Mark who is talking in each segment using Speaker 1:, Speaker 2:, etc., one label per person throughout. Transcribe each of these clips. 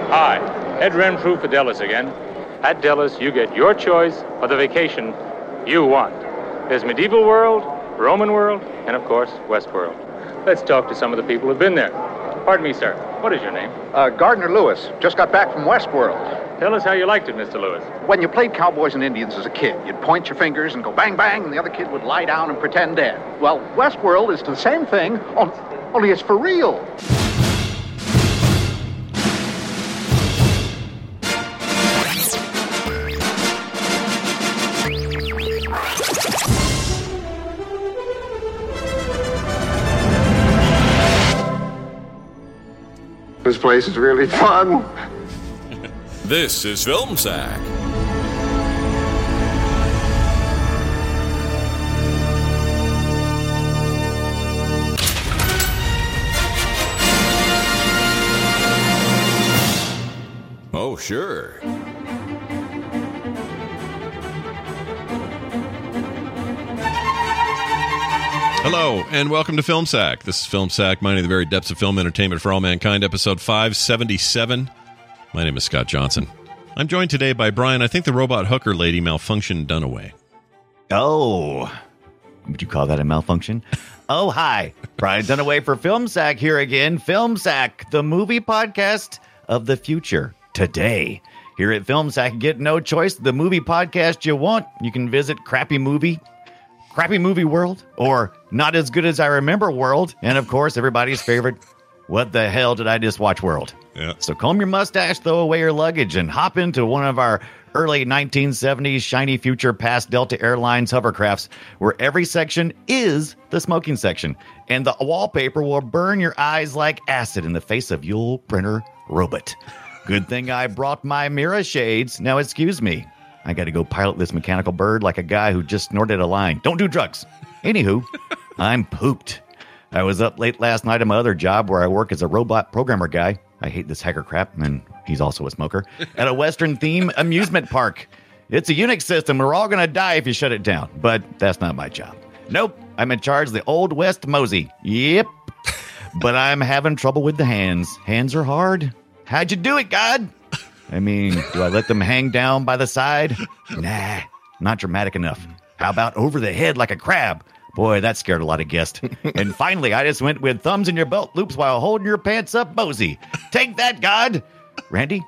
Speaker 1: Hi, Ed Renfrew for Delos again. At Delos, you get your choice of the vacation you want. There's medieval world, Roman world, and of course, West world. Let's talk to some of the people who've been there. Pardon me, sir. What is your name?
Speaker 2: Uh, Gardner Lewis just got back from Westworld.
Speaker 1: Tell us how you liked it, Mr. Lewis.
Speaker 2: When you played cowboys and Indians as a kid, you'd point your fingers and go bang bang, and the other kid would lie down and pretend dead. Well, Westworld is the same thing, on- only it's for real.
Speaker 3: This place is really fun.
Speaker 4: This is Film Sack. Oh, sure.
Speaker 5: Hello, and welcome to Film Sack. This is Film Sack, mining the very depths of film entertainment for all mankind, episode 577. My name is Scott Johnson. I'm joined today by Brian. I think the robot hooker lady malfunctioned Dunaway.
Speaker 6: Oh, would you call that a malfunction? Oh, hi. Brian Dunaway for Film Sack here again. Film Sack, the movie podcast of the future today. Here at Film Sack, get no choice. The movie podcast you want. You can visit Crappy Movie, Crappy Movie World, or Not As Good As I Remember World. And of course, everybody's favorite, What the Hell Did I Just Watch World?
Speaker 5: Yeah.
Speaker 6: So comb your mustache, throw away your luggage, and hop into one of our early 1970s shiny future past Delta Airlines hovercrafts where every section is the smoking section and the wallpaper will burn your eyes like acid in the face of Yule printer robot. Good thing I brought my mirror shades. Now, excuse me. I got to go pilot this mechanical bird like a guy who just snorted a line. Don't do drugs. Anywho, I'm pooped. I was up late last night at my other job where I work as a robot programmer guy. I hate this hacker crap, and he's also a smoker. At a Western theme amusement park. It's a Unix system. We're all going to die if you shut it down, but that's not my job. Nope. I'm in charge of the Old West Mosey. Yep. But I'm having trouble with the hands. Hands are hard. How'd you do it, God? I mean, do I let them hang down by the side? Nah, not dramatic enough. How about over the head like a crab? Boy, that scared a lot of guests. and finally, I just went with thumbs in your belt loops while holding your pants up, Mosey. Take that, God. Randy,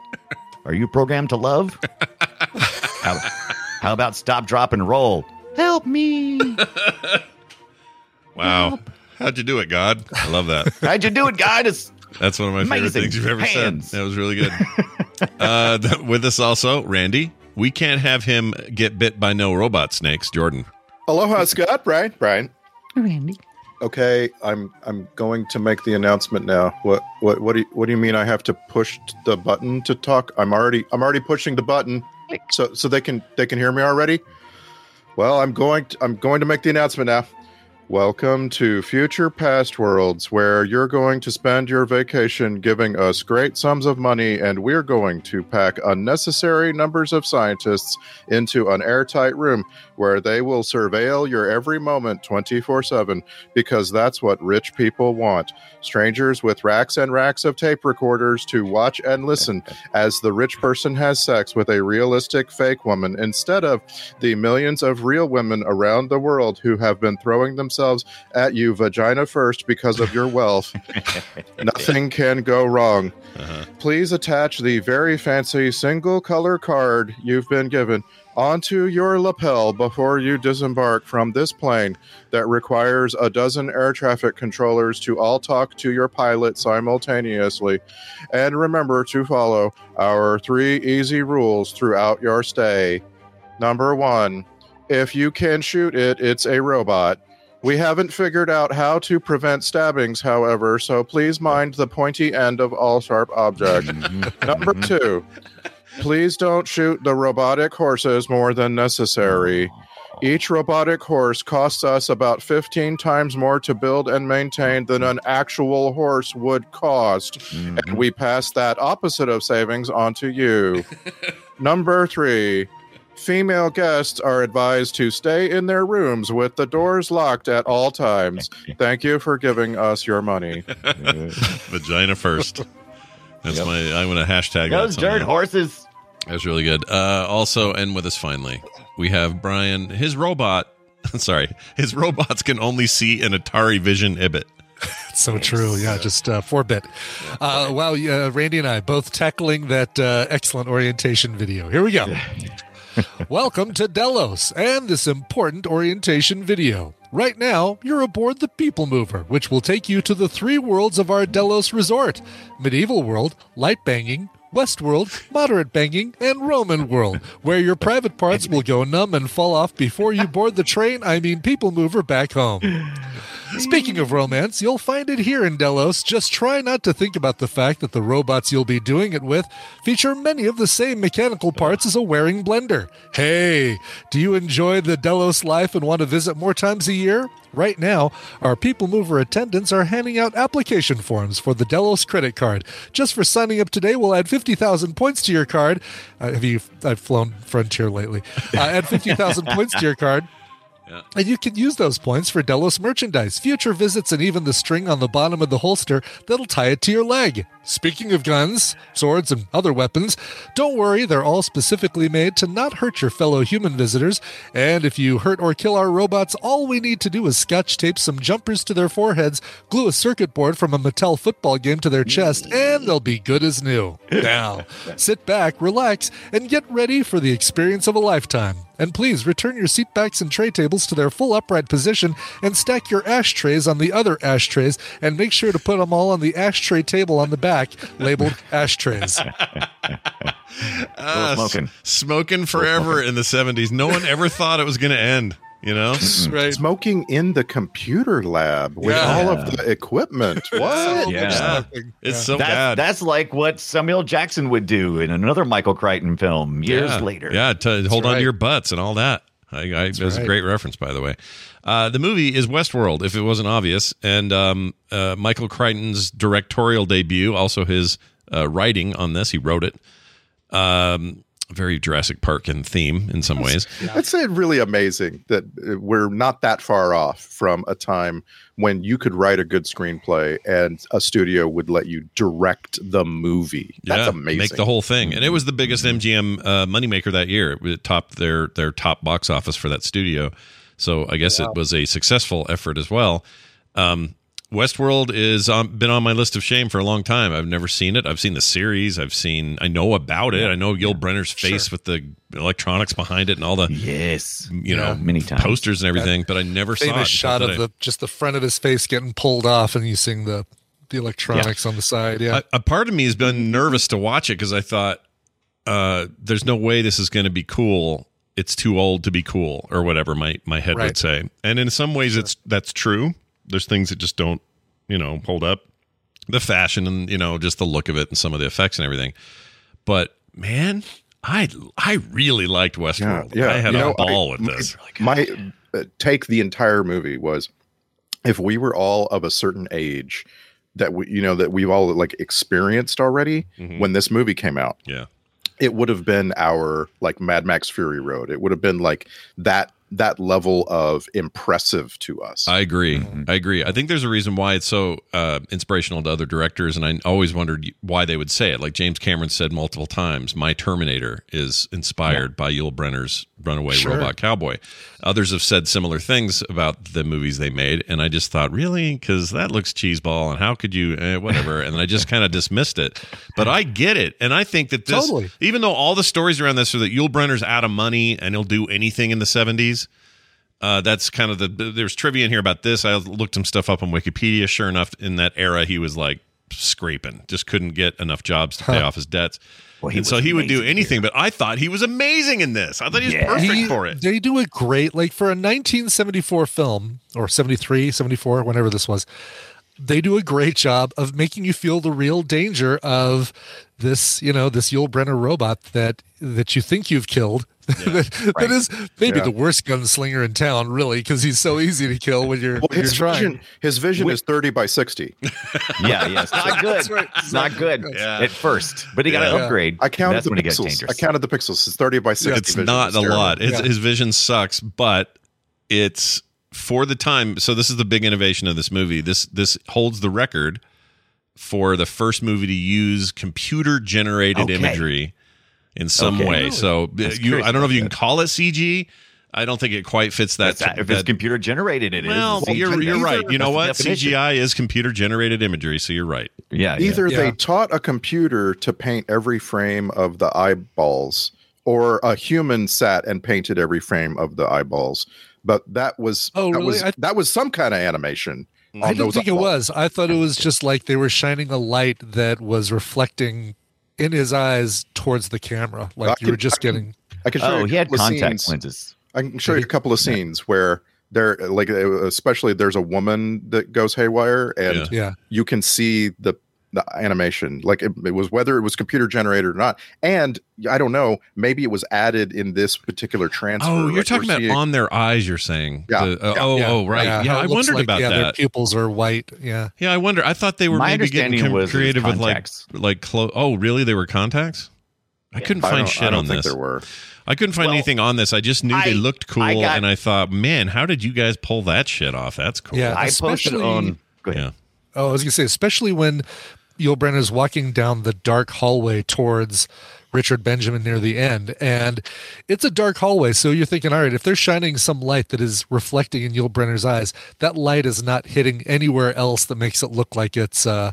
Speaker 6: are you programmed to love? How, how about stop, drop, and roll? Help me.
Speaker 5: Wow. How'd you do it, God? I love that.
Speaker 6: How'd you do it, God? It's
Speaker 5: That's one of my favorite
Speaker 6: Amazing.
Speaker 5: things you've ever
Speaker 6: Hands.
Speaker 5: said. That was really good. uh, th- with us also, Randy. We can't have him get bit by no robot snakes, Jordan.
Speaker 3: Aloha, Scott. Brian. Brian. Okay, I'm I'm going to make the announcement now. What what what do you, what do you mean? I have to push the button to talk? I'm already I'm already pushing the button, so so they can they can hear me already. Well, I'm going to, I'm going to make the announcement now. Welcome to Future Past Worlds, where you're going to spend your vacation giving us great sums of money, and we're going to pack unnecessary numbers of scientists into an airtight room where they will surveil your every moment 24 7, because that's what rich people want. Strangers with racks and racks of tape recorders to watch and listen as the rich person has sex with a realistic fake woman instead of the millions of real women around the world who have been throwing themselves at you vagina first because of your wealth. Nothing can go wrong. Please attach the very fancy single color card you've been given onto your lapel before you disembark from this plane that requires a dozen air traffic controllers to all talk to your pilot simultaneously. And remember to follow our three easy rules throughout your stay. Number one, if you can shoot it, it's a robot. We haven't figured out how to prevent stabbings, however, so please mind the pointy end of all sharp objects. Number two, please don't shoot the robotic horses more than necessary. Each robotic horse costs us about 15 times more to build and maintain than an actual horse would cost. And we pass that opposite of savings onto you. Number three, Female guests are advised to stay in their rooms with the doors locked at all times. Thank you for giving us your money.
Speaker 5: Vagina first. That's my. I want to hashtag
Speaker 6: Those
Speaker 5: that somehow.
Speaker 6: darn horses.
Speaker 5: That's really good. Uh, also, and with us finally, we have Brian. His robot. Sorry, his robots can only see an Atari Vision Ibit.
Speaker 7: So true. Yeah, just uh, four bit. Uh, wow, yeah, Randy and I both tackling that uh, excellent orientation video. Here we go. Welcome to Delos and this important orientation video. Right now, you're aboard the People Mover, which will take you to the three worlds of our Delos resort Medieval World, Light Banging, West World, Moderate Banging, and Roman World, where your private parts will go numb and fall off before you board the train, I mean, People Mover, back home. Speaking of romance, you'll find it here in Delos. Just try not to think about the fact that the robots you'll be doing it with feature many of the same mechanical parts as a wearing blender. Hey, do you enjoy the Delos life and want to visit more times a year? Right now, our People Mover attendants are handing out application forms for the Delos credit card. Just for signing up today, we'll add 50,000 points to your card. Uh, have you? I've flown Frontier lately. Uh, add 50,000 points to your card. And you can use those points for Delos merchandise, future visits, and even the string on the bottom of the holster that'll tie it to your leg. Speaking of guns, swords, and other weapons, don't worry, they're all specifically made to not hurt your fellow human visitors. And if you hurt or kill our robots, all we need to do is scotch tape some jumpers to their foreheads, glue a circuit board from a Mattel football game to their chest, and they'll be good as new. Now, sit back, relax, and get ready for the experience of a lifetime. And please return your seatbacks and tray tables to their full upright position and stack your ashtrays on the other ashtrays and make sure to put them all on the ashtray table on the back labeled ashtrays.
Speaker 5: Ah,
Speaker 6: smoking.
Speaker 5: s- smoking forever in the 70s. No one ever thought it was going to end, you know?
Speaker 3: Smoking in the computer lab with
Speaker 5: Yeah.
Speaker 3: all of the equipment. What?
Speaker 5: It's so
Speaker 6: That's-
Speaker 5: bad.
Speaker 6: That's like what Samuel Jackson would do in another Michael Crichton film years
Speaker 5: Yeah.
Speaker 6: later.
Speaker 5: Yeah, to hold on
Speaker 6: right.
Speaker 5: to your butts and all that. I, I, that's a
Speaker 6: right.
Speaker 5: great reference, by the way. Uh, the movie is Westworld, if it wasn't obvious, and um, uh, Michael Crichton's directorial debut, also his uh, writing on this. He wrote it. Um, very Jurassic Park in theme in some ways.
Speaker 3: That's uh, really amazing that uh, we're not that far off from a time when you could write a good screenplay and a studio would let you direct the movie. That's amazing.
Speaker 5: Make the whole thing, and it was the biggest
Speaker 7: Mm-hmm.
Speaker 5: MGM uh, moneymaker that year. It topped their their top box office for that studio. So I guess it was a successful effort as well. Um, Westworld is on, been on my list of shame for a long time. I've never seen it. I've seen the series. I've seen. I know about it. I know Gil Brenner's face with the electronics behind it and all the
Speaker 6: yes,
Speaker 5: you know,
Speaker 7: Yeah.
Speaker 6: many times
Speaker 5: posters and everything. But I never saw it. until
Speaker 7: Famous shot
Speaker 5: today.
Speaker 7: of the just the front of his face getting pulled off, and you seeing the the electronics on the side.
Speaker 6: Uh,
Speaker 7: Yeah,
Speaker 5: A, a part of me has been nervous to watch it because I thought, uh, "There's no way this is going to be cool. It's too old to be cool," or whatever my my head would
Speaker 7: Right.
Speaker 5: say. And in some ways, it's that's true. There's things that just don't, you know, hold up. The fashion and you know just the look of it and some of the effects and everything. But man, I I really liked Westworld. I had
Speaker 3: You
Speaker 5: a
Speaker 3: know,
Speaker 5: ball
Speaker 3: I-
Speaker 5: with this.
Speaker 3: My, uh, take the entire movie was if we were all of a certain age that we you know that we've all like experienced already
Speaker 5: Mhm.
Speaker 3: when this movie came out
Speaker 5: Yeah.
Speaker 3: it would have been our like mad max fury road it would have been like that that level of impressive to us
Speaker 5: I agree. I agree. I think there's a reason why it's so uh, inspirational to other directors, and I always wondered why they would say it. Like James Cameron said multiple times, "My Terminator is inspired by Yul Brenner's Runaway
Speaker 4: Sure.
Speaker 5: Robot Cowboy." Others have said similar things about the movies they made, and I just thought, really, because that looks cheeseball, and how could you, eh, whatever? and I just kind of dismissed it. But I get it, and I think that this,
Speaker 7: Totally.
Speaker 5: even though all the stories around this are that Yul Brenner's out of money and he'll do anything in the '70s. Uh, that's kind of the there's trivia in here about this. I looked some stuff up on Wikipedia. Sure enough, in that era, he was like scraping, just couldn't get enough jobs to pay
Speaker 4: Huh.
Speaker 5: off his debts.
Speaker 4: Well, he
Speaker 5: and so
Speaker 4: was
Speaker 5: he would do
Speaker 4: amazing
Speaker 5: anything. But I thought he was amazing in this. I thought he was perfect
Speaker 7: He-
Speaker 5: for it.
Speaker 7: They do a great like for a 1974 film or 73, 74, whenever this was. They do a great job of making you feel the real danger of this, you know, this Yul Brenner robot that that you think you've killed. that, that is maybe
Speaker 3: Yeah.
Speaker 7: the worst gunslinger in town, really, because he's so easy to kill when you're,
Speaker 3: well,
Speaker 7: when you're
Speaker 3: his vision,
Speaker 7: trying.
Speaker 3: his vision
Speaker 7: Wi-
Speaker 3: is 30 by 60
Speaker 6: Yeah, yeah. It's not good.
Speaker 7: That's right,
Speaker 6: It's not good
Speaker 5: Yeah.
Speaker 6: at first, but he got to
Speaker 5: Yeah.
Speaker 6: upgrade.
Speaker 3: I counted
Speaker 6: That's
Speaker 3: the
Speaker 6: when it gets
Speaker 3: pixels. I
Speaker 6: dangerous.
Speaker 3: counted the pixels. It's 30 by 60.
Speaker 5: It's
Speaker 3: vision.
Speaker 5: not a
Speaker 3: terrible.
Speaker 5: lot. It's,
Speaker 3: Yeah.
Speaker 5: His vision sucks, but it's for the time. So this is the big innovation of this movie. This this holds the record for the first movie to use computer generated
Speaker 4: Okay.
Speaker 5: imagery in some
Speaker 4: Okay.
Speaker 5: way.
Speaker 4: Really?
Speaker 5: So uh,
Speaker 4: I was
Speaker 5: you,
Speaker 4: curious
Speaker 5: I don't know if
Speaker 4: about
Speaker 5: you can call it CG. I don't think it quite fits that.
Speaker 6: That's- if it's
Speaker 5: computer generated,
Speaker 6: it is.
Speaker 5: well,
Speaker 6: Well,
Speaker 5: you're you're
Speaker 6: either-
Speaker 5: right. You know what?
Speaker 6: that's the definition.
Speaker 5: CGI is computer generated imagery. So you're right. Yeah.
Speaker 3: Either they taught a computer to paint every frame of the eyeballs, or a human sat and painted every frame of the eyeballs. But that was
Speaker 7: Oh,
Speaker 3: that
Speaker 7: really?
Speaker 3: was
Speaker 7: I-
Speaker 3: that was some kind of animation.
Speaker 7: I
Speaker 3: on
Speaker 7: don't
Speaker 3: those
Speaker 7: think it
Speaker 3: eyeballs.
Speaker 7: was. I thought it was just like they were shining a light that was reflecting in his eyes towards the camera. Like
Speaker 3: I
Speaker 7: you
Speaker 3: can-
Speaker 7: were just
Speaker 3: I can-
Speaker 7: getting.
Speaker 3: I can show
Speaker 5: Oh,
Speaker 3: you a couple of scenes. I can show you a couple of scenes where there, like, uh, especially there's a woman that goes haywire, and
Speaker 7: Yeah. Yeah.
Speaker 3: you can see the the animation. Like it, it was whether it was computer generated or not, and I don't know. Maybe it was added in this particular transfer.
Speaker 5: Oh, you're
Speaker 3: like,
Speaker 5: talking
Speaker 3: we're
Speaker 5: about
Speaker 3: seeing-
Speaker 5: on their eyes. You're saying.
Speaker 3: Yeah,
Speaker 5: The- uh,
Speaker 3: yeah,
Speaker 5: oh,
Speaker 3: yeah,
Speaker 5: oh, right.
Speaker 3: yeah,
Speaker 5: Yeah,
Speaker 3: how it
Speaker 5: I
Speaker 3: looks
Speaker 5: wondered
Speaker 3: like,
Speaker 5: about
Speaker 7: yeah, their
Speaker 5: that.
Speaker 7: pupils are white. Yeah.
Speaker 5: Yeah, I wonder. I thought they were
Speaker 7: My
Speaker 5: maybe
Speaker 7: understanding
Speaker 5: getting com-
Speaker 7: was it was
Speaker 5: creative with like
Speaker 7: contacts.
Speaker 5: like clo- oh really they were contacts. I couldn't
Speaker 3: I
Speaker 5: find
Speaker 3: don't- I
Speaker 5: shit
Speaker 3: don't
Speaker 5: on
Speaker 3: think
Speaker 5: this.
Speaker 3: there were.
Speaker 5: I couldn't find anything on this. I just knew they looked cool,
Speaker 6: I got-
Speaker 5: and I thought, man, how did you guys pull that shit off? That's cool.
Speaker 7: Yeah, I posted especially- on-
Speaker 6: Go
Speaker 5: ahead.
Speaker 7: Oh, I was gonna say, especially when Yul Brenner's walking down the dark hallway towards Richard Benjamin near the end, and it's a dark hallway. So you're thinking, all right, if they're shining some light that is reflecting in Yul Brenner's eyes, that light is not hitting anywhere else that makes it look like it's, uh,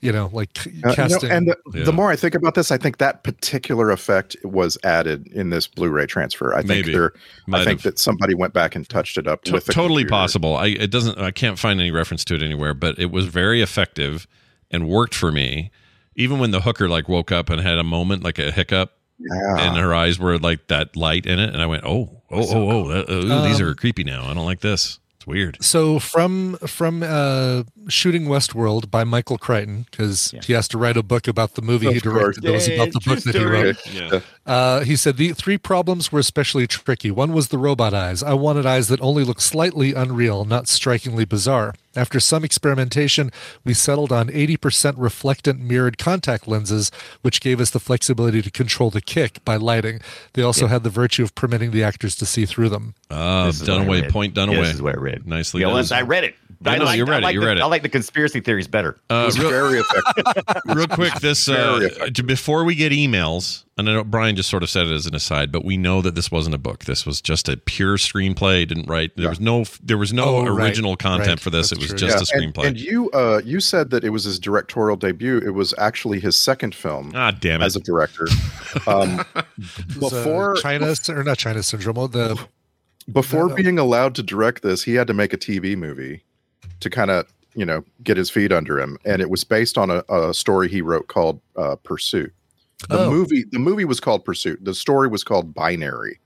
Speaker 7: you know, like
Speaker 3: Uh, you know,
Speaker 7: casting.
Speaker 3: and the, the more I think about this, I think that particular effect was added in this Blu-ray transfer. I think
Speaker 5: Maybe.
Speaker 3: there,
Speaker 5: Might
Speaker 3: I think
Speaker 5: have.
Speaker 3: that somebody went back and touched it up
Speaker 5: To-
Speaker 3: with the
Speaker 5: totally
Speaker 3: computer.
Speaker 5: possible. I it doesn't. I can't find any reference to it anywhere, but it was very effective and worked for me. Even when the hooker like woke up and had a moment like a hiccup,
Speaker 3: Yeah.
Speaker 5: and her eyes were like that light in it, and I went, oh, oh, oh, oh, that- oh, ooh, these
Speaker 7: Um,
Speaker 5: are creepy now. I don't like this. It's weird.
Speaker 7: So from from uh, shooting Westworld by Michael Crichton because he has to write a book about the movie he
Speaker 3: Of course.
Speaker 7: directed that was about the
Speaker 3: Yeah,
Speaker 7: book that he
Speaker 3: true
Speaker 7: wrote.
Speaker 3: story. Yeah.
Speaker 7: Uh, he said the three problems were especially tricky. One was the robot eyes. I wanted eyes that only looked slightly unreal, not strikingly bizarre. After some experimentation, we settled on 80% reflectant mirrored contact lenses, which gave us the flexibility to control the kick by lighting. They also had the virtue of permitting the actors to see through them.
Speaker 5: Uh,
Speaker 6: This is what I
Speaker 5: Dunaway,
Speaker 6: read.
Speaker 5: point
Speaker 6: Yeah,
Speaker 5: Dunaway.
Speaker 6: this is what I read.
Speaker 5: Nicely
Speaker 6: Yeah,
Speaker 5: done.
Speaker 6: well, I read it.
Speaker 5: Yeah,
Speaker 6: I
Speaker 5: no,
Speaker 6: like,
Speaker 5: you
Speaker 6: I
Speaker 5: read it.
Speaker 6: like
Speaker 5: You
Speaker 6: the,
Speaker 5: read it.
Speaker 6: I like the conspiracy theories better.
Speaker 5: Uh, real-
Speaker 3: Very effective.
Speaker 5: real quick this
Speaker 3: Very
Speaker 5: uh, j- before we get emails and i know brian just sort of said it as an aside but we know that this wasn't a book this was just a pure screenplay didn't write there was no there was no
Speaker 3: Oh, right,
Speaker 5: original content
Speaker 3: right.
Speaker 5: for this
Speaker 3: That's
Speaker 5: it was
Speaker 3: true.
Speaker 5: just a
Speaker 3: Yeah, and-
Speaker 5: screenplay
Speaker 3: And, you, uh, you said that it was his directorial debut. It was actually his second film.
Speaker 5: Ah, damn it.
Speaker 3: As a director, um,
Speaker 7: was, uh,
Speaker 3: before
Speaker 7: China or not China syndrome, oh, the No,
Speaker 3: before
Speaker 7: no.
Speaker 3: being allowed to direct this, he had to make a TV movie to kind of you know get his feet under him, and it was based on a, a story he wrote called uh, Pursuit. The
Speaker 7: Oh.
Speaker 3: movie, the movie was called Pursuit. The story was called Binary.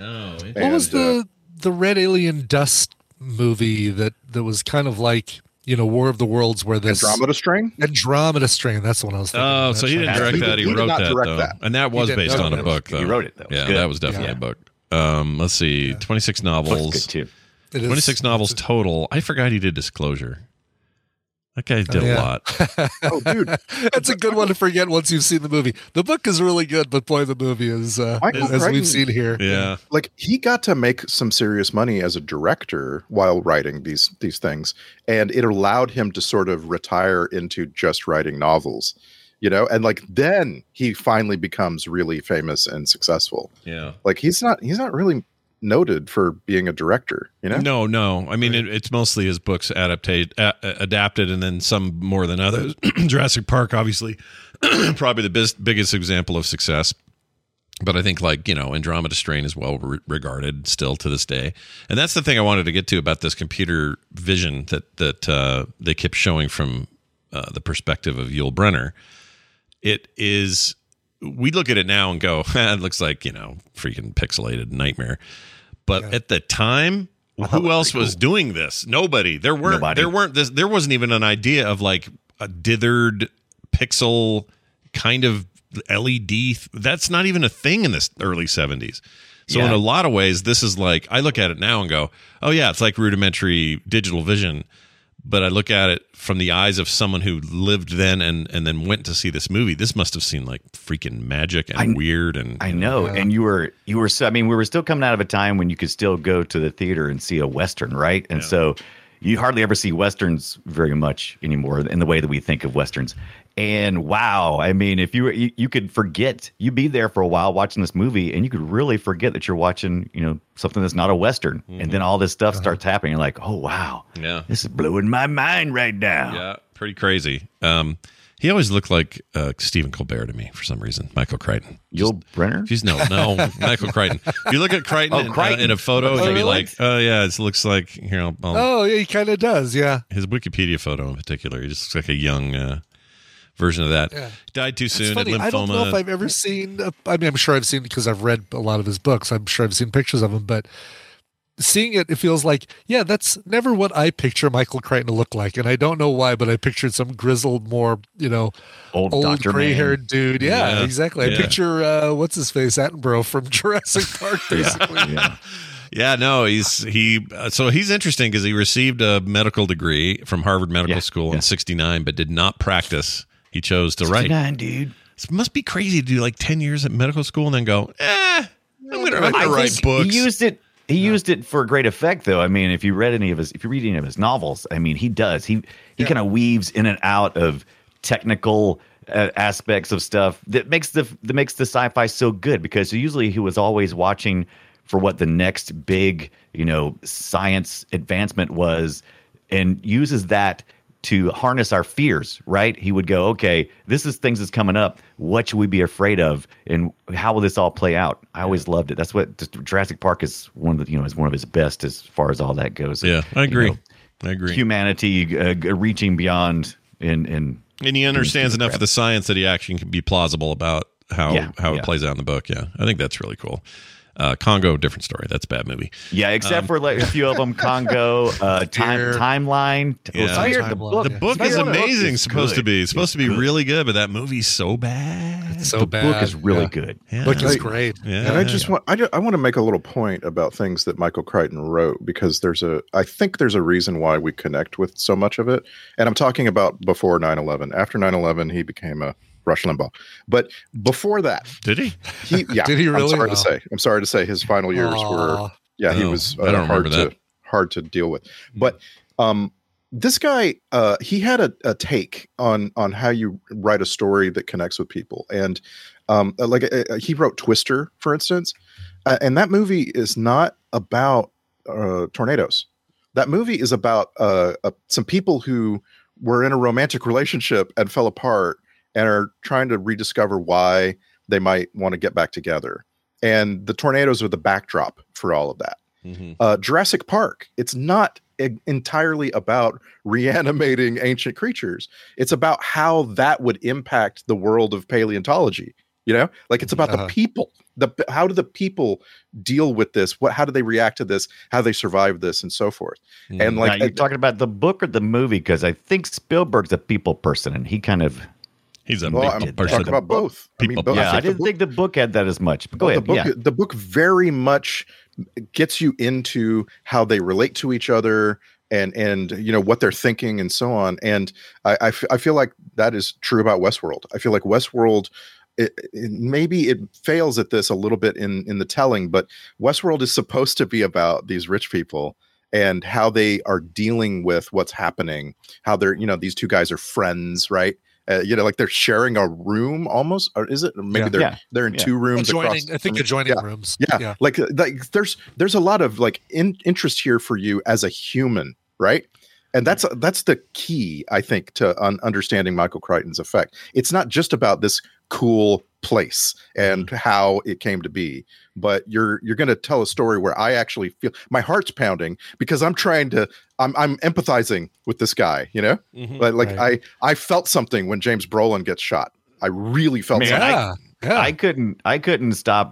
Speaker 5: Oh,
Speaker 7: what was the the red alien dust movie that that was kind of like you know War of the Worlds where this
Speaker 3: uh, Andromeda String?
Speaker 7: Andromeda String. That's the one I was thinking.
Speaker 5: oh
Speaker 7: of,
Speaker 5: so he didn't
Speaker 7: actually.
Speaker 5: direct that he, wrote that though and that
Speaker 7: He
Speaker 5: was
Speaker 7: didn't.
Speaker 5: based
Speaker 7: No,
Speaker 5: on
Speaker 7: no,
Speaker 5: a
Speaker 7: no.
Speaker 5: book though
Speaker 6: He wrote it, though. It was
Speaker 5: yeah
Speaker 6: good.
Speaker 5: that was definitely
Speaker 6: Yeah.
Speaker 5: a book um let's see 26 novels
Speaker 6: too.
Speaker 7: It is-
Speaker 5: 26 novels total. I forgot he did Disclosure. That guy did
Speaker 7: yeah.
Speaker 5: a lot.
Speaker 7: oh, dude, that's a good one to forget once you've seen the movie. The book is really good, but boy, the movie is uh,
Speaker 3: Michael
Speaker 7: as
Speaker 3: Crichton-
Speaker 7: we've seen here.
Speaker 5: Yeah.
Speaker 3: Like he got to make some serious money as a director while writing these these things, and it allowed him to sort of retire into just writing novels, you know. And like then he finally becomes really famous and successful.
Speaker 5: Yeah.
Speaker 3: Like he's not he's not really noted for being a director, you know.
Speaker 5: No, no. I mean, it, it's mostly his books adaptate, a, adapted, and then some more than others. Jurassic Park, obviously, probably the best, biggest example of success. But I think, like you know, Andromeda Strain is well re- regarded still to this day, and that's the thing I wanted to get to about this computer vision that that uh, they kept showing from uh, the perspective of Yul Brenner. It is we look at it now and go, "Ah, it looks like you know, freaking pixelated nightmare. But at the time, who else was doing this? Nobody. There weren't.
Speaker 6: Nobody.
Speaker 5: There weren't. This, there wasn't even an idea of like a dithered pixel kind of LED. th- That's not even a thing in this early seventies. So in
Speaker 6: Yeah.
Speaker 5: a lot of ways, this is like I look at it now and go, "Oh yeah, it's like rudimentary digital vision." But I look at it from the eyes of someone who lived then and and then went to see this movie. This must have seemed like freaking magic and weird and
Speaker 6: I know. And you were you were so I mean, we were still coming out of a time when you could still go to the theater and see a western, right? And so you hardly ever see westerns very much anymore in the way that we think of westerns. And wow, I mean, if you were you, you could forget you'd be there for a while watching this movie and you could really forget that you're watching, you know, something that's not a western. And then all this stuff starts happening. You're like, oh wow,
Speaker 5: yeah.
Speaker 6: this is blowing my mind right now.
Speaker 5: Yeah, pretty crazy. Um, he always looked like uh, Stephen Colbert to me for some reason. Michael Crichton.
Speaker 6: Yul Brenner?
Speaker 5: He's no, no, Michael Crichton. If you look at Crichton,
Speaker 6: Oh,
Speaker 5: in- uh,
Speaker 6: Crichton.
Speaker 5: In, a photo,
Speaker 6: Oh,
Speaker 5: you'd be
Speaker 6: really?
Speaker 5: like, oh yeah, it looks like here. I'll, I'll,
Speaker 7: Oh, yeah, he kind of does. Yeah.
Speaker 5: His Wikipedia photo in particular, he just looks like a young uh, version of that.
Speaker 7: Yeah.
Speaker 5: Died too
Speaker 7: It's
Speaker 5: soon. Had
Speaker 7: funny.
Speaker 5: lymphoma.
Speaker 7: I don't know if I've ever seen. A, I mean, I'm sure I've seen because I've read a lot of his books. I'm sure I've seen pictures of him, but seeing it, it feels like, yeah, that's never what I picture Michael Crichton to look like, and I don't know why, but I pictured some grizzled, more you know,
Speaker 6: Old Dr. Man.
Speaker 7: gray-haired dude. Yeah,
Speaker 5: Yeah.
Speaker 7: exactly.
Speaker 5: Yeah.
Speaker 7: I picture uh, what's his face Attenborough from Jurassic Park, basically.
Speaker 5: Yeah, no, he's he. uh, So he's interesting because he received a medical degree from Harvard Medical School in '69, but did not practice. He chose to write.
Speaker 6: 69, dude.
Speaker 5: It must be crazy to do like 10 years at medical school and then go, eh, I'm going to I'm gonna
Speaker 6: I
Speaker 5: write
Speaker 6: think
Speaker 5: books.
Speaker 6: He used it. He used it for great effect, though. I mean, if you read any of his, if you read any of his novels, I mean, he does. He he kind of weaves in and out of technical uh, aspects of stuff that makes the that makes the sci-fi so good because usually he was always watching for what the next big you know science advancement was, and uses that to harness our fears, right? He would go, okay, this is things that's coming up. What should we be afraid of? And how will this all play out? I always loved it. That's what just Jurassic Park is one of the, you know, is one of his best as far as all that goes.
Speaker 5: Yeah, I
Speaker 6: You
Speaker 5: agree.
Speaker 6: know,
Speaker 5: I agree.
Speaker 6: Humanity uh, g- reaching beyond in, in,
Speaker 5: and he understands
Speaker 6: Human
Speaker 5: enough of the science that he actually can be plausible about how,
Speaker 6: Yeah,
Speaker 5: how it
Speaker 6: yeah.
Speaker 5: plays out in the book. Yeah, I think that's really cool. Uh, Congo, different story. That's a bad movie.
Speaker 6: yeah, except for like a few of them, Congo, uh, time, timeline. t-
Speaker 5: Yeah.
Speaker 6: Spider- the
Speaker 5: Timeline.
Speaker 6: book-
Speaker 5: The book is
Speaker 6: Spider-
Speaker 5: amazing,
Speaker 6: is
Speaker 5: supposed to
Speaker 6: good.
Speaker 5: be. It's supposed to be really good, but that movie's so bad.
Speaker 7: so
Speaker 6: the
Speaker 7: bad.
Speaker 6: book is really
Speaker 7: Yeah.
Speaker 6: good.
Speaker 5: Yeah.
Speaker 7: Book is
Speaker 3: Like-
Speaker 7: great.
Speaker 5: Yeah.
Speaker 3: and I just want I, ju- I want to make a little point about things that Michael Crichton wrote because there's a I think there's a reason why we connect with so much of it. And I'm talking about before 9/11. After 9/11, he became a Rush Limbaugh. But before that,
Speaker 5: Did he?
Speaker 3: he yeah,
Speaker 7: Did he
Speaker 3: I'm
Speaker 7: really?
Speaker 3: sorry
Speaker 7: Oh.
Speaker 3: to say. I'm sorry to say his final years
Speaker 7: Aw.
Speaker 3: were yeah, he
Speaker 5: Oh,
Speaker 3: was
Speaker 5: I
Speaker 3: uh,
Speaker 5: don't
Speaker 3: hard
Speaker 5: remember that. Hmm.
Speaker 3: to hard to deal with. But um this guy uh he had a, a take on on how you write a story that connects with people and um uh, like uh, uh, he wrote twister for instance uh, and that movie is not about uh tornadoes that movie is about uh, uh some people who were in a romantic relationship and fell apart and are trying to rediscover why they might want to get back together and the tornadoes are the backdrop for all of that uh, Jurassic Park. It's not e- entirely about reanimating ancient creatures. It's about how that would impact the world of paleontology. You know, like it's about
Speaker 7: Uh-huh.
Speaker 3: the people. The p- how do the people deal with this? What how do they react to this? How they survive this and so forth.
Speaker 6: Mm.
Speaker 3: And like
Speaker 6: now, you're
Speaker 3: uh,
Speaker 6: talking about the book or the movie because I think Spielberg's a people person and he kind of
Speaker 5: He's a
Speaker 3: Well,
Speaker 5: big
Speaker 3: I'm
Speaker 5: person.
Speaker 3: talking about both. I mean, both.
Speaker 6: yeah, I
Speaker 3: think the
Speaker 6: didn't think the book had that as much. But go
Speaker 3: Well,
Speaker 6: ahead.
Speaker 3: The book,
Speaker 6: yeah.
Speaker 3: the book very much gets you into how they relate to each other and and you know what they're thinking and so on. And I I, f- I feel like that is true about Westworld. I feel like Westworld. It, it- maybe it fails at this a little bit in in the telling, but Westworld is supposed to be about these rich people and how they are dealing with what's happening. How they're you know these two guys are friends, right? Uh, you know, like they're sharing a room almost, or is it? Or maybe
Speaker 7: Yeah.
Speaker 3: they're
Speaker 7: Yeah.
Speaker 3: they're in
Speaker 7: Yeah.
Speaker 3: two rooms.
Speaker 7: Adjoining-
Speaker 3: across,
Speaker 7: I think adjoining rooms.
Speaker 3: Yeah.
Speaker 7: Yeah.
Speaker 3: like uh, like there's there's a lot of like in, interest here for you as a human, right? And that's
Speaker 6: Mm-hmm.
Speaker 3: that's the key, I think, to un- understanding Michael Crichton's effect. It's not just about this cool place and
Speaker 6: Mm-hmm.
Speaker 3: how it came to be, but you're you're going to tell a story where I actually feel my heart's pounding because I'm trying to I'm I'm empathizing with this guy, you know.
Speaker 6: Mm-hmm.
Speaker 5: Mhm.
Speaker 3: But like
Speaker 5: Right.
Speaker 3: I I felt something when James Brolin gets shot. I really felt
Speaker 6: Man,
Speaker 3: something.
Speaker 6: I, I couldn't. I couldn't stop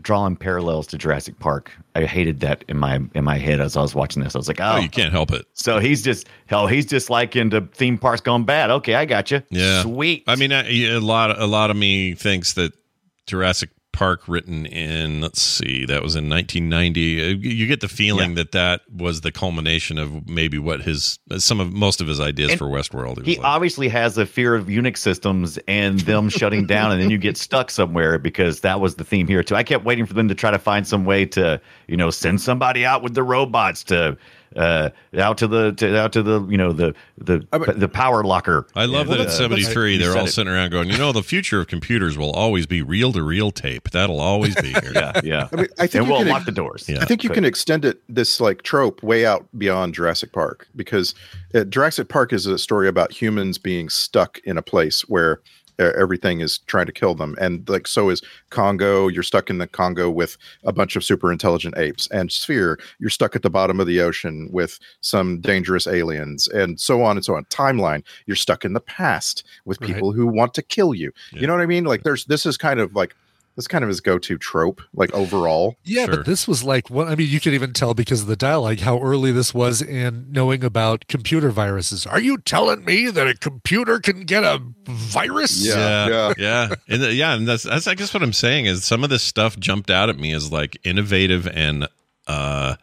Speaker 6: drawing parallels to Jurassic Park. I hated that in my in my head as I was watching this. I was like, oh,
Speaker 5: you can't help it.
Speaker 6: So he's just hell. He's just like into theme parks gone bad. Okay, I got you.
Speaker 5: Yeah,
Speaker 6: sweet.
Speaker 5: I mean, I, a lot. A lot of me thinks that Jurassic Park, written in let's see, that was in 1990. Uh, You get the feeling that that was the culmination of maybe what his uh, some of most of his ideas
Speaker 6: And
Speaker 5: for Westworld. It
Speaker 6: He
Speaker 5: was
Speaker 6: obviously has a fear of Unix systems and them shutting down, and then you get stuck somewhere because that was the theme here too. I kept waiting for them to try to find some way to, you know, send somebody out with the robots to uh, out to the to, out to the you know the the the power locker.
Speaker 5: I love that
Speaker 6: Uh,
Speaker 5: at 73
Speaker 6: you
Speaker 5: they're
Speaker 6: said
Speaker 5: all
Speaker 6: it.
Speaker 5: sitting around going, you know, the future of computers will always be reel to reel tape. That'll always be here.
Speaker 6: yeah, yeah.
Speaker 3: I mean, I think
Speaker 6: and
Speaker 3: you
Speaker 6: we'll
Speaker 3: can-
Speaker 6: lock the doors.
Speaker 3: I think you can extend it this like trope way out beyond Jurassic Park because uh, Jurassic Park is a story about humans being stuck in a place where uh, everything is trying to kill them, and like so is Congo. You're stuck in the Congo with a bunch of super intelligent apes, and Sphere. You're stuck at the bottom of the ocean with some dangerous aliens, and so on and so on. Timeline. You're stuck in the past with
Speaker 7: Right.
Speaker 3: people who want to kill you. You know what I mean? Like there's this is kind of like. This kind of his go-to trope, like overall.
Speaker 7: Yeah, but this was like what I mean, you could even tell because of the dialogue how early this was in knowing about computer viruses. Are you telling me that a computer can get a virus?
Speaker 5: yeah, yeah, and the- yeah. And that's, that's I guess what I'm saying is some of this stuff jumped out at me as like innovative and uh,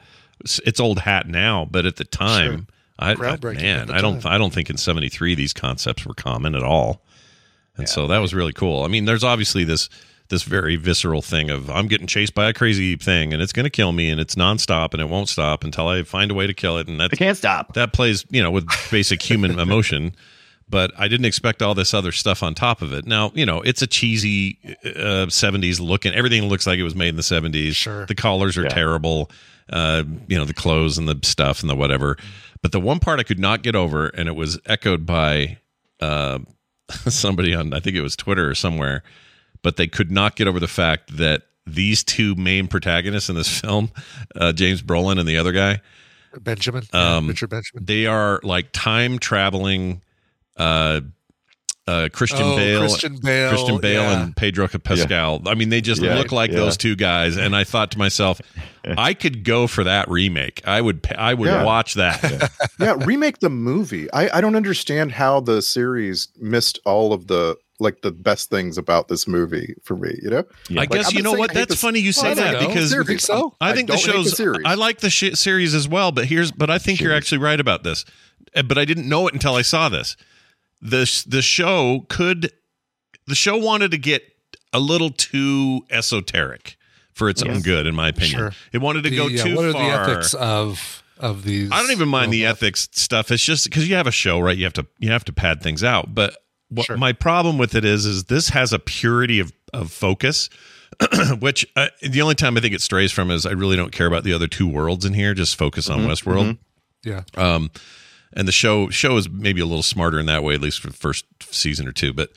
Speaker 5: s- it's old hat now, but at the time, I, I
Speaker 7: Groundbreaking at
Speaker 5: man,
Speaker 7: the
Speaker 5: I don't, I don't think in '73 these concepts were common at all, and so that was really cool. I mean, there's obviously this this very visceral thing of I'm getting chased by a crazy thing and it's going to kill me and it's nonstop and it won't stop until I find a way to kill it and that
Speaker 6: can't stop.
Speaker 5: That plays, you know, with basic human emotion, but I didn't expect all this other stuff on top of it. Now, you know, it's a cheesy uh, 70s look and everything looks like it was made in the 70s. Sure. The collars are
Speaker 4: Yeah.
Speaker 5: terrible. Uh, you know, the clothes and the stuff and the whatever. But the one part I could not get over and it was echoed by uh, somebody on I think it was Twitter or somewhere, but they could not get over the fact that these two main protagonists in this film, uh, James Brolin and the other guy,
Speaker 7: Benjamin.
Speaker 5: um,
Speaker 7: Richard Benjamin.
Speaker 5: they are like time traveling. Uh, uh, Christian
Speaker 7: Oh,
Speaker 5: Bale,
Speaker 7: Christian Bale,
Speaker 5: Christian Bale,
Speaker 7: yeah.
Speaker 5: and Pedro Pascal. I mean, they just
Speaker 4: Yeah,
Speaker 5: look like
Speaker 4: yeah.
Speaker 5: those two guys. And I thought to myself, I could go for that remake. I would. pa- I would
Speaker 3: Yeah.
Speaker 5: watch that.
Speaker 3: yeah, remake the movie. I, I don't understand how the series missed all of the like the best things about this movie for me. You know,
Speaker 5: I
Speaker 3: Like,
Speaker 5: guess
Speaker 3: I'm
Speaker 5: you
Speaker 3: not
Speaker 5: know
Speaker 3: saying
Speaker 5: what.
Speaker 3: I hate
Speaker 5: That's
Speaker 3: this-
Speaker 5: funny you
Speaker 3: Well, I
Speaker 5: say
Speaker 3: don't
Speaker 5: that
Speaker 3: know.
Speaker 5: because
Speaker 3: Seriously, so?
Speaker 5: I think the
Speaker 3: don't hate
Speaker 5: show's.
Speaker 3: series.
Speaker 5: I like the sh- series as well, but here's. But I think you're actually right about this. Uh, But I didn't know it until I saw this. This the show could. The show wanted to get a little too esoteric for its own
Speaker 7: Yes.
Speaker 5: good, in my opinion.
Speaker 7: Sure.
Speaker 5: It wanted to
Speaker 7: The,
Speaker 5: go
Speaker 7: yeah,
Speaker 5: too
Speaker 7: what are
Speaker 5: far.
Speaker 7: the ethics of of these
Speaker 5: I don't even mind the ethics stuff. It's just because you have a show, right? You have to you have to pad things out. But what my problem with it is, is this has a purity of of focus, which uh, the only time I think it strays from is I really don't care about the other two worlds in here. Just focus on
Speaker 7: Mhm,
Speaker 5: Westworld.
Speaker 7: mhm. Yeah.
Speaker 5: Um, and the show show is maybe a little smarter in that way, at least for the first season or two. But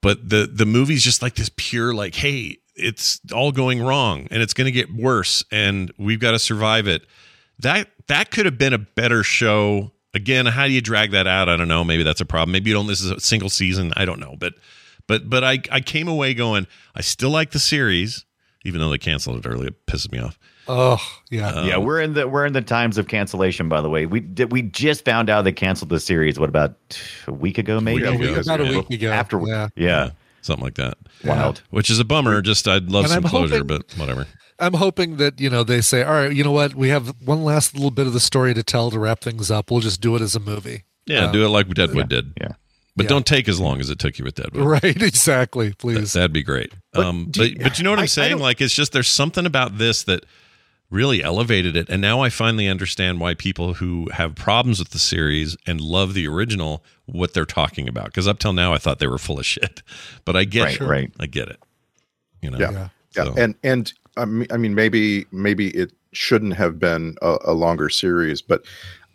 Speaker 5: but the the movie's just like this pure like, hey, it's all going wrong and it's going to get worse, and we've got to survive it. That that could have been a better show. Again, how do you drag that out? I don't know. Maybe that's a problem. Maybe you don't. This is a single season. I don't know. But but but I I came away going, I still like the series, even though they canceled it early. It pisses me off.
Speaker 7: Oh yeah,
Speaker 5: Uh,
Speaker 6: yeah. We're in the we're in the times of cancellation. By the way, we did, we just found out they canceled the series. What about a week ago? Maybe
Speaker 7: ago, About a yeah. week ago.
Speaker 6: After
Speaker 7: Yeah.
Speaker 6: yeah.
Speaker 5: something like that.
Speaker 6: Wild.
Speaker 5: Which is a bummer. Just I'd love
Speaker 7: And
Speaker 5: some
Speaker 7: I'm
Speaker 5: closure,
Speaker 7: hoping-
Speaker 5: but whatever.
Speaker 7: I'm hoping that you know they say, all right, you know what, we have one last little bit of the story to tell to wrap things up. We'll just do it as a movie.
Speaker 5: Yeah,
Speaker 7: Um,
Speaker 5: do it like Deadwood did.
Speaker 6: Yeah,
Speaker 5: but don't take as long as it took you with Deadwood.
Speaker 7: Right, exactly. Please.
Speaker 5: That'd be great. um,
Speaker 7: do
Speaker 5: but,
Speaker 7: you-
Speaker 5: but you know what
Speaker 7: I-
Speaker 5: I'm
Speaker 7: I
Speaker 5: saying?
Speaker 7: don't-
Speaker 5: Like, it's just there's something about this that really elevated it. And now I finally understand why people who have problems with the series and love the original, what they're talking about. Because up till now, I thought they were full of shit. But I get
Speaker 6: Right,
Speaker 5: it.
Speaker 6: right.
Speaker 5: I get it. You know?
Speaker 3: yeah, yeah, and and I mean, I mean, maybe maybe it shouldn't have been a, a longer series, but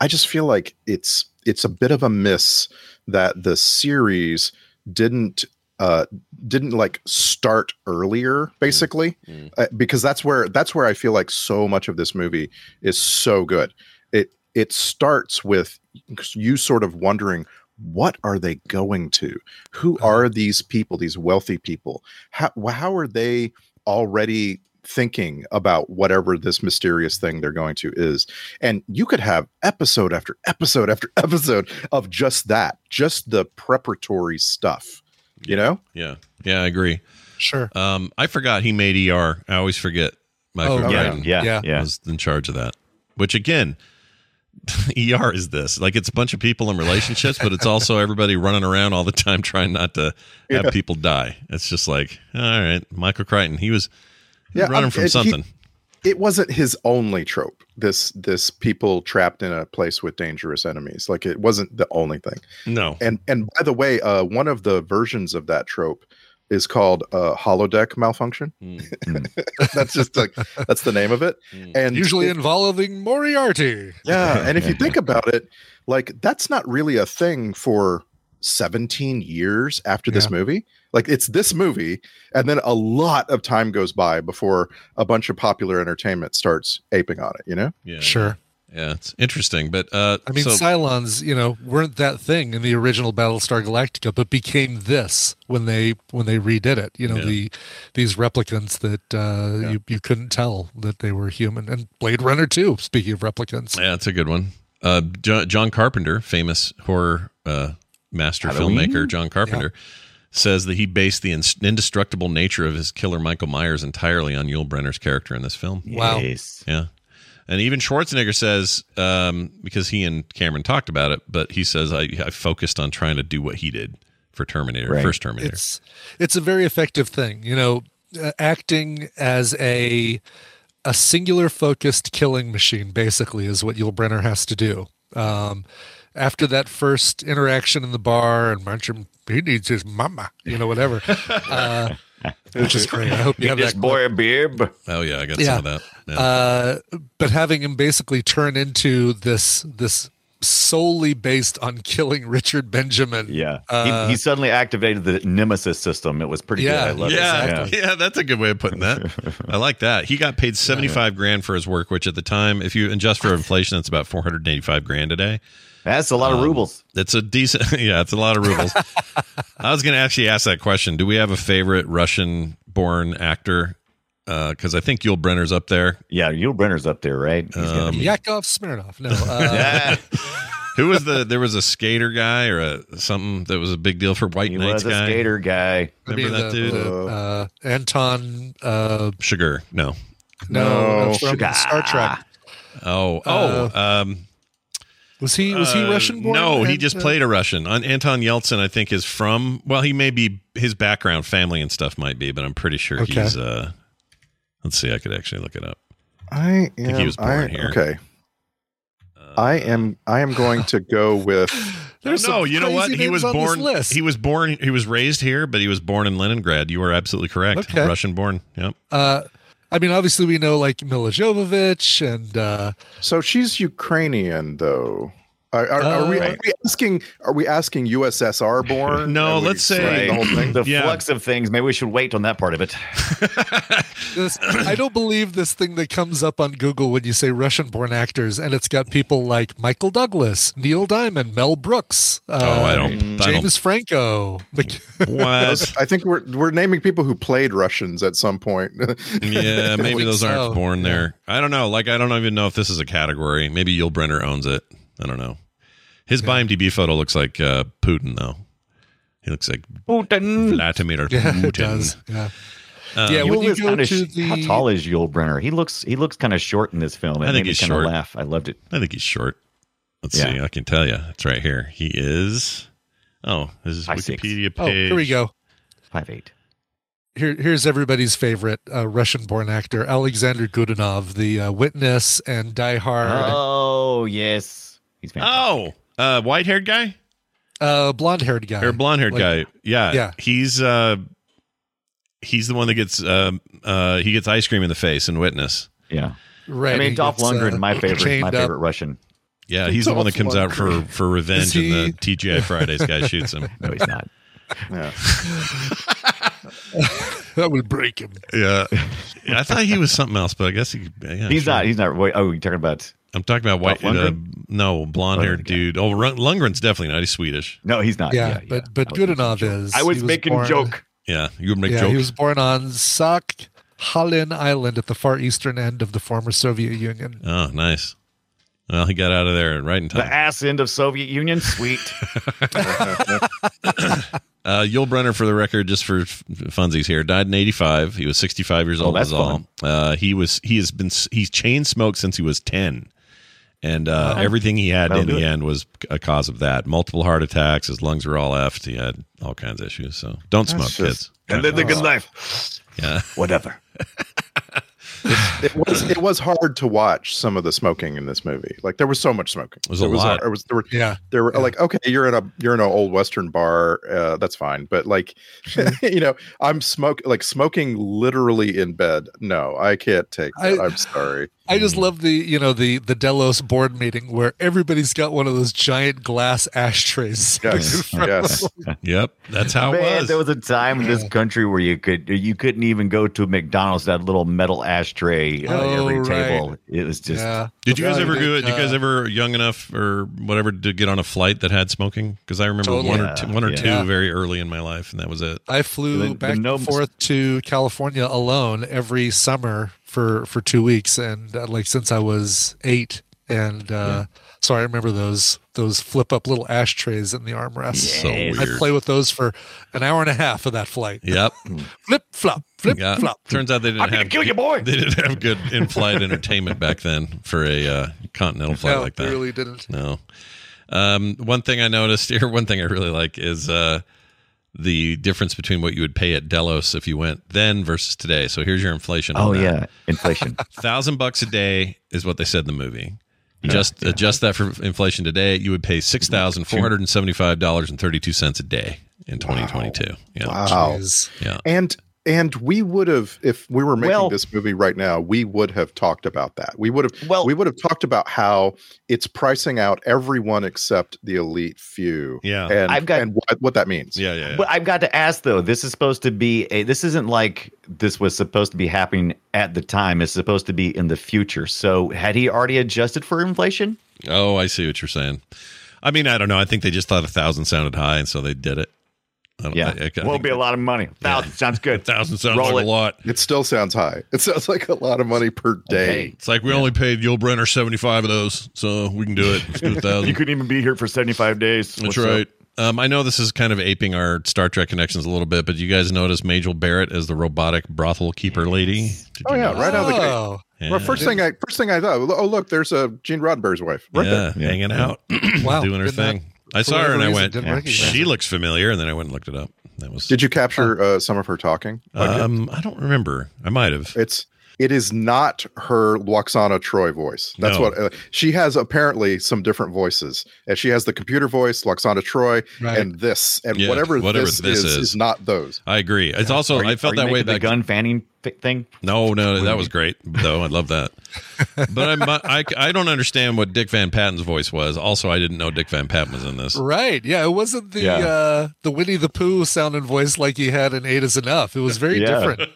Speaker 3: I just feel like it's it's a bit of a miss that the series didn't uh didn't like start earlier basically uh, because that's where that's where i feel like so much of this movie is so good it it starts with you sort of wondering what are they going to who are these people these wealthy people how, wh- how are they already thinking about whatever this mysterious thing they're going to is and you could have episode after episode after episode of just that just the preparatory stuff you know
Speaker 5: Yeah. Yeah, I agree.
Speaker 7: Sure.
Speaker 5: Um, I forgot he made ER. I always forget. Michael
Speaker 7: Oh, right.
Speaker 5: Crichton
Speaker 7: Yeah, yeah, yeah.
Speaker 5: was in charge of that. Which again, ER is this like it's a bunch of people in relationships, but it's also everybody running around all the time trying not to have
Speaker 3: Yeah.
Speaker 5: people die. It's just like all right, Michael Crichton. He was, he was running
Speaker 3: um,
Speaker 5: from
Speaker 3: it- he-
Speaker 5: something.
Speaker 3: it wasn't his only trope this this people trapped in a place with dangerous enemies like it wasn't the only thing
Speaker 5: no,
Speaker 3: and and by the way uh one of the versions of that trope is called uh holodeck malfunction that's just like that's the name of it and
Speaker 7: Usually
Speaker 3: it-
Speaker 7: involving Moriarty.
Speaker 3: yeah, and if you think about it, like that's not really a thing for 17 years after this
Speaker 7: Yeah.
Speaker 3: movie. Like it's this movie, and then a lot of time goes by before a bunch of popular entertainment starts aping on it. You know?
Speaker 5: Yeah.
Speaker 7: Sure.
Speaker 5: Yeah, it's interesting, but uh,
Speaker 7: I mean,
Speaker 5: so-
Speaker 7: Cylons, you know, weren't that thing in the original Battlestar Galactica, but became this when they when they redid it. You know,
Speaker 5: Yeah.
Speaker 7: the these replicants that uh, you you couldn't tell that they were human, and Blade Runner too. Speaking of replicants,
Speaker 5: Yeah, it's a good one. Uh, John, John Carpenter, famous horror uh, master
Speaker 7: Halloween?
Speaker 5: filmmaker, John Carpenter, says that he based the ins- indestructible nature of his killer Michael Myers entirely on Yul Brenner's character in this film.
Speaker 7: Wow.
Speaker 5: Yeah. And even Schwarzenegger says, um, because he and Cameron talked about it, but he says, I, I focused on trying to do what he did for Terminator,
Speaker 7: Right.
Speaker 5: first Terminator.
Speaker 7: It's it's a very effective thing. You know, uh, acting as a a singular focused killing machine basically is what Yul Brenner has to do. Um, after that first interaction in the bar and Marcham, he needs his mama, you know, whatever, uh, which is great. I hope you have
Speaker 6: this
Speaker 7: that.
Speaker 6: boy a bib.
Speaker 5: Oh, yeah, I got some of that. Yeah.
Speaker 7: Uh, but having him basically turn into this this solely based on killing Richard Benjamin.
Speaker 6: Yeah.
Speaker 7: Uh,
Speaker 6: he, he suddenly activated the nemesis system. It was pretty
Speaker 7: Yeah,
Speaker 6: good. I love
Speaker 5: yeah,
Speaker 6: it.
Speaker 5: Yeah. that's a good way of putting that. I like that. He got paid seventy five grand for his work, which at the time, if you adjust for inflation, that's about four hundred and eighty five grand today.
Speaker 6: That's a lot of rubles.
Speaker 5: That's a decent yeah, it's a lot of rubles. I was gonna actually ask that question. Do we have a favorite Russian born actor? because I think Yul Brenner's up there.
Speaker 6: Yeah, Yul Brenner's up there, right?
Speaker 5: Um,
Speaker 7: Yakov Smirnov. No. Uh,
Speaker 5: Who was the? There was a skater guy or a something that was a big deal for White
Speaker 6: He
Speaker 5: Knights
Speaker 6: was a
Speaker 5: guy.
Speaker 6: skater guy.
Speaker 5: Remember
Speaker 7: I mean,
Speaker 5: that
Speaker 7: the-
Speaker 5: dude?
Speaker 7: the, uh, Anton. Uh,
Speaker 5: Sugar. No.
Speaker 7: no,
Speaker 5: No,
Speaker 7: from
Speaker 5: Sugar.
Speaker 7: Star Trek.
Speaker 5: Oh. Oh.
Speaker 7: Uh,
Speaker 5: um,
Speaker 7: Was he was he
Speaker 5: Uh,
Speaker 7: Russian born? uh,
Speaker 5: No, he just played a Russian. An- Anton Yeltsin, I think, is from. Well, he may be his background, family, and stuff might be, but I'm pretty sure
Speaker 3: Okay.
Speaker 5: he's. uh Let's see. I could actually look it up.
Speaker 3: I
Speaker 5: think he
Speaker 3: am-
Speaker 5: was born
Speaker 3: I-
Speaker 5: here. Uh,
Speaker 3: Okay. I am. I am going to go with.
Speaker 7: There's
Speaker 5: no,
Speaker 7: some
Speaker 5: you know what?
Speaker 7: crazy
Speaker 5: He was
Speaker 7: names on this
Speaker 5: born.
Speaker 7: list.
Speaker 5: He was born. He was raised here, but he was born in Leningrad. You are absolutely correct.
Speaker 7: Okay.
Speaker 5: Russian born. Yep.
Speaker 7: Uh, I mean, obviously we know like Mila Jovovich and uh,
Speaker 3: So she's Ukrainian, though. Are, are, are we,
Speaker 5: Uh,
Speaker 3: are we asking? Are we asking USSR born?
Speaker 5: No,
Speaker 3: Are we
Speaker 5: let's
Speaker 3: saying
Speaker 5: say
Speaker 3: the whole thing.
Speaker 6: the flux of things. Maybe we should wait on that part of it.
Speaker 7: This, I don't believe this thing that comes up on Google when you say Russian born actors, and it's got people like Michael Douglas, Neil Diamond, Mel Brooks, uh,
Speaker 5: Oh, I don't-
Speaker 7: James
Speaker 5: I don't-
Speaker 7: Franco. Mc-
Speaker 5: What?
Speaker 3: I think we're we're naming people who played Russians at some point.
Speaker 5: Yeah, maybe those aren't
Speaker 7: so.
Speaker 5: born there. I don't know. Like, I don't even know if this is a category. Maybe Yul Brenner owns it. I don't know. His IMDb photo looks like uh, Putin, though. He looks like
Speaker 6: Putin.
Speaker 5: Vladimir
Speaker 7: Yeah,
Speaker 5: Putin.
Speaker 7: it does. Yeah.
Speaker 5: Um,
Speaker 7: yeah, when
Speaker 6: Yul
Speaker 7: you
Speaker 6: is
Speaker 7: go
Speaker 6: kinda
Speaker 7: to
Speaker 6: sh- how
Speaker 7: the
Speaker 6: tall is Yul Brenner? He looks he looks kind of short in this film. It
Speaker 5: I
Speaker 6: made
Speaker 5: think
Speaker 6: me
Speaker 5: he's
Speaker 6: kinda
Speaker 5: short.
Speaker 6: Laugh. I loved it.
Speaker 5: I think he's short. Let's
Speaker 6: Yeah.
Speaker 5: see. I can tell you. It's right here. He is. Oh, this is
Speaker 6: Five, six.
Speaker 5: Wikipedia
Speaker 7: oh,
Speaker 5: page.
Speaker 7: here we go.
Speaker 6: Five eight.
Speaker 7: Here, here's everybody's favorite uh, Russian-born actor Alexander Gudinov, the uh, Witness and Die Hard,
Speaker 6: Oh yes, he's fantastic.
Speaker 5: Oh, uh, white-haired guy
Speaker 7: uh, blonde-haired guy,
Speaker 5: or blonde-haired
Speaker 7: Like-
Speaker 5: guy? Yeah,
Speaker 7: yeah.
Speaker 5: He's uh, he's the one that gets um, uh, he gets ice cream in the face in Witness.
Speaker 6: yeah.
Speaker 7: Right.
Speaker 6: I mean,
Speaker 7: he
Speaker 6: Dolph
Speaker 7: gets,
Speaker 6: Lundgren,
Speaker 7: uh,
Speaker 6: my favorite,
Speaker 7: chained
Speaker 6: my
Speaker 7: up.
Speaker 6: favorite Russian.
Speaker 5: Yeah, he's the one that comes out for for
Speaker 7: Is
Speaker 5: revenge, and
Speaker 7: he-
Speaker 5: the TGI Fridays guy shoots him.
Speaker 6: No, he's not.
Speaker 3: Yeah.
Speaker 7: That would break him.
Speaker 5: Yeah, I thought he was something else, but I guess he. Yeah,
Speaker 6: he's
Speaker 5: sure.
Speaker 6: not. He's not. Wait, oh, you're talking about?
Speaker 5: I'm talking about white.
Speaker 6: Dolph
Speaker 5: Uh,
Speaker 6: Lundgren?
Speaker 5: no, blonde-haired
Speaker 6: Lundgren, yeah.
Speaker 5: dude. Oh, Rund- Lundgren's definitely not. He's Swedish.
Speaker 6: No, he's not.
Speaker 7: Yeah, but but
Speaker 6: I was making
Speaker 7: Gudinov
Speaker 6: a joke.
Speaker 7: is.
Speaker 6: I was
Speaker 7: He
Speaker 6: making
Speaker 7: born-
Speaker 6: joke.
Speaker 5: Yeah, you would make
Speaker 7: yeah,
Speaker 5: jokes.
Speaker 7: he was born on Sakhalin Island at the far eastern end of the former Soviet Union.
Speaker 5: Oh, nice. Well, he got out of there right in
Speaker 6: The
Speaker 5: time.
Speaker 6: ass end of Soviet Union. Sweet.
Speaker 5: Uh, Yul Brenner, for the record, just for f- funsies here, died in '85. He was 65 years
Speaker 6: Oh,
Speaker 5: old.
Speaker 6: that's
Speaker 5: is all.
Speaker 6: fun.
Speaker 5: Uh, he was. He has been. s- He's chain smoked since he was 10, and uh,
Speaker 6: Wow.
Speaker 5: everything he had
Speaker 6: That'll
Speaker 5: in
Speaker 6: do
Speaker 5: the
Speaker 6: it.
Speaker 5: end was a cause of that. Multiple heart attacks. His lungs were all effed. He had all kinds of issues. So don't smoke, kids.
Speaker 6: and then the good
Speaker 3: Oh.
Speaker 6: life.
Speaker 5: Yeah.
Speaker 6: Whatever.
Speaker 3: it was it was hard to watch some of the smoking in this movie. Like there was so much smoking.
Speaker 5: It was a
Speaker 3: there was,
Speaker 5: lot.
Speaker 3: It was there were
Speaker 7: Yeah.
Speaker 3: there were like okay, you're in a you're in an old western bar. Uh, that's fine, but like
Speaker 7: Mm-hmm.
Speaker 3: you know, I'm smoke like smoking literally in bed. No, I can't take that.
Speaker 7: I-
Speaker 3: I, am sorry.
Speaker 7: I just love the you know the the Delos board meeting where everybody's got one of those giant glass ashtrays.
Speaker 3: Yes, yes.
Speaker 5: Yep. That's how it
Speaker 6: Man,
Speaker 5: was.
Speaker 6: there was a time in this country where you could you couldn't even go to McDonald's that little metal ashtray uh,
Speaker 7: Oh,
Speaker 6: every
Speaker 7: right.
Speaker 6: table. It was just
Speaker 7: yeah.
Speaker 5: Did you guys
Speaker 7: Yeah,
Speaker 5: ever
Speaker 7: I
Speaker 5: do it?
Speaker 7: think,
Speaker 5: Did you guys
Speaker 7: uh,
Speaker 5: ever young enough or whatever to get on a flight that had smoking? Because I remember
Speaker 7: Totally.
Speaker 5: one or
Speaker 6: Yeah,
Speaker 5: two, one or
Speaker 6: yeah.
Speaker 5: two very early in my life, and that was it.
Speaker 7: I flew
Speaker 6: The- the
Speaker 7: back
Speaker 6: gnomes-
Speaker 7: and forth to California alone every summer for for two weeks, and uh, like since I was eight, and uh, so I remember those those flip up little ashtrays in the armrests.
Speaker 5: So
Speaker 6: Yes.
Speaker 5: weird.
Speaker 7: I'd play with those for an hour and a half of that flight.
Speaker 5: Yep.
Speaker 7: Flip flop, flip
Speaker 5: Yeah.
Speaker 7: flop.
Speaker 5: Turns out they didn't
Speaker 6: I'm gonna
Speaker 5: have
Speaker 6: kill you, boy.
Speaker 5: They didn't have good in-flight entertainment back then for a uh, continental flight
Speaker 7: No,
Speaker 5: like
Speaker 7: they
Speaker 5: that.
Speaker 7: really didn't.
Speaker 5: No. Um, one thing I noticed here, one thing I really like is uh, the difference between what you would pay at Delos if you went then versus today. So here's your inflation. on
Speaker 6: Oh
Speaker 5: that.
Speaker 6: yeah, inflation.
Speaker 5: thousand bucks a day is what they said in the movie.
Speaker 6: Yeah,
Speaker 5: Just adjust that for inflation today, you would pay six thousand four hundred and seventy-five dollars and thirty-two cents a day in twenty twenty-two. Yeah,
Speaker 3: Wow.
Speaker 7: Jeez.
Speaker 5: yeah.
Speaker 3: And and we would have if we were making
Speaker 6: Well-
Speaker 3: this movie right now, we would have talked about that. We would have
Speaker 6: Well-
Speaker 3: we would have talked about how it's pricing out everyone except the elite few.
Speaker 5: Yeah.
Speaker 3: And
Speaker 6: I've got-
Speaker 3: and what, what that means.
Speaker 5: Yeah, yeah, yeah.
Speaker 6: But I've got to ask though. This is supposed to be a. This isn't like this was supposed to be happening at the time. It's supposed to be in the future. So had he already adjusted for inflation?
Speaker 5: Oh, I see what you're saying. I mean, I don't know. I think they just thought a thousand sounded high, and so they did it. I don't,
Speaker 6: Yeah,
Speaker 5: I, I, I
Speaker 6: won't
Speaker 5: think
Speaker 6: be a lot of money. Thousand sounds
Speaker 5: a
Speaker 6: good.
Speaker 5: thousand sounds
Speaker 6: Roll
Speaker 5: like
Speaker 6: it.
Speaker 5: a lot.
Speaker 3: It still sounds high. It sounds like a lot of money per day.
Speaker 5: It's like we only paid Yul Brenner seventy-five of those, so we can do it. Let's do a thousand.
Speaker 6: You couldn't even be here for seventy five days.
Speaker 5: That's
Speaker 6: What's up?
Speaker 5: right. Um, I know this is kind of aping our Star Trek connections a little bit, but you guys notice Majel Barrett as the robotic brothel keeper lady. Did
Speaker 3: Oh
Speaker 5: you
Speaker 3: yeah,
Speaker 5: notice?
Speaker 3: right out of the gate.
Speaker 7: Oh,
Speaker 5: Yeah.
Speaker 3: Well, first thing I first thing I thought, oh look, there's a Gene Roddenberry's wife right
Speaker 5: yeah,
Speaker 3: there.
Speaker 6: Yeah.
Speaker 5: hanging out,
Speaker 7: Wow,
Speaker 5: doing her
Speaker 7: did not-
Speaker 5: thing. I
Speaker 7: for
Speaker 5: saw her
Speaker 7: whatever
Speaker 5: and I
Speaker 7: reason,
Speaker 5: went,
Speaker 7: didn't
Speaker 5: "Yeah,
Speaker 7: recognize
Speaker 5: she
Speaker 7: her."
Speaker 5: looks familiar, and then I went and looked it up. That was.
Speaker 3: Did you capture uh, some of her talking?
Speaker 5: um, I don't remember. I might have.
Speaker 3: It's It is not her Luxana Troy voice. That's
Speaker 5: No.
Speaker 3: what uh, she has. Apparently, some different voices, and she has the computer voice, Luxana Troy,
Speaker 5: Right.
Speaker 3: and this, and
Speaker 5: Yeah,
Speaker 3: whatever,
Speaker 5: whatever
Speaker 3: this,
Speaker 5: this
Speaker 3: is,
Speaker 5: is.
Speaker 3: is, not those.
Speaker 5: I agree. It's also
Speaker 6: Are you-
Speaker 5: I felt
Speaker 6: are you
Speaker 5: that way
Speaker 6: making the
Speaker 5: back.
Speaker 6: gun fanning fi- thing.
Speaker 5: No, no, that was great though. I love that. But I'm, I I don't understand what Dick Van Patten's voice was. Also, I didn't know Dick Van Patten was in this.
Speaker 7: Right. Yeah. It wasn't the
Speaker 5: Yeah.
Speaker 7: uh the Winnie the Pooh sounding voice like he had in Eight is Enough. It was very
Speaker 5: Yeah.
Speaker 7: different.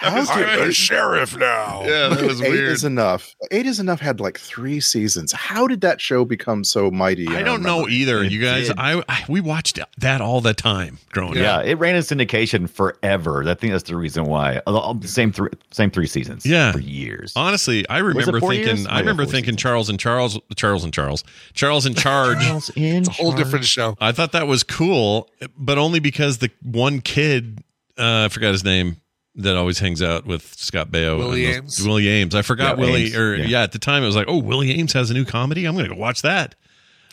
Speaker 3: I'm a
Speaker 5: sheriff now. Yeah,
Speaker 3: Look
Speaker 5: that
Speaker 3: at
Speaker 5: was
Speaker 3: Eight
Speaker 5: weird.
Speaker 3: is enough. Eight is enough had like three seasons. How did that show become so mighty? in
Speaker 5: I
Speaker 3: our
Speaker 5: don't know
Speaker 3: memory?
Speaker 5: either.
Speaker 3: It
Speaker 5: You guys,
Speaker 3: did.
Speaker 5: I, I we watched that all the time growing
Speaker 6: Yeah.
Speaker 5: up.
Speaker 6: it ran in syndication forever. I think that's the reason why. Although, Same three, same three seasons.
Speaker 5: Yeah.
Speaker 6: for years.
Speaker 5: Honestly, I
Speaker 6: Was it
Speaker 5: remember
Speaker 6: four
Speaker 5: thinking.
Speaker 6: years?
Speaker 5: I remember
Speaker 6: Yeah, four
Speaker 5: thinking Charles and Charles, Charles and Charles, Charles in Charge.
Speaker 6: it's
Speaker 7: a whole different show.
Speaker 5: I thought that was cool, but only because the one kid, uh, I forgot his name, that always hangs out with Scott Baio.
Speaker 7: Willie
Speaker 5: and
Speaker 7: Ames?
Speaker 5: Willie Ames. I forgot
Speaker 6: Yeah,
Speaker 5: Willie.
Speaker 6: Ames,
Speaker 5: Or yeah.
Speaker 6: yeah.
Speaker 5: at the time it was like, oh, Willie Ames has a new comedy. I'm going to go watch that.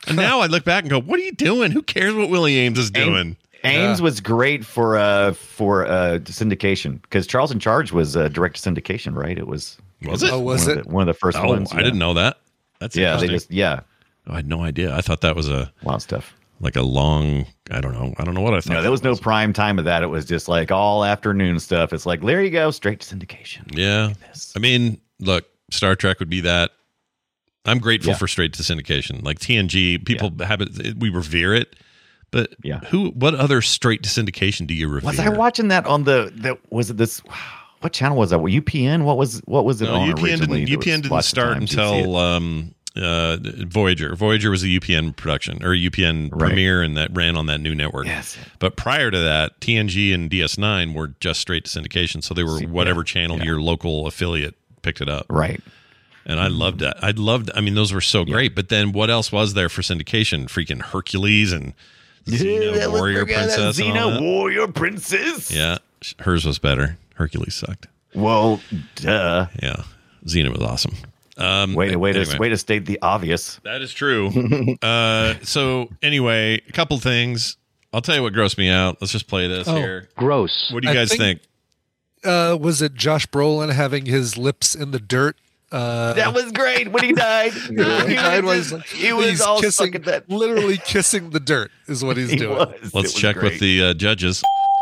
Speaker 5: And now I look back and go, what are you doing? Who cares what Willie Ames is
Speaker 6: Ames-
Speaker 5: doing?
Speaker 6: Ames
Speaker 5: Yeah.
Speaker 6: was great for uh for uh syndication because Charles in Charge was uh, direct syndication, right? It was
Speaker 5: Was
Speaker 7: Uh,
Speaker 5: it? Oh, was
Speaker 6: one
Speaker 5: it?
Speaker 6: Of the, one of the first
Speaker 5: Oh,
Speaker 6: ones.
Speaker 5: I didn't know that. That's
Speaker 6: yeah. They
Speaker 5: interesting.
Speaker 6: just yeah.
Speaker 5: I had no idea. I thought that was a
Speaker 6: wild stuff.
Speaker 5: Like a long, I don't know. I don't know what I thought.
Speaker 6: No, there was no prime time of that. It was just like all afternoon stuff. It's like there you go, straight to syndication.
Speaker 5: Yeah. I mean, look, Star Trek would be that. I'm grateful
Speaker 6: Yeah.
Speaker 5: for straight to syndication. Like TNG, people have it, we revere it. But yeah. who, what other straight to syndication do you revere?
Speaker 6: Was I watching that on the that was it this what channel was that? Well, UPN? What was what was it
Speaker 5: No,
Speaker 6: on
Speaker 5: UPN
Speaker 6: originally?
Speaker 5: didn't,
Speaker 6: There was
Speaker 5: UPN didn't
Speaker 6: lots of
Speaker 5: start
Speaker 6: times you'd see it.
Speaker 5: until um, uh, Voyager. Voyager was a UPN production or UPN premiere, and that ran on that new network.
Speaker 6: Yes.
Speaker 5: But prior to that, TNG and DS9 were just straight to syndication, so they were whatever channel your local affiliate picked it up.
Speaker 6: Right.
Speaker 5: And
Speaker 7: Mm-hmm.
Speaker 5: I loved that. I loved. I mean, those were so great. But then, what else was there for syndication? Freaking Hercules and Xena
Speaker 6: Yeah, let's
Speaker 5: Warrior
Speaker 6: forget that
Speaker 5: Princess. and all
Speaker 6: Xena
Speaker 5: that.
Speaker 6: Warrior Princess.
Speaker 5: Yeah, sh- hers was better. Hercules sucked.
Speaker 6: Well, duh.
Speaker 5: Yeah, Xena was awesome. Um,
Speaker 6: Way to way to
Speaker 5: anyway.
Speaker 6: way to state the obvious.
Speaker 5: That is true. uh, so anyway, a couple things. I'll tell you what grossed me out. Let's just play this
Speaker 7: Oh.
Speaker 5: here.
Speaker 7: Gross.
Speaker 5: What do you
Speaker 7: I
Speaker 5: guys
Speaker 7: think-
Speaker 5: think?
Speaker 7: Uh was it Josh Brolin having his lips in the dirt? Uh
Speaker 6: That was great when he died.
Speaker 7: Yeah, he died while
Speaker 6: was,
Speaker 7: he's-
Speaker 6: he was
Speaker 7: he's
Speaker 6: all
Speaker 7: kissing-
Speaker 6: stuck at that.
Speaker 7: literally kissing the dirt is what he's
Speaker 6: He
Speaker 7: doing.
Speaker 6: was.
Speaker 5: Let's
Speaker 6: It was
Speaker 5: check
Speaker 6: great.
Speaker 5: with the uh, judges.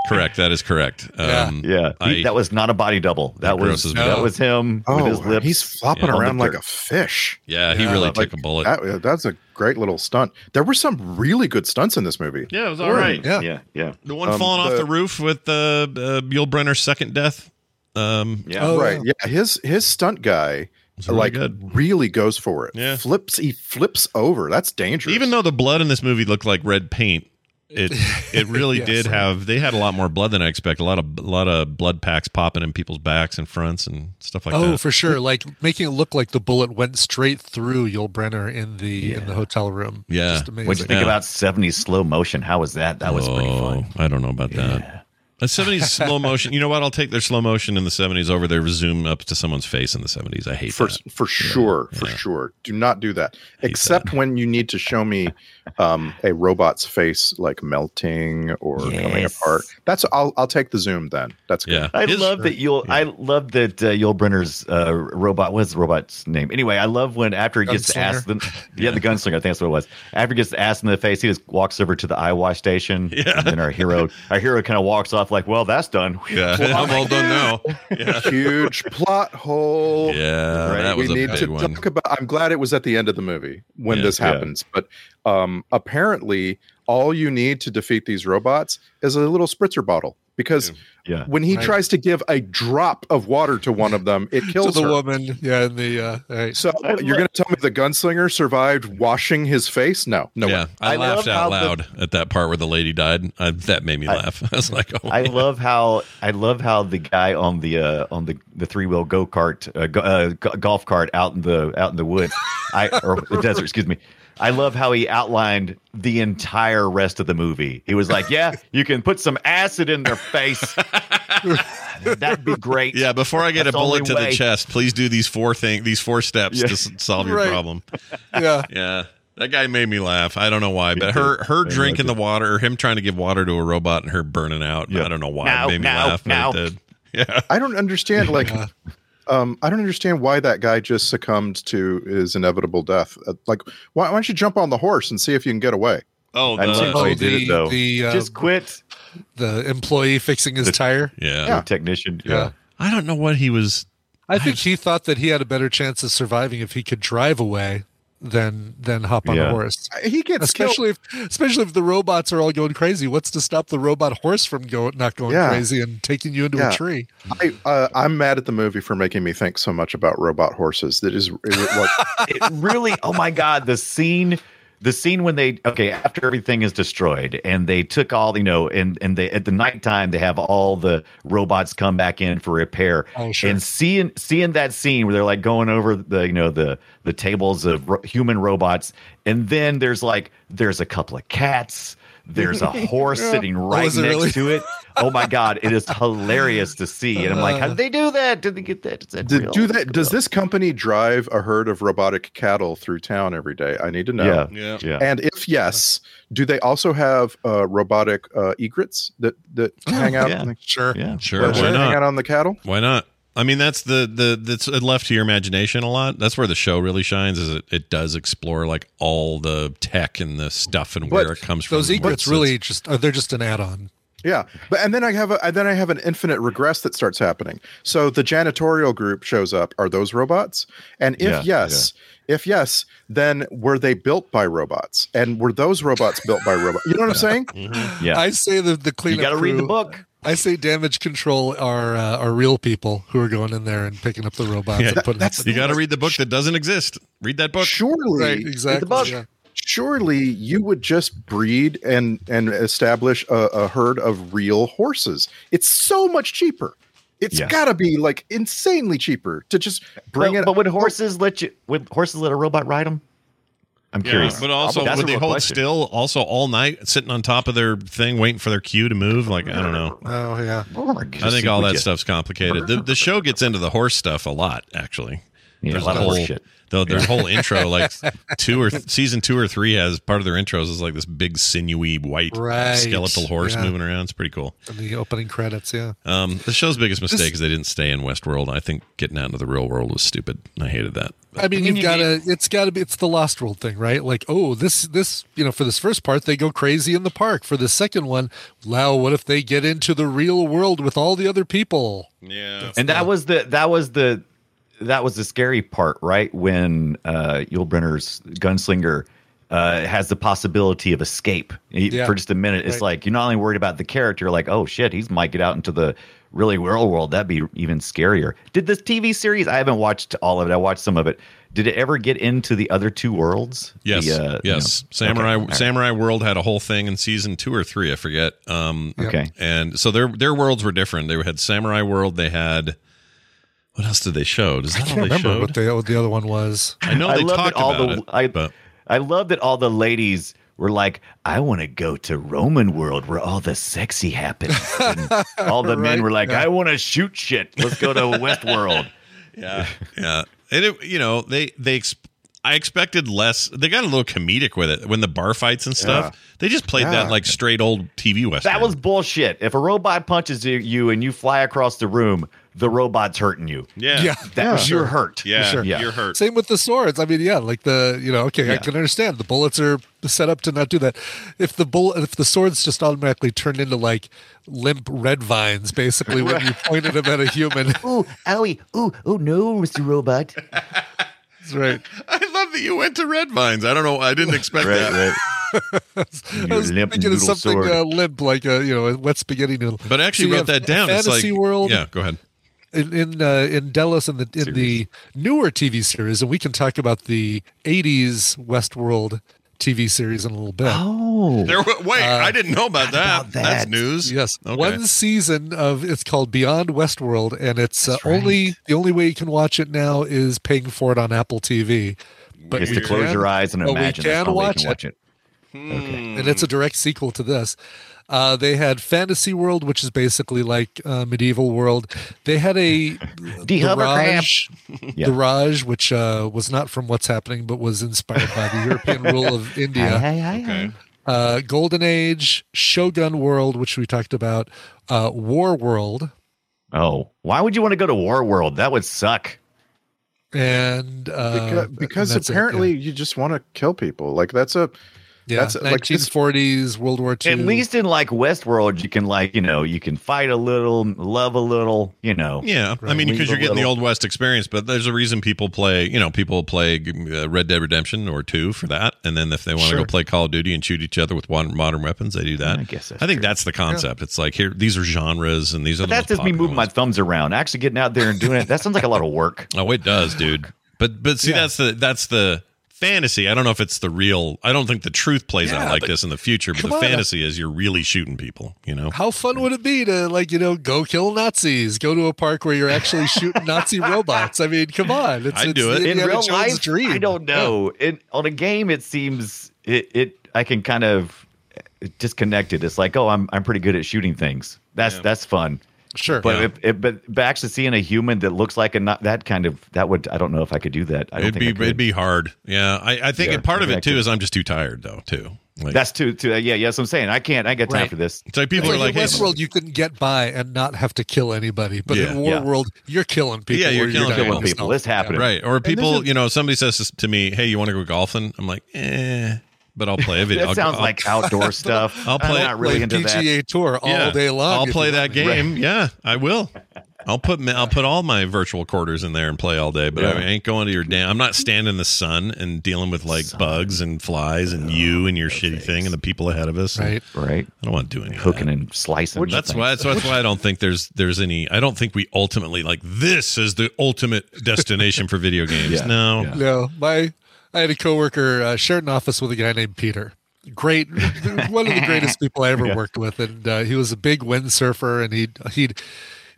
Speaker 5: Correct. That is correct.
Speaker 6: Yeah.
Speaker 5: Um,
Speaker 6: yeah. He-
Speaker 5: I-
Speaker 6: that was not a body double. That was
Speaker 5: grosses me
Speaker 6: that
Speaker 5: out.
Speaker 6: was him
Speaker 3: Oh,
Speaker 6: with his lips.
Speaker 3: he's flopping
Speaker 6: on the
Speaker 3: around like
Speaker 6: dirt.
Speaker 3: a fish.
Speaker 5: Yeah, he really took a bullet.
Speaker 3: That, uh, that's a great little stunt. There were some really good stunts in this movie.
Speaker 5: Yeah, it was all
Speaker 3: Were.
Speaker 5: right.
Speaker 7: Yeah.
Speaker 6: Yeah, yeah.
Speaker 5: The one
Speaker 3: Um,
Speaker 5: falling off
Speaker 3: the-
Speaker 5: the roof with uh, uh, Yul Brenner's second death. Um,
Speaker 6: Yeah. Oh,
Speaker 3: right. Yeah, his his stunt guy
Speaker 5: really
Speaker 3: like
Speaker 5: good.
Speaker 3: really goes for it.
Speaker 5: Yeah.
Speaker 3: flips he flips over. That's dangerous.
Speaker 5: Even though the blood in this movie looked like red paint, it it really
Speaker 3: Yes.
Speaker 5: did have. They had a lot more blood than I expect. A lot of a lot of blood packs popping in people's backs and fronts and stuff like
Speaker 7: oh,
Speaker 5: that.
Speaker 7: for sure. Like making it look like the bullet went straight through Yul Brenner in the in the hotel room.
Speaker 5: Yeah.
Speaker 7: Just amazing.
Speaker 6: What'd you think
Speaker 5: Yeah. Oh,
Speaker 6: about 70s slow motion? How was that? That was pretty fun.
Speaker 5: I don't know about that. The 70s slow motion. You know what? I'll take their slow motion in the 70s over their zoom up to someone's face in the 70s. I hate
Speaker 3: for
Speaker 5: that.
Speaker 3: for sure, for sure. Do not do that. Except when you need to show me um, a robot's face like melting or coming
Speaker 6: Yes.
Speaker 3: apart. That's I'll I'll take the zoom then. That's good.
Speaker 5: Yeah.
Speaker 6: I love that you'll. I love that uh, Yul Brenner's uh, robot. What's the robot's name? Anyway, I love when after he gets
Speaker 7: Gunslinger.
Speaker 6: asked, the, yeah, the gunslinger. I think that's what it was. After he gets asked in the face, he just walks over to the eye wash station, yeah. and then our hero, our hero, kind of walks off like, "Well, that's done.
Speaker 5: Yeah, I'm all done now. Yeah,
Speaker 3: Huge plot hole.
Speaker 5: yeah
Speaker 3: Right,
Speaker 5: Uh, that was
Speaker 3: we
Speaker 5: a
Speaker 3: need
Speaker 5: big
Speaker 3: to
Speaker 5: one.
Speaker 3: talk about. I'm glad it was at the end of the movie when
Speaker 5: Yeah.
Speaker 3: this
Speaker 5: Yeah.
Speaker 3: happens, but um, apparently, all you need to defeat these robots is a little spritzer bottle because
Speaker 6: Yeah.
Speaker 3: when he
Speaker 7: Right.
Speaker 3: tries to give a drop of water to one of them, it
Speaker 7: to
Speaker 3: kills
Speaker 7: the
Speaker 3: her.
Speaker 7: woman? Yeah, in the uh all right.
Speaker 3: So you're going to tell me the gunslinger survived washing his face? No, no.
Speaker 5: yeah,
Speaker 3: way.
Speaker 5: I,
Speaker 6: I love
Speaker 5: laughed out
Speaker 6: how the-
Speaker 5: loud at that part where the lady died. I, that made me laugh. I was like, oh,
Speaker 6: I love how I love how the guy on the uh, on the, the three wheel go kart uh, go, uh, go- golf cart out in the out in the woods, I or the desert. Excuse me. I love how he outlined the entire rest of the movie. He was like, "Yeah, you can put some acid in their face. That'd be great."
Speaker 5: Yeah, before I get
Speaker 6: That's
Speaker 5: a bullet
Speaker 6: only
Speaker 5: to
Speaker 6: way.
Speaker 5: the chest, please do these four thing these four steps
Speaker 6: Yeah.
Speaker 5: to s- solve your
Speaker 7: Right.
Speaker 5: problem.
Speaker 7: Yeah.
Speaker 5: Yeah. That guy made me laugh. I don't know why, but her
Speaker 6: did.
Speaker 5: her
Speaker 6: He
Speaker 5: drinking the
Speaker 6: did.
Speaker 5: water, him trying to give water to a robot and her burning out. I don't know why
Speaker 6: Now,
Speaker 5: it made me
Speaker 6: now,
Speaker 5: laugh. but it
Speaker 6: now.
Speaker 5: did. Yeah.
Speaker 3: I don't understand. Like, um, I don't understand why that guy just succumbed to his inevitable death. Uh, Like, why, why don't you jump on the horse and see if you can get away?
Speaker 5: Oh,
Speaker 3: I don't see how he did it, though. Just
Speaker 6: quit.
Speaker 7: uh, The employee fixing his tire.
Speaker 5: Yeah.
Speaker 7: Yeah.
Speaker 6: technician.
Speaker 7: Yeah.
Speaker 5: I don't know what he was.
Speaker 7: I think he thought that he had a better chance of surviving if he could drive away than than hop on
Speaker 6: Yeah.
Speaker 7: a horse.
Speaker 3: He gets
Speaker 7: especially if especially if the robots are all going crazy. What's to stop the robot horse from going not going
Speaker 3: Yeah.
Speaker 7: crazy and taking you into a tree?
Speaker 3: I, uh, I'm mad at the movie for making me think so much about robot horses. That is, it, was like,
Speaker 6: it really oh my god the scene the scene when they okay after everything is destroyed and they took all you know and and they at the nighttime they have all the robots come back in for repair
Speaker 7: Oh, sure.
Speaker 6: and seeing seeing that scene where they're like going over the you know the the tables of ro- human robots and then there's like there's a couple of cats there's a horse
Speaker 8: Yeah.
Speaker 6: sitting
Speaker 8: Oh,
Speaker 6: right
Speaker 8: is it
Speaker 6: next
Speaker 8: really?
Speaker 6: to it. Oh my god, it is hilarious to see. And I'm like, how did they do that? Did they get that? Is that
Speaker 3: Did-
Speaker 6: real?
Speaker 3: do that? Does this company drive a herd of robotic cattle through town every day? I need to know.
Speaker 6: Yeah. Yeah. Yeah.
Speaker 3: And if yes, do they also have uh, robotic uh, egrets that that hang out? on the-
Speaker 7: sure.
Speaker 6: Oh, Yeah.
Speaker 5: Sure.
Speaker 3: Why
Speaker 5: Why
Speaker 3: not?
Speaker 5: not?
Speaker 3: Hang out on the cattle.
Speaker 5: Why not? I mean, that's the the that's left to your imagination a lot. That's where the show really shines. Is it, it does explore like all the tech and the stuff and where it comes from.
Speaker 7: Those
Speaker 5: and where it
Speaker 7: egrets
Speaker 5: sits.
Speaker 7: really just uh, they're just an add-on.
Speaker 3: Yeah, but and then I have a and then I have an infinite regress that starts happening. So the janitorial group shows up. Are those robots? And if
Speaker 8: Yeah,
Speaker 3: yes, if yes, then were they built by robots? And were those robots built by robots? You know what I'm saying?
Speaker 6: Yeah.
Speaker 7: I say the the cleanup.
Speaker 6: gotta read the
Speaker 7: crew-
Speaker 6: book.
Speaker 7: I say damage control are uh, are real people who are going in there and picking up the robots
Speaker 5: Yeah.
Speaker 7: and putting
Speaker 5: That's- you got to read the book that doesn't exist. Read that book.
Speaker 3: Surely,
Speaker 7: Right, exactly, book. yeah.
Speaker 3: Surely, you would just breed and and establish a, a herd of real horses. It's so much cheaper. It's
Speaker 6: Yes.
Speaker 3: got to be like insanely cheaper to just bring
Speaker 6: but,
Speaker 3: it.
Speaker 6: But would horses let you? Would horses let a robot ride them? I'm
Speaker 5: Yeah,
Speaker 6: curious.
Speaker 5: But also,
Speaker 6: That's a
Speaker 5: would they
Speaker 6: real
Speaker 5: hold
Speaker 6: question.
Speaker 5: still also all night, sitting on top of their thing, waiting for their cue to move? Like I don't know.
Speaker 7: Oh yeah.
Speaker 5: I think all that stuff's complicated. The, the show gets into the horse stuff a lot, actually.
Speaker 6: Yeah,
Speaker 5: There's
Speaker 6: a lot of
Speaker 5: whole,
Speaker 6: horse shit.
Speaker 5: Though their
Speaker 6: Yeah.
Speaker 5: whole intro, like two or th- season two or three, has part of their intros is like this big sinewy white
Speaker 7: Right.
Speaker 5: skeletal horse
Speaker 7: Yeah.
Speaker 5: moving around. It's pretty cool.
Speaker 7: And the opening credits, yeah.
Speaker 5: Um, the show's biggest
Speaker 7: This-
Speaker 5: mistake is they didn't stay in Westworld. I think getting out into the real world was stupid. I hated that.
Speaker 7: I mean, you've got to. It's got to be. It's the Lost World thing, right? Like, oh, this, this, you know, for this first part, they go crazy in the park. For the second one, wow, what if they get into the real world with all the other people?
Speaker 5: Yeah.
Speaker 6: And that was the that was the that was the scary part, right? When uh Yul Brenner's gunslinger uh has the possibility of escape He-
Speaker 8: Yeah.
Speaker 6: for just a minute. It's
Speaker 8: Right.
Speaker 6: like you're not only worried about the character, like, oh shit, he's might get out into the really real world. That'd be even scarier. Did this TV series? I haven't watched all of it. I watched some of it. Did it ever get into the other two worlds?
Speaker 5: Yes,
Speaker 6: The, uh,
Speaker 5: yes.
Speaker 6: you know, okay,
Speaker 5: Samurai
Speaker 6: all right.
Speaker 5: Samurai World had a whole thing in season two or three, I forget. Um,
Speaker 6: Yep. Okay.
Speaker 5: and so their their worlds were different. They had Samurai World. They had what else did they show? Does
Speaker 7: I
Speaker 5: that
Speaker 7: can't
Speaker 5: all they
Speaker 7: remember
Speaker 5: showed?
Speaker 7: what the what the other one was.
Speaker 5: I know they
Speaker 6: love
Speaker 5: talked
Speaker 6: that all
Speaker 5: about
Speaker 6: the,
Speaker 5: it.
Speaker 6: I,
Speaker 5: but-
Speaker 6: I love that all the ladies were like, I want to go to Roman world where all the sexy happens. And all the men
Speaker 5: Right,
Speaker 6: were like,
Speaker 5: yeah.
Speaker 6: I want to shoot shit. Let's go to West world.
Speaker 5: yeah, yeah. And it, you know, they they ex- I expected less. They got a little comedic with it when the bar fights and stuff.
Speaker 6: Yeah.
Speaker 5: They just played
Speaker 6: Yeah.
Speaker 5: that like straight old TV western.
Speaker 6: That was bullshit. If a robot punches you- you and you fly across the room, the robot's hurting you. That, You're hurt.
Speaker 7: Sure. Same with the swords. I mean, yeah, like the you know, okay, I
Speaker 6: Yeah.
Speaker 7: can understand the bullets are set up to not do that. If the bull, if the swords just automatically turned into like limp red vines, basically when you pointed them at a human,
Speaker 6: Ooh, owie, ooh, oh no, Mr. Robot.
Speaker 7: that's right.
Speaker 5: I love that you went to Red Vines. I don't know. I didn't expect
Speaker 6: Right,
Speaker 5: that.
Speaker 7: I was thinking of something uh, limp, like a you know, a wet spaghetti noodle.
Speaker 5: But I actually
Speaker 7: So you have
Speaker 5: wrote that down. It's
Speaker 7: Fantasy
Speaker 5: like
Speaker 7: world.
Speaker 5: Yeah, go ahead.
Speaker 7: in in, uh, in Delos in the in the newer TV series, and we can talk about the '80s Westworld TV series in a little bit.
Speaker 6: Oh,
Speaker 5: There, wa- wait, I didn't know about that. That's news.
Speaker 7: Yes,
Speaker 5: Okay.
Speaker 7: one season of it's called Beyond Westworld, and it's uh, only the only way you can watch it now is paying for it on Apple TV. But
Speaker 6: Just
Speaker 7: we
Speaker 6: to close
Speaker 7: can-
Speaker 6: your eyes and
Speaker 7: but
Speaker 6: imagine.
Speaker 7: we
Speaker 6: That's
Speaker 7: can
Speaker 6: the only way
Speaker 7: watch
Speaker 6: you can
Speaker 7: it
Speaker 6: watch it.
Speaker 7: and it's a direct sequel to this. Uh, they had Fantasy World, which is basically like uh, medieval world. They had a Dirage,
Speaker 8: hovercraft. Yeah.
Speaker 7: Dirage, which uh, was not from What's Happening, but was inspired by the European rule of India.
Speaker 8: Hi, hi, hi, hi. Okay.
Speaker 7: Uh, Golden Age, Shogun World, which we talked about, uh, War World,
Speaker 6: Oh, why would you want to go to War World? That would suck.
Speaker 7: and uh,
Speaker 3: because, because
Speaker 7: that's it, yeah.
Speaker 3: apparently you just want to kill people. Like that's a
Speaker 7: yeah,
Speaker 3: that's a- like this,
Speaker 7: 1940s World War II.
Speaker 6: At least in like Westworld, you can like you know you can fight a little, love a little, you know.
Speaker 5: Yeah, I mean, because
Speaker 6: Leave
Speaker 5: you're
Speaker 6: a
Speaker 5: getting the
Speaker 6: little.
Speaker 5: old west experience, but there's a reason people play. You know, people play uh, Red Dead Redemption or two for that, and then if they want
Speaker 7: Sure.
Speaker 5: to go play Call of Duty and shoot each other with modern, modern weapons, they do that. I
Speaker 6: guess
Speaker 5: I think that's the concept. It's like here, these are genres, and these are
Speaker 6: But
Speaker 5: the
Speaker 6: that's
Speaker 5: most
Speaker 6: just me moving my thumbs around. Actually, getting out there and doing it. That sounds like a lot of work.
Speaker 5: Oh, it does, dude. But but see, that's the that's the fantasy. I don't know if it's the real. I don't think the truth plays
Speaker 7: Yeah,
Speaker 5: out like
Speaker 7: but
Speaker 5: this in the future. But
Speaker 7: come
Speaker 5: the
Speaker 7: on.
Speaker 5: fantasy is you're really shooting people. You know.
Speaker 7: How fun would it be to like you know go kill Nazis? Go to a park where you're actually shooting Nazi robots. I mean, come on, it's, it's the
Speaker 6: in
Speaker 7: Indiana
Speaker 6: real
Speaker 7: Jones
Speaker 6: life.
Speaker 7: dream.
Speaker 6: I don't know. In on a game, it seems it. it I can kind of disconnect it. It's like, oh, I'm I'm pretty good at shooting things. That's that's fun.
Speaker 7: Sure,
Speaker 6: But
Speaker 7: Yeah.
Speaker 6: if, if, but but actually seeing a human that looks like a not that kind of that would I don't know if I could do that. I don't
Speaker 5: It'd
Speaker 6: think I
Speaker 5: be
Speaker 6: could.
Speaker 5: it'd be hard. Yeah, I, I think
Speaker 6: Yeah,
Speaker 5: and part of it too
Speaker 6: exactly.
Speaker 5: is I'm just too tired though too. Like,
Speaker 6: that's too too yeah yes I'm saying I can't I got time
Speaker 7: Right.
Speaker 6: for this.
Speaker 5: It's like people
Speaker 7: Like,
Speaker 5: are like,
Speaker 7: in
Speaker 5: hey,
Speaker 7: Westworld, you couldn't get by and not have to kill anybody, but
Speaker 5: Yeah.
Speaker 7: in War
Speaker 5: Yeah.
Speaker 7: World, you're killing people.
Speaker 5: yeah, you're
Speaker 7: or
Speaker 5: killing
Speaker 7: dying
Speaker 5: people.
Speaker 7: yourself.
Speaker 5: right? Or
Speaker 7: And this
Speaker 5: people,
Speaker 7: is-
Speaker 5: you know, somebody says this to me, "Hey, you want to go golfing?" I'm like, "Eh," but I'll play a video.
Speaker 6: That
Speaker 5: I'll-
Speaker 6: sounds
Speaker 5: I'll-
Speaker 6: like outdoor stuff.
Speaker 5: I'll
Speaker 6: I'm
Speaker 5: play
Speaker 6: not really
Speaker 5: like
Speaker 6: into that.
Speaker 7: PGA Tour all
Speaker 5: Yeah,
Speaker 7: day long.
Speaker 5: I'll
Speaker 7: if
Speaker 5: play
Speaker 7: you
Speaker 5: that
Speaker 7: want me.
Speaker 5: game. Yeah, I will. I'll put ma- I'll put all my virtual quarters in there and play all day, but I
Speaker 6: Yeah.
Speaker 5: ain't going to your damn. I'm not standing in the sun and dealing with like bugs and flies and you and your shitty thing and the people ahead of us.
Speaker 7: Right.
Speaker 6: Right.
Speaker 5: I don't want to do any of
Speaker 6: Hooking
Speaker 5: that.
Speaker 6: and slicing. and
Speaker 5: That's
Speaker 6: things.
Speaker 5: why. That's, that's why I don't think there's there's any. I don't think we ultimately like this is the ultimate destination for video games.
Speaker 6: Yeah,
Speaker 5: no,
Speaker 7: No, my I had a coworker uh, shared an office with a guy named Peter. Great, one of the greatest people I ever
Speaker 6: Yeah.
Speaker 7: worked with, and uh, he was a big windsurfer, and he'd he'd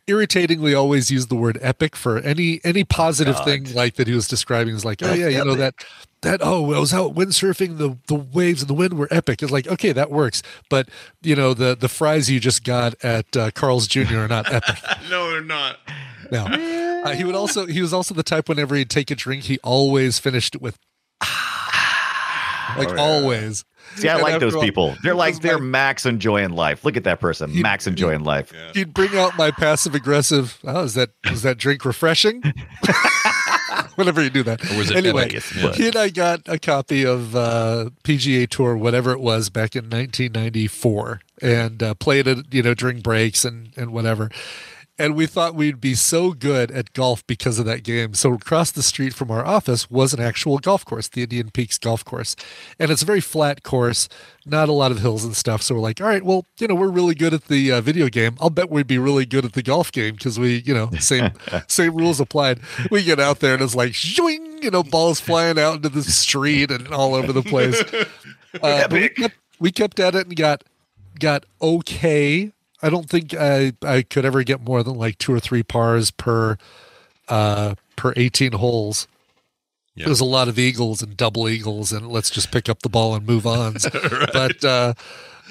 Speaker 7: irritatingly always used the word epic for any any positive
Speaker 6: God.
Speaker 7: thing like that he was describing. He was like, oh
Speaker 6: That's
Speaker 7: yeah, you know that
Speaker 6: epic.
Speaker 7: that oh I was out windsurfing, the the waves and the wind were epic. It's like okay, that works, but you know the the fries you just got at uh, Carl's Jr. are not epic.
Speaker 5: no, they're not.
Speaker 7: No. Uh, he would also he was also the type whenever he'd take a drink, he always finished it with ah, like always.
Speaker 6: Oh, See, I
Speaker 7: And
Speaker 6: like
Speaker 7: after
Speaker 6: those
Speaker 7: all-
Speaker 6: people. They're like
Speaker 7: because
Speaker 6: they're
Speaker 7: my-
Speaker 6: max enjoying life. Look at that person, max enjoying life.
Speaker 7: He'd bring out my passive aggressive. Oh, is that is that drink refreshing? Whenever you do that,
Speaker 5: Or was it
Speaker 7: anyway?
Speaker 5: epic? Yeah.
Speaker 7: He and I got a copy of uh, PGA Tour, whatever it was, back in 1994, and uh, played it, you know, during breaks and and whatever. And we thought we'd be so good at golf because of that game. So across the street from our office was an actual golf course, the Indian Peaks Golf Course, and it's a very flat course, not a lot of hills and stuff. So we're like, all right, well, you know, we're really good at the uh, video game. I'll bet we'd be really good at the golf game because we, you know, same same rules applied. We get out there and it's like, zhoing, you know, balls flying out into the street and all over the place. Uh, but we, kept, we kept at it and got got okay. I don't think I I could ever get more than like two or three pars per uh per 18 holes.
Speaker 5: Yeah.
Speaker 7: It was a lot of eagles and double eagles and let's just pick up the ball and move on. But uh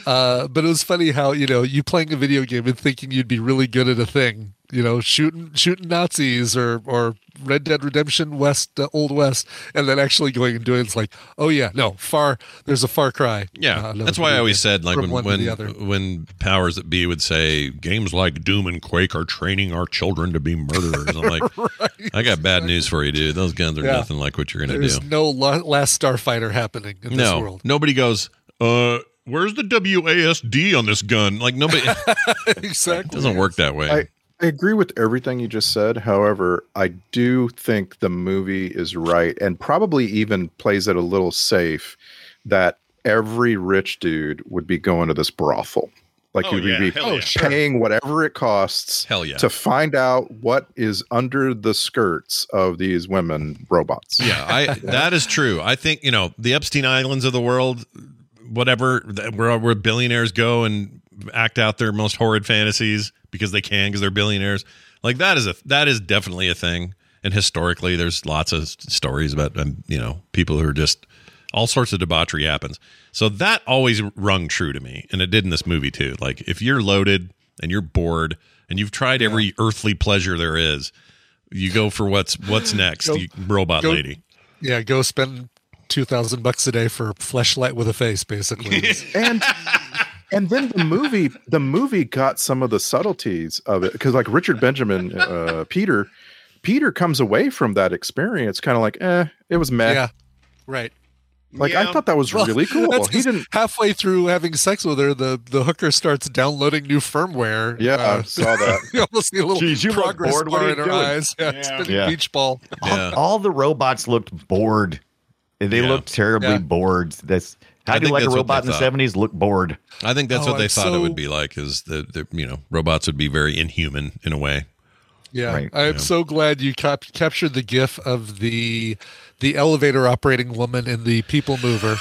Speaker 7: uh but it was funny how, you know, you playing a video game and thinking you'd be really good at a thing, you know, shooting shooting Nazis or or Red Dead Redemption West uh, Old West and then actually going and doing it's like, "Oh yeah, no, far there's a far cry."
Speaker 5: Yeah,
Speaker 7: uh, another
Speaker 5: that's why I
Speaker 7: video
Speaker 5: always
Speaker 7: game
Speaker 5: said like
Speaker 7: from
Speaker 5: when
Speaker 7: one to
Speaker 5: when,
Speaker 7: the other.
Speaker 5: when powers that be would say games like Doom and Quake are training our children to be murderers. I'm like, I got bad news for you, dude. Those guns are
Speaker 7: Yeah.
Speaker 5: nothing like what you're gonna
Speaker 7: There's
Speaker 5: do.
Speaker 7: no la- last starfighter happening in this
Speaker 5: no,
Speaker 7: world.
Speaker 5: nobody goes. Uh, where's the WASD on this gun? Like nobody it
Speaker 7: exactly.
Speaker 5: doesn't work that way.
Speaker 3: I, I agree with everything you just said. However, I do think the movie is right and probably even plays it a little safe that every rich dude would be going to this brothel. Like
Speaker 5: Oh,
Speaker 3: you'd
Speaker 5: yeah.
Speaker 3: be
Speaker 5: Hell yeah. Oh, sure.
Speaker 3: paying whatever it costs
Speaker 5: Hell yeah.
Speaker 3: to find out what is under the skirts of these women robots.
Speaker 5: yeah, I that is true. I think you know the Epstein Islands of the world, whatever that- where where billionaires go and act out their most horrid fantasies because they can because they're billionaires. Like that is a that is definitely a thing. And historically, there's lots of s- stories about um, you know people who are just all sorts of debauchery happens. So that always rung true to me, and it did in this movie too. Like if you're loaded and you're bored and you've tried every earthly pleasure there is, you go for what's what's next,
Speaker 7: Go-
Speaker 5: you robot
Speaker 7: go-
Speaker 5: lady.
Speaker 7: Yeah, go spend two thousand bucks a day for fleshlight with a face, basically.
Speaker 3: and and then the movie the movie got some of the subtleties of it because like richard benjamin uh peter peter comes away from that experience kind of like eh it was meh
Speaker 7: Yeah. Right.
Speaker 3: like i thought that was
Speaker 7: Well,
Speaker 3: really cool
Speaker 7: that's
Speaker 3: he
Speaker 7: 'cause
Speaker 3: didn't
Speaker 7: halfway through having sex with her, the, the hooker starts downloading new firmware. Uh,
Speaker 3: Yeah, I saw that.
Speaker 7: you almost see a little
Speaker 6: Jeez, you look
Speaker 7: progress
Speaker 6: bored. What
Speaker 7: bar
Speaker 6: are
Speaker 7: in
Speaker 6: you
Speaker 7: her
Speaker 6: doing?
Speaker 7: eyes. Yeah, it's been a
Speaker 6: Yeah.
Speaker 7: beach ball.
Speaker 6: All, all the robots looked bored. They looked terribly
Speaker 5: Yeah.
Speaker 6: bored. That's
Speaker 5: I
Speaker 6: how do
Speaker 5: think
Speaker 6: like a
Speaker 5: that's what
Speaker 6: robot in
Speaker 5: they
Speaker 6: the
Speaker 5: thought.
Speaker 6: seventies look bored?
Speaker 5: I think that's
Speaker 7: Oh,
Speaker 5: what they
Speaker 7: I'm
Speaker 5: thought it
Speaker 7: so-
Speaker 5: would be like. Is the, the you know robots would be very inhuman in a way.
Speaker 7: Yeah,
Speaker 5: Right.
Speaker 7: I am
Speaker 5: Yeah.
Speaker 7: so glad you cap- captured the gif of the the elevator operating woman in the people mover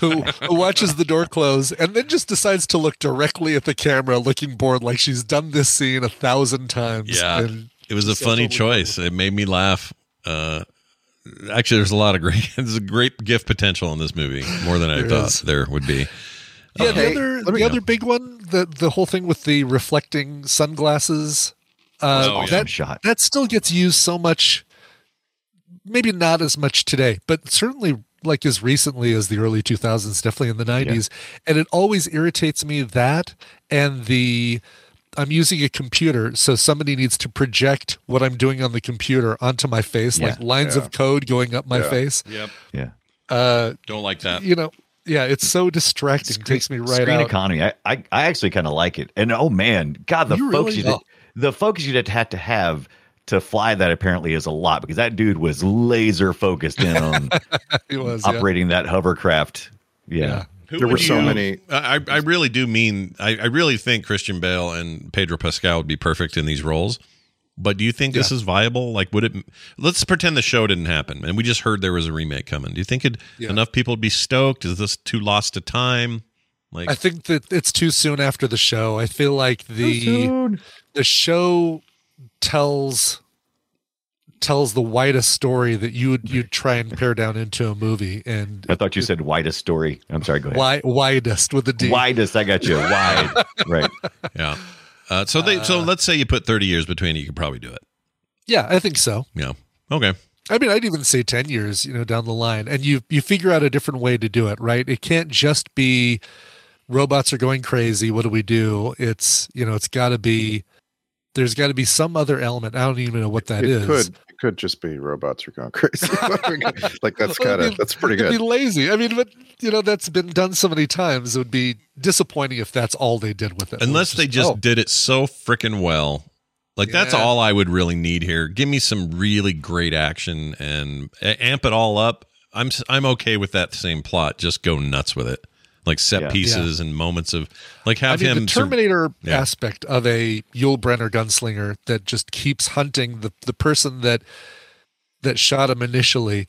Speaker 7: who, who watches the door close and then just decides to look directly at the camera looking bored like she's done this scene a thousand times
Speaker 5: Yeah,
Speaker 7: and
Speaker 5: it was a
Speaker 7: so
Speaker 5: funny
Speaker 7: totally
Speaker 5: choice. It made me laugh. Uh, actually, there's a lot of great. There's a great gift potential in this movie, more than I
Speaker 7: There
Speaker 5: thought
Speaker 7: is.
Speaker 5: there would be.
Speaker 7: Yeah,
Speaker 5: Okay,
Speaker 7: the other
Speaker 5: let me-
Speaker 7: the other big one, the the whole thing with the reflecting sunglasses. Uh,
Speaker 5: Oh, yeah.
Speaker 7: that
Speaker 6: shot
Speaker 7: that still gets used so much. Maybe not as much today, but certainly like as recently as the early 2000s, definitely in the 90s. And it always irritates me that and the I'm using a computer, so somebody needs to project what I'm doing on the computer onto my face,
Speaker 5: Yeah.
Speaker 7: like lines
Speaker 5: Yeah.
Speaker 7: of code going up my face.
Speaker 5: Yep.
Speaker 6: Yeah.
Speaker 7: Uh,
Speaker 5: Don't like that.
Speaker 7: you know, yeah, it's so distracting. takes me right
Speaker 5: Oh.
Speaker 6: Screen
Speaker 7: out.
Speaker 6: economy. I, I I actually kind of like it. And oh man, God, the
Speaker 7: You
Speaker 6: focus
Speaker 7: really-
Speaker 6: you
Speaker 7: oh.
Speaker 6: did, the focus you would had to have to fly that apparently is a lot because that dude was laser focused in on
Speaker 7: It was yeah.
Speaker 6: operating that hovercraft. Yeah.
Speaker 5: Who
Speaker 3: there were
Speaker 5: would
Speaker 3: so
Speaker 5: you-
Speaker 3: many
Speaker 5: I, I- I really do mean. I, I really think Christian Bale and Pedro Pascal would be perfect in these roles. But do you think this
Speaker 7: Yeah.
Speaker 5: is viable? Like, would it? Let's pretend the show didn't happen and we just heard there was a remake coming. Do you think it,
Speaker 7: Yeah.
Speaker 5: enough people would be stoked? Is this too lost to time? Like,
Speaker 7: I think that it's too soon after the show. I feel like the
Speaker 6: soon.
Speaker 7: the show tells tells the widest story that you would you'd try and pare down into a movie and
Speaker 6: I thought you said widest story. I'm sorry, go
Speaker 7: wi-
Speaker 6: ahead.
Speaker 7: widest with a D.
Speaker 6: Widest, I got you. Wide. right.
Speaker 5: yeah. Uh, so they. so let's say you put thirty years between, it, you could probably do it.
Speaker 7: Yeah, I think so.
Speaker 5: Yeah. Okay.
Speaker 7: I mean, I'd even say ten years, you know, down the line, and you you figure out a different way to do it, right? It can't just be robots are going crazy. What do we do? It's you know, it's got to be there's got to be some other element. I don't even know what that
Speaker 3: it
Speaker 7: is.
Speaker 3: could it could just be robots are going crazy like
Speaker 7: Well, it'd
Speaker 3: that's kind of
Speaker 7: be-
Speaker 3: that's pretty
Speaker 7: it'd
Speaker 3: good
Speaker 7: Be lazy. I mean, but you know that's been done so many times. It would be disappointing if that's all they did with it.
Speaker 5: Unless they just
Speaker 7: oh.
Speaker 5: did it so freaking well. Like that's
Speaker 7: Yeah.
Speaker 5: all I would really need here. Give me some really great action and a- amp it all up. I'm s- I'm okay with that same plot. Just go nuts with it. Like set
Speaker 7: Yeah.
Speaker 5: pieces and moments of like
Speaker 7: I
Speaker 5: have
Speaker 7: mean,
Speaker 5: him
Speaker 7: the
Speaker 5: sur-
Speaker 7: Terminator
Speaker 5: Yeah.
Speaker 7: aspect of a Yul Brenner gunslinger that just keeps hunting the the person that that shot him initially.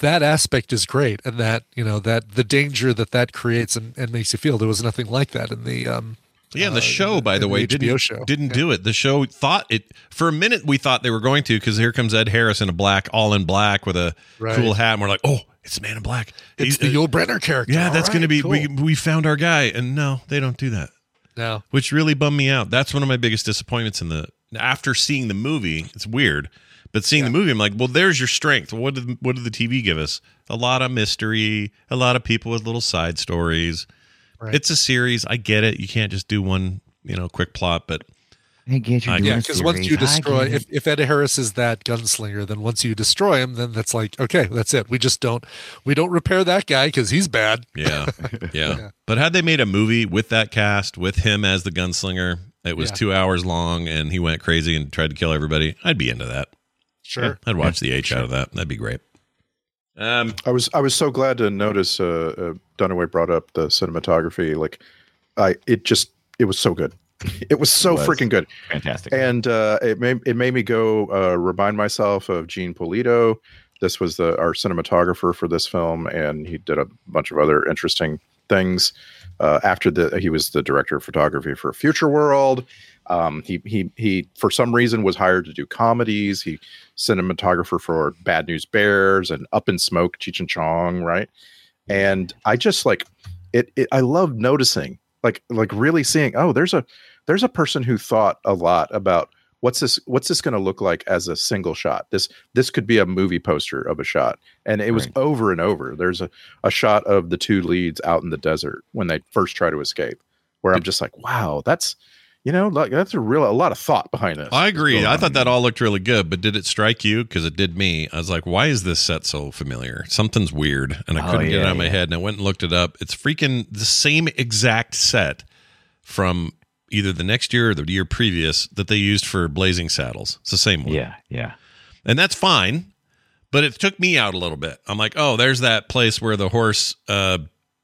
Speaker 7: That aspect is great, and that you know that the danger that that creates and, and makes you feel. There was nothing like that in the um,
Speaker 5: Yeah, and the show, by the
Speaker 7: in
Speaker 5: way,
Speaker 7: the HBO
Speaker 5: didn't,
Speaker 7: show.
Speaker 5: didn't do it. The show thought it for a minute. We thought they were going to because here comes Ed Harris in a black, all in black with a
Speaker 7: Right.
Speaker 5: cool hat, and we're like, oh, it's Man in Black.
Speaker 7: It's the Yul Brenner character.
Speaker 5: Yeah,
Speaker 7: All
Speaker 5: that's going
Speaker 7: right,
Speaker 5: to be
Speaker 7: cool.
Speaker 5: we we found our guy, and no, they don't do that.
Speaker 7: No.
Speaker 5: which really bummed me out. That's one of my biggest disappointments in the after seeing the movie. It's weird, but seeing the movie, I'm like, well, there's your strength. What did what did the TV give us? A lot of mystery, a lot of people with little side stories.
Speaker 7: Right.
Speaker 5: It's a series. I get it. You can't just do one, you know, quick plot, but
Speaker 6: I get
Speaker 5: you I- doing
Speaker 7: yeah, because once you
Speaker 5: series. I
Speaker 7: destroy,
Speaker 5: get
Speaker 7: if, if Ed Harris is that gunslinger, then once you destroy him, then that's like okay, that's it. We just don't we don't repair that guy because he's bad.
Speaker 5: Yeah. Yeah. But had they made a movie with that cast, with him as the gunslinger, it was
Speaker 7: Yeah.
Speaker 5: two hours long and he went crazy and tried to kill everybody, I'd be into that.
Speaker 7: Sure.
Speaker 5: Yeah, I'd watch the H out of that. That'd be great. Um,
Speaker 3: I was I was so glad to notice uh, uh, Dunaway brought up the cinematography. Like, I it just it was so good. It was so
Speaker 6: It was.
Speaker 3: freaking good,
Speaker 6: Fantastic.
Speaker 3: and uh, it made it made me go uh, remind myself of Gene Polito. This was the our cinematographer for this film, and he did a bunch of other interesting things. Uh, after the he was the director of photography for Future World. Um, he he he for some reason was hired to do comedies. He cinematographer for Bad News Bears and Up in Smoke, Cheech and Chong, right? And I just like it, it I love noticing like like really seeing oh there's a there's a person who thought a lot about what's this what's this going to look like as a single shot this this could be a movie poster of a shot and it was over and over there's a, a shot of the two leads out in the desert when they first try to escape where I'm just like, wow, that's you know, like that's a real a lot of thought behind this.
Speaker 5: I agree.
Speaker 3: Going
Speaker 5: I
Speaker 3: on
Speaker 5: thought that all looked really good, but did it strike you? Because it did me. I was like, why is this set so familiar? Something's weird. And I
Speaker 4: Oh,
Speaker 5: couldn't get it
Speaker 4: yeah,
Speaker 5: out of my
Speaker 4: yeah.
Speaker 5: head. And I went and looked it up. It's freaking the same exact set from either the next year or the year previous that they used for Blazing Saddles. It's the same one.
Speaker 6: Yeah. Yeah.
Speaker 5: And that's fine. But it took me out a little bit. I'm like, oh, there's that place where the horse uh,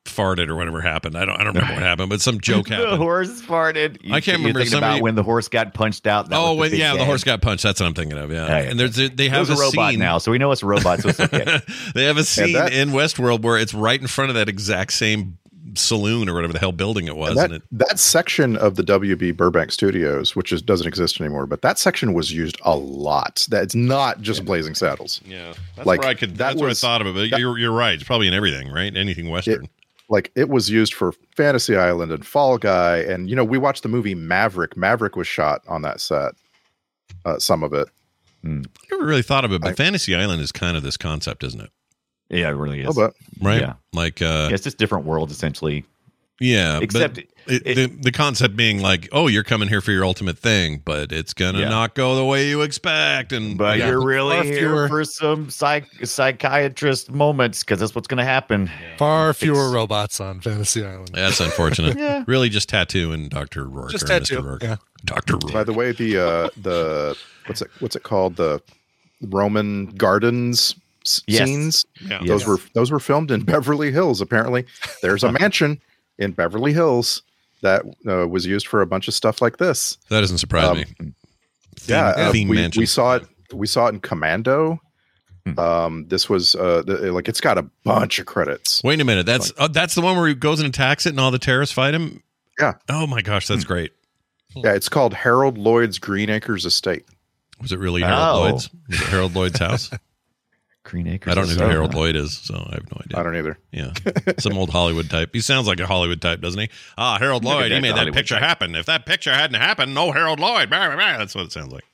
Speaker 5: farted or whatever happened. I don't, I don't remember what happened, but some joke happened.
Speaker 6: The horse farted.
Speaker 5: I can't remember.
Speaker 6: You're thinking
Speaker 5: Somebody-
Speaker 6: about when the horse got punched out. That
Speaker 5: oh,
Speaker 6: was
Speaker 5: when,
Speaker 6: the big
Speaker 5: yeah, the
Speaker 6: gag.
Speaker 5: horse got punched. That's what I'm thinking of. Yeah,
Speaker 6: Yeah, yeah,
Speaker 5: and there's they have
Speaker 6: Those are
Speaker 5: a
Speaker 6: robot
Speaker 5: scene
Speaker 6: now, so we know it's robots. So it's okay.
Speaker 5: They have a scene
Speaker 6: that-
Speaker 5: in Westworld where it's right in front of that exact same saloon or whatever the hell building it was.
Speaker 3: And
Speaker 5: And
Speaker 3: that
Speaker 5: it,
Speaker 3: that section of the WB Burbank Studios, which is, doesn't exist anymore, but that section was used a lot. That's not just Blazing Saddles.
Speaker 5: yeah, that's
Speaker 3: Like,
Speaker 5: where I could.
Speaker 3: that
Speaker 5: That's where I
Speaker 3: was-
Speaker 5: thought of it. But
Speaker 3: that-
Speaker 5: you're you're right. It's probably in everything, right? Anything Western.
Speaker 3: Like it was used for Fantasy Island and Fall Guy, and you know we watched the movie Maverick. Maverick was shot on that set. Uh, some of it.
Speaker 5: I never really thought of it, but Fantasy Island is kind of this concept, isn't it?
Speaker 6: Yeah, it
Speaker 5: Oh,
Speaker 6: really is.
Speaker 3: bit.
Speaker 5: Right?
Speaker 6: Yeah.
Speaker 5: Like uh,
Speaker 6: Yeah, it's just different worlds essentially.
Speaker 5: Yeah, but
Speaker 6: Except
Speaker 5: it, the, the concept being like, oh, you're coming here for your ultimate thing, but it's gonna
Speaker 6: Yeah.
Speaker 5: not go the way you expect, and
Speaker 6: But
Speaker 5: Yeah.
Speaker 6: you're
Speaker 5: Or
Speaker 6: really
Speaker 5: if you
Speaker 6: here
Speaker 5: were-
Speaker 6: for some psych- psychiatrist moments because that's what's going to happen.
Speaker 7: Far fewer robots on Fantasy Island.
Speaker 5: That's unfortunate.
Speaker 7: Yeah.
Speaker 5: Really, just tattoo and Doctor Rourke
Speaker 7: Just
Speaker 5: or
Speaker 7: tattoo,
Speaker 5: Mr. Rourke.
Speaker 7: yeah.
Speaker 5: Doctor Rourke.
Speaker 3: By the way, the uh, the what's it what's it called the Roman gardens s-
Speaker 5: Yes.
Speaker 3: scenes?
Speaker 5: Yeah.
Speaker 3: Those
Speaker 5: Yes.
Speaker 3: were those were filmed in Beverly Hills. Apparently, there's a mansion in Beverly Hills that uh, was used for a bunch of stuff like this.
Speaker 5: That doesn't surprise me.
Speaker 3: yeah,
Speaker 5: Theme-
Speaker 3: uh,
Speaker 5: theme
Speaker 3: we,
Speaker 5: mansion. Hmm.
Speaker 3: we saw it. We saw it in Commando. Um, this was uh, the, like it's got a bunch of credits.
Speaker 5: Wait a minute. That's uh, that's the one where he goes and attacks it, and all the terrorists fight him.
Speaker 3: Yeah.
Speaker 5: Oh my gosh, that's great.
Speaker 3: Yeah, it's called Harold Lloyd's Green Acres Estate.
Speaker 5: Was it really Harold
Speaker 3: Oh.
Speaker 5: Lloyd's? Was it Harold Lloyd's house?
Speaker 6: Green Acres.
Speaker 5: I don't know who
Speaker 6: Estate.
Speaker 5: Harold Lloyd is, so I have no idea. I
Speaker 3: don't either.
Speaker 5: Yeah, some old Hollywood type. He sounds like a Hollywood type, doesn't he? Ah, Harold
Speaker 4: Look at
Speaker 5: Lloyd. He
Speaker 4: that
Speaker 5: made that
Speaker 4: Hollywood
Speaker 5: picture happen. If that picture hadn't happened, no Harold Lloyd. Blah, blah, blah. That's what it sounds like.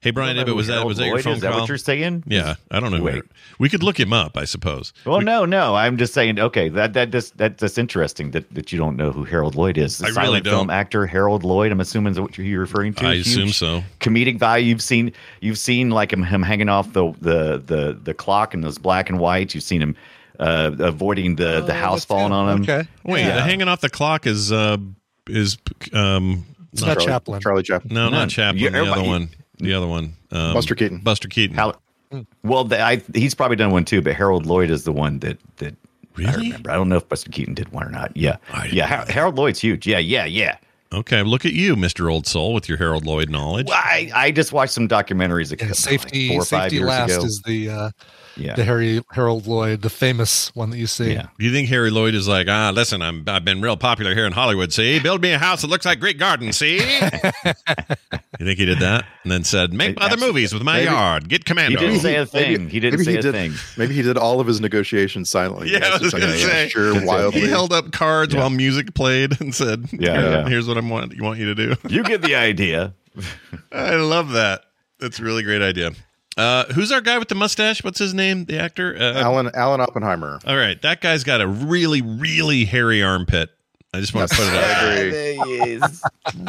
Speaker 5: Hey Brian,
Speaker 6: know
Speaker 5: Ibbett,
Speaker 6: who
Speaker 5: was that
Speaker 6: Harold
Speaker 5: was that your
Speaker 6: Lloyd
Speaker 5: phone
Speaker 6: is? Is that what
Speaker 5: call?
Speaker 6: you're saying?
Speaker 5: Yeah, I don't know. who
Speaker 6: Wait.
Speaker 5: Harold- we could look him up, I suppose.
Speaker 6: Well, no, no. I'm just saying. Okay, that that that's that, that's interesting that, that you don't know who Harold Lloyd is. The
Speaker 5: I really
Speaker 6: silent
Speaker 5: don't.
Speaker 6: film actor Harold Lloyd. I'm assuming is what you're referring to.
Speaker 5: I
Speaker 6: Huge
Speaker 5: assume so.
Speaker 6: Comedic value. You've seen you've seen like him, him hanging off the the the the clock and those black and whites. You've seen him uh, avoiding
Speaker 7: Oh,
Speaker 6: the the house falling on him.
Speaker 5: Wait, the hanging off the clock is uh is um
Speaker 7: It's not Charlie- Chaplin.
Speaker 3: Charlie Chaplin.
Speaker 5: No,
Speaker 6: No,
Speaker 5: not Chaplin.
Speaker 6: you-
Speaker 5: the other
Speaker 6: everybody-
Speaker 5: one. The other one. Um,
Speaker 6: Buster
Speaker 3: Keaton.
Speaker 5: Buster Keaton.
Speaker 6: How, well, the, I, he's probably done one too, but Harold Lloyd is the one that that I remember. I don't know if Buster Keaton did one or not. Yeah, yeah. Har- Harold Lloyd's huge. Yeah, yeah, yeah.
Speaker 5: Okay, look at you, Mr. Old Soul, with your Harold Lloyd knowledge.
Speaker 6: Well, I, I just watched some documentaries a
Speaker 7: Yeah,
Speaker 6: couple- like
Speaker 7: safety
Speaker 6: four or five
Speaker 7: safety
Speaker 6: years
Speaker 7: last
Speaker 6: ago.
Speaker 7: is the uh,
Speaker 6: Yeah.
Speaker 7: the Harry Harold Lloyd, the famous one that you see.
Speaker 5: Do you think Harry Lloyd is like, ah, listen, I'm, I've been real popular here in Hollywood. See, build me a house that looks like Great Garden. See, you think he did that, and then said, make other movies with my
Speaker 3: Maybe-
Speaker 5: yard. Get Commando.
Speaker 3: Maybe- maybe did- Maybe he did all of his negotiations silently.
Speaker 5: Yeah, I
Speaker 3: That's
Speaker 5: was
Speaker 3: just like,
Speaker 5: gonna
Speaker 3: yeah,
Speaker 5: say.
Speaker 3: sure, wildly.
Speaker 5: He held up cards while music played and said,
Speaker 3: Yeah,
Speaker 5: "Here-
Speaker 3: yeah.
Speaker 5: here's what I want want you to do."
Speaker 6: You get the idea.
Speaker 5: I love that. That's a really great idea. Uh, who's our guy with the mustache? What's his name? The actor? Uh,
Speaker 3: Alan Alan Oppenheimer.
Speaker 5: All right, that guy's got a really, really hairy armpit. I just want to put it out.
Speaker 3: I
Speaker 5: there.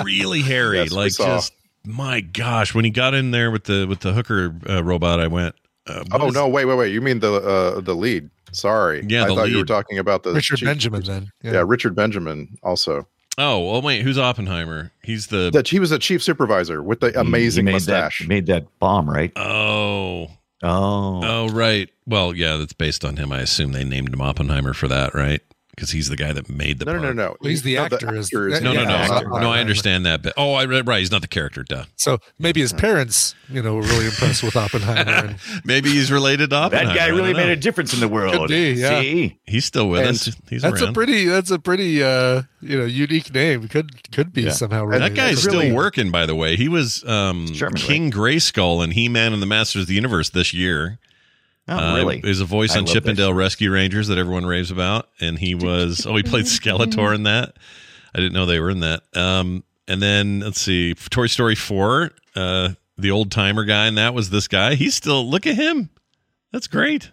Speaker 5: Really hairy,
Speaker 3: Yes, we
Speaker 5: like
Speaker 3: saw.
Speaker 5: just my gosh. When he got in there with the with the hooker uh, robot, I went, uh, what
Speaker 3: Oh
Speaker 5: is-
Speaker 3: no! Wait, wait, wait! You mean the uh, the lead? Sorry,
Speaker 5: Yeah,
Speaker 3: I
Speaker 5: the
Speaker 3: thought you were
Speaker 5: lead.
Speaker 3: talking about the
Speaker 7: Richard
Speaker 3: chief-
Speaker 7: Benjamin then.
Speaker 3: Yeah. Richard Benjamin also.
Speaker 5: Oh well, wait, who's Oppenheimer? He's the
Speaker 3: That he was a chief supervisor with the amazing
Speaker 6: He made
Speaker 3: mustache.
Speaker 6: That, made that bomb right.
Speaker 5: oh
Speaker 6: Oh,
Speaker 5: oh right. Well, yeah, that's based on him. I assume they named him Oppenheimer for that, right? Because he's the guy that made the
Speaker 3: no, no, no,
Speaker 5: part.
Speaker 3: no.
Speaker 7: Well, he's the actor is-
Speaker 5: No, no,
Speaker 7: Yeah, he's
Speaker 5: no, no.
Speaker 7: the
Speaker 5: No, I
Speaker 7: Oppenheimer.
Speaker 5: understand that. But oh, I read right. He's not the character. Duh.
Speaker 7: So maybe his parents, you know, were really impressed with Oppenheimer. And
Speaker 5: Maybe he's related to Oppenheimer.
Speaker 6: guy
Speaker 5: I don't
Speaker 6: really
Speaker 5: know.
Speaker 6: made a difference in the world.
Speaker 7: Could be, yeah.
Speaker 6: See,
Speaker 5: he's still with
Speaker 7: And
Speaker 5: us. He's
Speaker 7: that's
Speaker 5: around.
Speaker 7: a pretty that's a pretty uh you know unique name. Could could be
Speaker 5: Yeah.
Speaker 7: somehow
Speaker 5: that
Speaker 7: related.
Speaker 5: guy's
Speaker 7: That's
Speaker 5: still
Speaker 7: really-
Speaker 5: working, by the way. He was um,
Speaker 6: German, right?
Speaker 5: King Grayskull in He Man and the Masters of the Universe this year.
Speaker 6: Oh, really?
Speaker 5: Uh, Is a voice
Speaker 6: I
Speaker 5: on
Speaker 6: love
Speaker 5: Chippendale Rescue Rangers that everyone raves about, and he was oh he played Skeletor in that. I didn't know they were in that. Um, and then let's see, Toy Story four, uh, the old timer guy, and that was this guy. He's still look at him. That's great.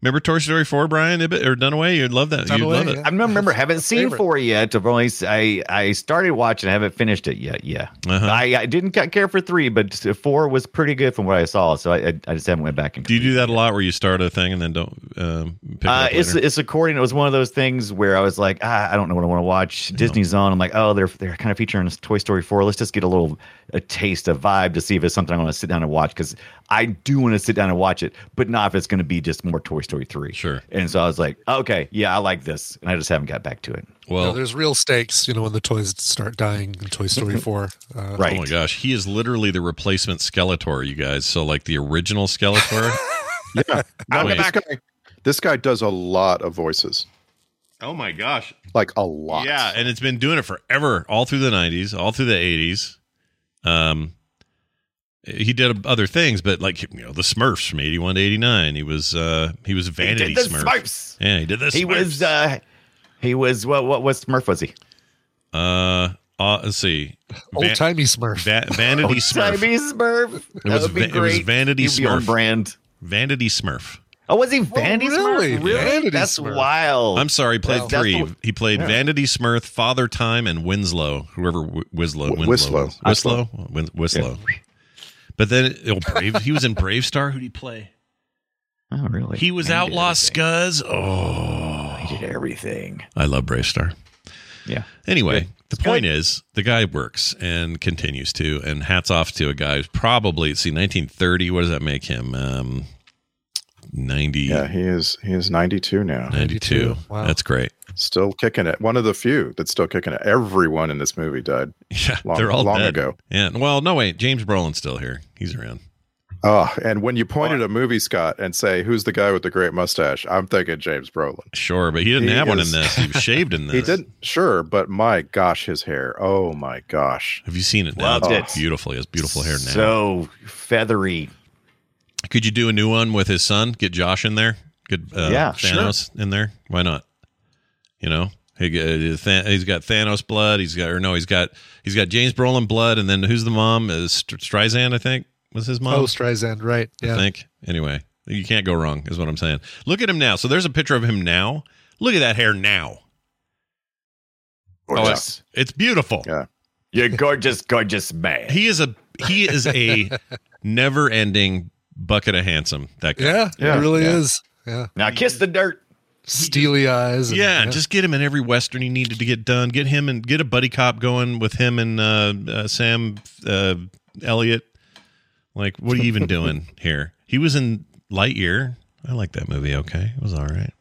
Speaker 5: Remember Toy Story 4, Brian Ibbett or Dunaway? You'd love that. You'd love it.
Speaker 6: I don't remember. Haven't seen
Speaker 5: favorite.
Speaker 6: four yet. I've only s- I I started watching. I haven't finished it yet. Yeah,
Speaker 5: Uh-huh.
Speaker 6: I, I didn't ca- care for three, but s- four was pretty good from what I saw. So I I I just haven't went back and.
Speaker 5: Do you do that a lot where you start a thing and then don't um, pick it
Speaker 6: Uh,
Speaker 5: up
Speaker 6: it's
Speaker 5: later?
Speaker 6: it's according. It was one of those things where I was like, ah, I don't know what I want to watch. Disney's on. I'm like, oh, they're they're kind of featuring Toy Story four. Let's just get a little a taste, a vibe to see if it's something I want to sit down and watch because I do want to sit down and watch it, but not if it's going to be just more Toy Story three. Sure. And so I was like, okay, yeah, I like this, and I just haven't got back to it.
Speaker 7: Well, there's real stakes, you know, when the toys start dying in Toy Story 4. Uh,
Speaker 5: Oh my gosh, he is literally the replacement Skeletor, you guys. So like the original Skeletor.
Speaker 3: yeah.
Speaker 5: Boy,
Speaker 3: this, guy, this guy does a lot of voices.
Speaker 5: Oh my gosh.
Speaker 3: Like a lot.
Speaker 5: Yeah, and it's been doing it forever, all through the '90s, all through the '80s. Um, he did other things, but like you know, the Smurfs from '81 to '89, he was uh he was Vanity
Speaker 6: the
Speaker 5: Smurf.
Speaker 6: Smurfs.
Speaker 5: Yeah, he did this.
Speaker 6: he was uh, he was what what what Smurf was he?
Speaker 5: uh, uh, let's see,
Speaker 7: Old timey Smurf.
Speaker 5: Va- Vanity Oh, Smurf.
Speaker 6: Timey Smurf.
Speaker 5: It
Speaker 6: That
Speaker 5: was,
Speaker 6: would be
Speaker 5: va- it was
Speaker 6: great.
Speaker 5: Vanity
Speaker 6: He'd be on
Speaker 5: Smurf.
Speaker 6: brand.
Speaker 5: Vanity Smurf.
Speaker 6: Oh, was he Vanity
Speaker 7: really?
Speaker 6: Smurf? Really?
Speaker 7: Vanity
Speaker 6: That's
Speaker 7: Smurf.
Speaker 6: wild.
Speaker 5: I'm sorry, he played
Speaker 6: Well, Oh. that's
Speaker 5: three.
Speaker 6: the-
Speaker 5: he played
Speaker 6: yeah.
Speaker 5: Vanity Smurf, Father Time, and Winslow. Whoever Wi- Winslow, Winslow,
Speaker 3: Wislow.
Speaker 5: was. Wislow, Win- Wislow. But then, oh, Brave. He was in Brave Star. Who did he play?
Speaker 6: Oh, really?
Speaker 5: He was Outlaw Scuzz. Oh,
Speaker 6: he did everything.
Speaker 5: I love Brave Star.
Speaker 6: Yeah.
Speaker 5: Anyway, the point is, the guy works and continues to, and hats off to a guy who's probably see 1930. What does that make him? Um, 90.
Speaker 3: Yeah, he is he is 92 now.
Speaker 5: 92. Wow. That's great.
Speaker 3: Still kicking it. One of the few that's still kicking it. Everyone in this movie died.
Speaker 5: Yeah,
Speaker 3: long,
Speaker 5: They're all
Speaker 3: long
Speaker 5: dead.
Speaker 3: ago.
Speaker 5: Yeah. Well, no wait, James Brolin's still here. He's around.
Speaker 3: Oh, and when you point at a movie, Scott, and say, "Who's the guy with the great mustache?" I'm thinking James Brolin.
Speaker 5: Sure, but he didn't
Speaker 3: He
Speaker 5: have one in
Speaker 3: is-
Speaker 5: this. He was shaved in this.
Speaker 3: He did, sure, but my gosh, his hair. Oh my gosh.
Speaker 5: Have you seen it now?
Speaker 6: Loved
Speaker 5: It's
Speaker 6: it.
Speaker 5: beautiful. He has beautiful hair now.
Speaker 6: So feathery.
Speaker 5: Could you do a new one with his son? Get Josh in there. Get uh,
Speaker 6: Yeah,
Speaker 5: Thanos in there. Why not? You know, he, g- uh, Than- he's got Thanos blood. He's got or no, he's got he's got James Brolin blood. And then who's the mom? Is St- Streisand? I think was his mom.
Speaker 7: Oh, Streisand, right. Yeah.
Speaker 5: I think. Anyway, you can't go wrong, is what I'm saying. Look at him now. So there's a picture of him now. Look at that hair now.
Speaker 6: Gorgeous.
Speaker 5: it's, it's beautiful.
Speaker 3: Oh, Yeah.
Speaker 6: Oh, You're gorgeous, gorgeous man.
Speaker 5: He is a he is a never ending bucket of handsome. That guy.
Speaker 7: Yeah, it really is. Yeah.
Speaker 6: Now kiss the dirt.
Speaker 7: Steely eyes. and-
Speaker 5: Yeah, just get him in every western he needed to get done. Get him and get a buddy cop going with him and uh, uh, Sam uh, Elliott. Like, what are you even doing here? He was in Lightyear. I like that movie. Okay, it was all right.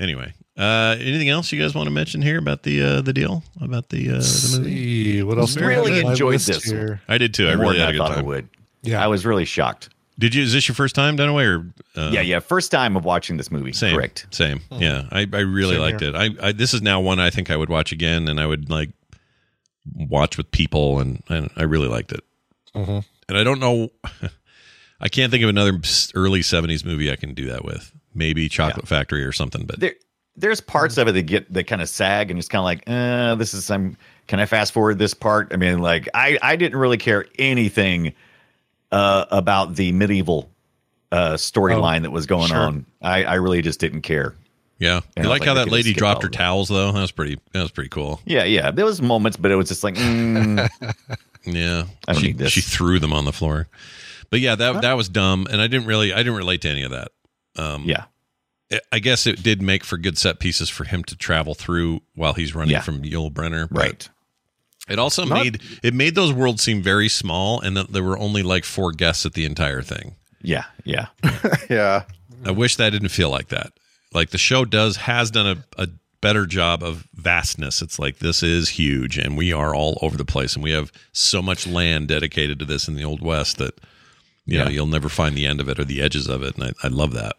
Speaker 5: Anyway, uh, anything else you guys want to mention here about the uh, the deal about the uh, the movie?
Speaker 7: See, what else? do we
Speaker 6: Really
Speaker 7: have on my
Speaker 6: enjoyed
Speaker 7: list
Speaker 6: this
Speaker 7: here?
Speaker 5: I did too. I
Speaker 6: More
Speaker 5: really
Speaker 6: than
Speaker 5: had a
Speaker 6: I
Speaker 5: good
Speaker 6: thought I
Speaker 5: time.
Speaker 6: would. Yeah. I was really shocked.
Speaker 5: Did you? Is this your first time, Dunaway? Or uh,
Speaker 6: yeah, yeah. First time of watching this movie.
Speaker 5: Same.
Speaker 6: Correct.
Speaker 5: Same. Yeah. I, I really
Speaker 6: Hmm. Same
Speaker 5: liked
Speaker 6: here.
Speaker 5: it. I, I this is now one I think I would watch again and I would like watch with people and, and I really liked it.
Speaker 6: Mm-hmm.
Speaker 7: Mhm.
Speaker 5: And I don't know I can't think of another s- early 70s movie I can do that with. Maybe Chocolate Factory or something, but
Speaker 6: There, there's parts of it that get that kind of sag and it's kind of like, uh, this is some. Can I fast forward this part? I mean, like, I I didn't really care anything uh, about the medieval uh, storyline that was going
Speaker 5: sure.
Speaker 6: on. I I really just didn't care.
Speaker 5: yeah.
Speaker 6: Yeah,
Speaker 5: you like,
Speaker 6: like
Speaker 5: how
Speaker 6: they
Speaker 5: that
Speaker 6: could
Speaker 5: lady
Speaker 6: skip
Speaker 5: dropped
Speaker 6: all
Speaker 5: her towels though? That was pretty that was pretty cool.
Speaker 6: Yeah, yeah. There was moments, but it was just like, mm,
Speaker 5: Yeah.
Speaker 6: I don't
Speaker 5: she,
Speaker 6: need this.
Speaker 5: she threw them on the floor. But yeah, that that was dumb and I didn't really I didn't relate to any of that. Um
Speaker 6: yeah.
Speaker 5: I- I guess it did make for good set pieces for him to travel through while he's running
Speaker 6: Yeah.
Speaker 5: from Yul Brenner. but
Speaker 6: Right.
Speaker 5: It also
Speaker 6: Not-
Speaker 5: made it made those worlds seem very small, and that there were only like four guests at the entire thing.
Speaker 6: Yeah, yeah.
Speaker 3: Yeah.
Speaker 6: Mm-hmm.
Speaker 5: I wish that didn't feel like that. Like the show does has done a, a better job of vastness. It's like this is huge, and we are all over the place, and we have so much land dedicated to this in the old west that you know
Speaker 6: Yeah.
Speaker 5: you'll never find the end of it or the edges of it. And I, I love that.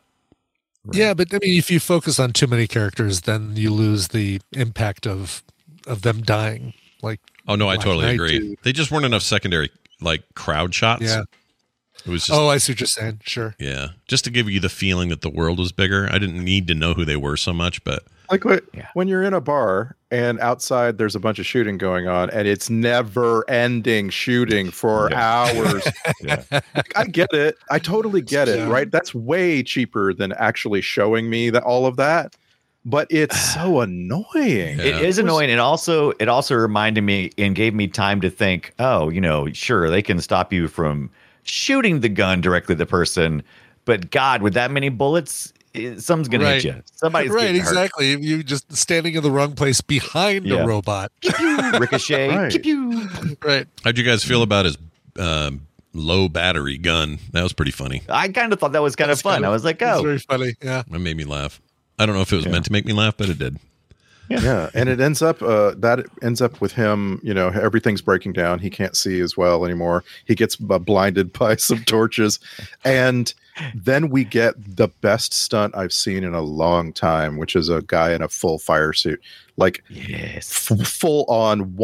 Speaker 7: Yeah, but I mean, if you focus on too many characters, then you lose the impact of of them dying. Like,
Speaker 5: Oh no, I
Speaker 7: Black
Speaker 5: totally
Speaker 7: Knight
Speaker 5: agree.
Speaker 7: did.
Speaker 5: They just weren't enough secondary like crowd shots.
Speaker 7: Yeah.
Speaker 5: It was just
Speaker 7: oh, I see what you're saying. Sure.
Speaker 5: yeah, just to give you the feeling that the world was bigger. I didn't need to know who they were so much, but
Speaker 3: Like what, when you're in a bar and outside there's a bunch of shooting going on and it's never ending shooting for hours i get it i totally get it
Speaker 7: Yeah.
Speaker 3: right that's way cheaper than actually showing me that all of that but it's so annoying
Speaker 6: It is annoying. It also it also reminded me and gave me time to think. Oh, you know, sure they can stop you from shooting the gun directly at the person, but God, with that many bullets, eh, something's gonna hit you. Somebody's
Speaker 7: right,
Speaker 6: getting hurt.
Speaker 7: exactly. You just standing in the wrong place behind
Speaker 6: Yeah.
Speaker 7: a robot.
Speaker 6: Ricochet.
Speaker 7: Right.
Speaker 5: How'd you guys
Speaker 7: Mm-hmm.
Speaker 5: feel about his um, low battery gun? That was pretty funny.
Speaker 6: I kind of thought that was kind of fun. I was like, oh,
Speaker 7: funny. Yeah.
Speaker 5: It made me laugh. I don't know if it was meant to make me laugh, but it did.
Speaker 3: yeah. and it ends up uh, that ends up with him you know everything's breaking down he can't see as well anymore he gets b- blinded by some torches and then we get the best stunt i've seen in a long time which is a guy in a full fire suit like
Speaker 6: yes
Speaker 3: full on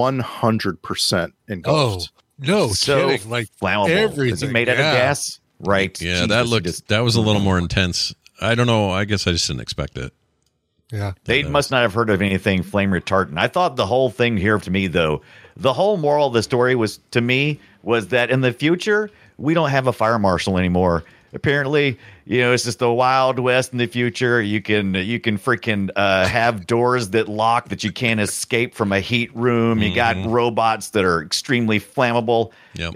Speaker 3: 100% engulfed
Speaker 7: Oh, no
Speaker 3: So
Speaker 7: kidding. Like
Speaker 3: flammable. Is he
Speaker 7: everything.
Speaker 3: made out of
Speaker 7: yeah.
Speaker 3: gas?
Speaker 6: Right.
Speaker 5: Yeah,
Speaker 6: Jesus,
Speaker 5: that
Speaker 6: he
Speaker 5: looked
Speaker 6: just-
Speaker 5: that was a little more
Speaker 7: Mm-hmm.
Speaker 5: intense. I don't know. I guess I just didn't expect it.
Speaker 7: Yeah.
Speaker 6: They must not have heard of anything flame retardant. I thought the whole thing here to me though, the whole moral of the story was to me was that in the future we don't have a fire marshal anymore. Apparently, you know, it's just the wild west in the future. You can you can freaking uh, have doors that lock that you can't escape from a heat room. You got robots that are extremely flammable.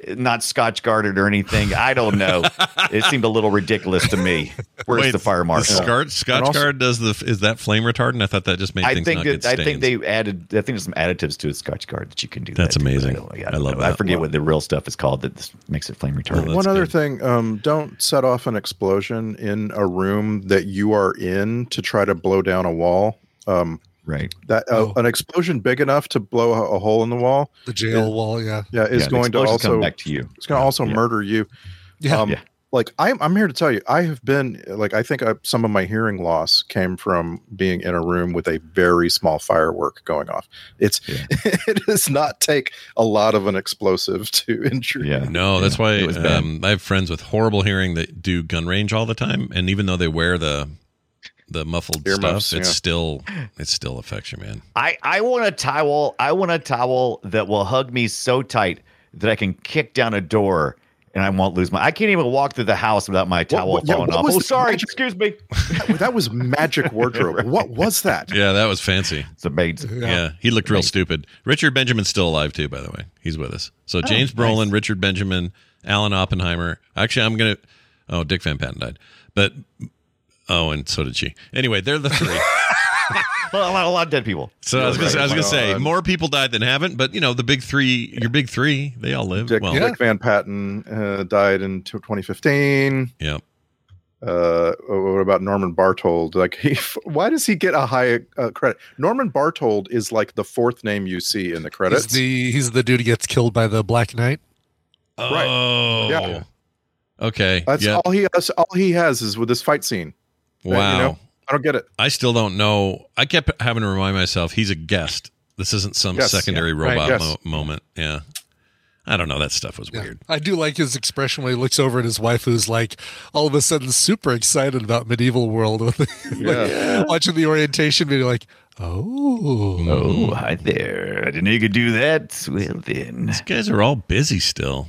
Speaker 6: Not scotch guarded or anything. I don't know. it seemed a little ridiculous to me. Where's
Speaker 5: Wait,
Speaker 6: the fire marshal?
Speaker 5: Scotch,
Speaker 6: And
Speaker 5: Scotch
Speaker 6: also-
Speaker 5: guard does the is that flame retardant? I thought that just made
Speaker 6: I
Speaker 5: things
Speaker 6: think
Speaker 5: not
Speaker 6: that
Speaker 5: get
Speaker 6: I think
Speaker 5: stains.
Speaker 6: they added. I think there's some additives to a Scotch guard that you can do.
Speaker 5: That's
Speaker 6: that to, but
Speaker 5: amazing.
Speaker 6: don't-
Speaker 5: I
Speaker 6: don't
Speaker 5: love
Speaker 6: know. I
Speaker 5: that.
Speaker 6: forget what the real stuff is called that this makes it flame retardant.
Speaker 3: One other thing, um, don't set off an explosion in a room that you are in to try to blow down a wall. Um,
Speaker 6: right.
Speaker 3: That uh, an explosion big enough to blow a, a hole in the wall,
Speaker 7: The jail
Speaker 3: is-
Speaker 7: wall, yeah.
Speaker 3: yeah, is
Speaker 7: Yeah, the
Speaker 3: going to
Speaker 7: explosion's
Speaker 3: also
Speaker 7: coming back
Speaker 6: to you.
Speaker 3: It's going to also murder you.
Speaker 7: Yeah.
Speaker 3: Um, Like I'm, I'm here to tell you, I have been like I think I, some of my hearing loss came from being in a room with a very small firework going off. It's it does not take a lot of an explosive to injure. you.
Speaker 5: No, that's why
Speaker 3: It was bad.
Speaker 5: um, I have friends with horrible hearing that do gun range all the time, and even though they wear the the muffled
Speaker 6: Earmuffs,
Speaker 5: stuff, it's
Speaker 6: yeah.
Speaker 5: still it still affects you, man.
Speaker 6: I I want a towel. I want a towel that will hug me so tight that I can kick down a door and I won't lose my. I can't even walk through the house without my towel
Speaker 3: what- yeah,
Speaker 6: falling
Speaker 3: what
Speaker 6: off.
Speaker 3: was
Speaker 6: Oh,
Speaker 3: the
Speaker 6: sorry.
Speaker 3: magic-
Speaker 6: Excuse me.
Speaker 3: That, that was magic wardrobe. What was that?
Speaker 5: Yeah, that was fancy.
Speaker 6: It's amazing.
Speaker 5: Yeah, he looked real stupid. Richard Benjamin's still alive too, by the way. He's with us. So
Speaker 6: Oh,
Speaker 5: James Brolin, Richard Benjamin, Alan Oppenheimer. Actually, I'm gonna. Oh, Dick Van Patten died, but oh, and so did she. Anyway, they're the three.
Speaker 6: Well, a lot, a lot of dead people.
Speaker 5: So I was gonna, say- I was
Speaker 6: Right.
Speaker 5: gonna say more people died than haven't, but you know the big three, your big three, they all live.
Speaker 3: Dick,
Speaker 5: well,
Speaker 3: Dick Van Patten uh, died in tw- 2015.
Speaker 5: Yep.
Speaker 3: Uh, what about Norman Bartold? Like, he, why does he get a high uh, credit? Norman Bartold is like the fourth name you see in the
Speaker 7: He's
Speaker 3: credits.
Speaker 7: the he's the dude who gets killed by the Black Knight.
Speaker 5: Oh,
Speaker 3: Yeah.
Speaker 5: okay.
Speaker 3: That's
Speaker 5: yeah.
Speaker 3: all he that's all he has is with this fight scene. Uh, you
Speaker 5: Wow.
Speaker 3: know, I don't get it.
Speaker 5: I still don't know. I kept having to remind myself he's a guest. This isn't some
Speaker 3: Yes.
Speaker 5: secondary
Speaker 3: Yeah.
Speaker 5: robot
Speaker 3: Right.
Speaker 5: mo-
Speaker 3: Yes.
Speaker 5: moment. Yeah. I don't know. That stuff was weird.
Speaker 7: I do like his expression when he looks over at his wife, who's like all of a sudden super excited about medieval world, with like,
Speaker 6: Yeah.
Speaker 7: watching the orientation video, like, oh,
Speaker 5: Mm-hmm.
Speaker 6: Oh, hi there. I didn't know you could do that. Well, then. These
Speaker 5: guys are all busy still.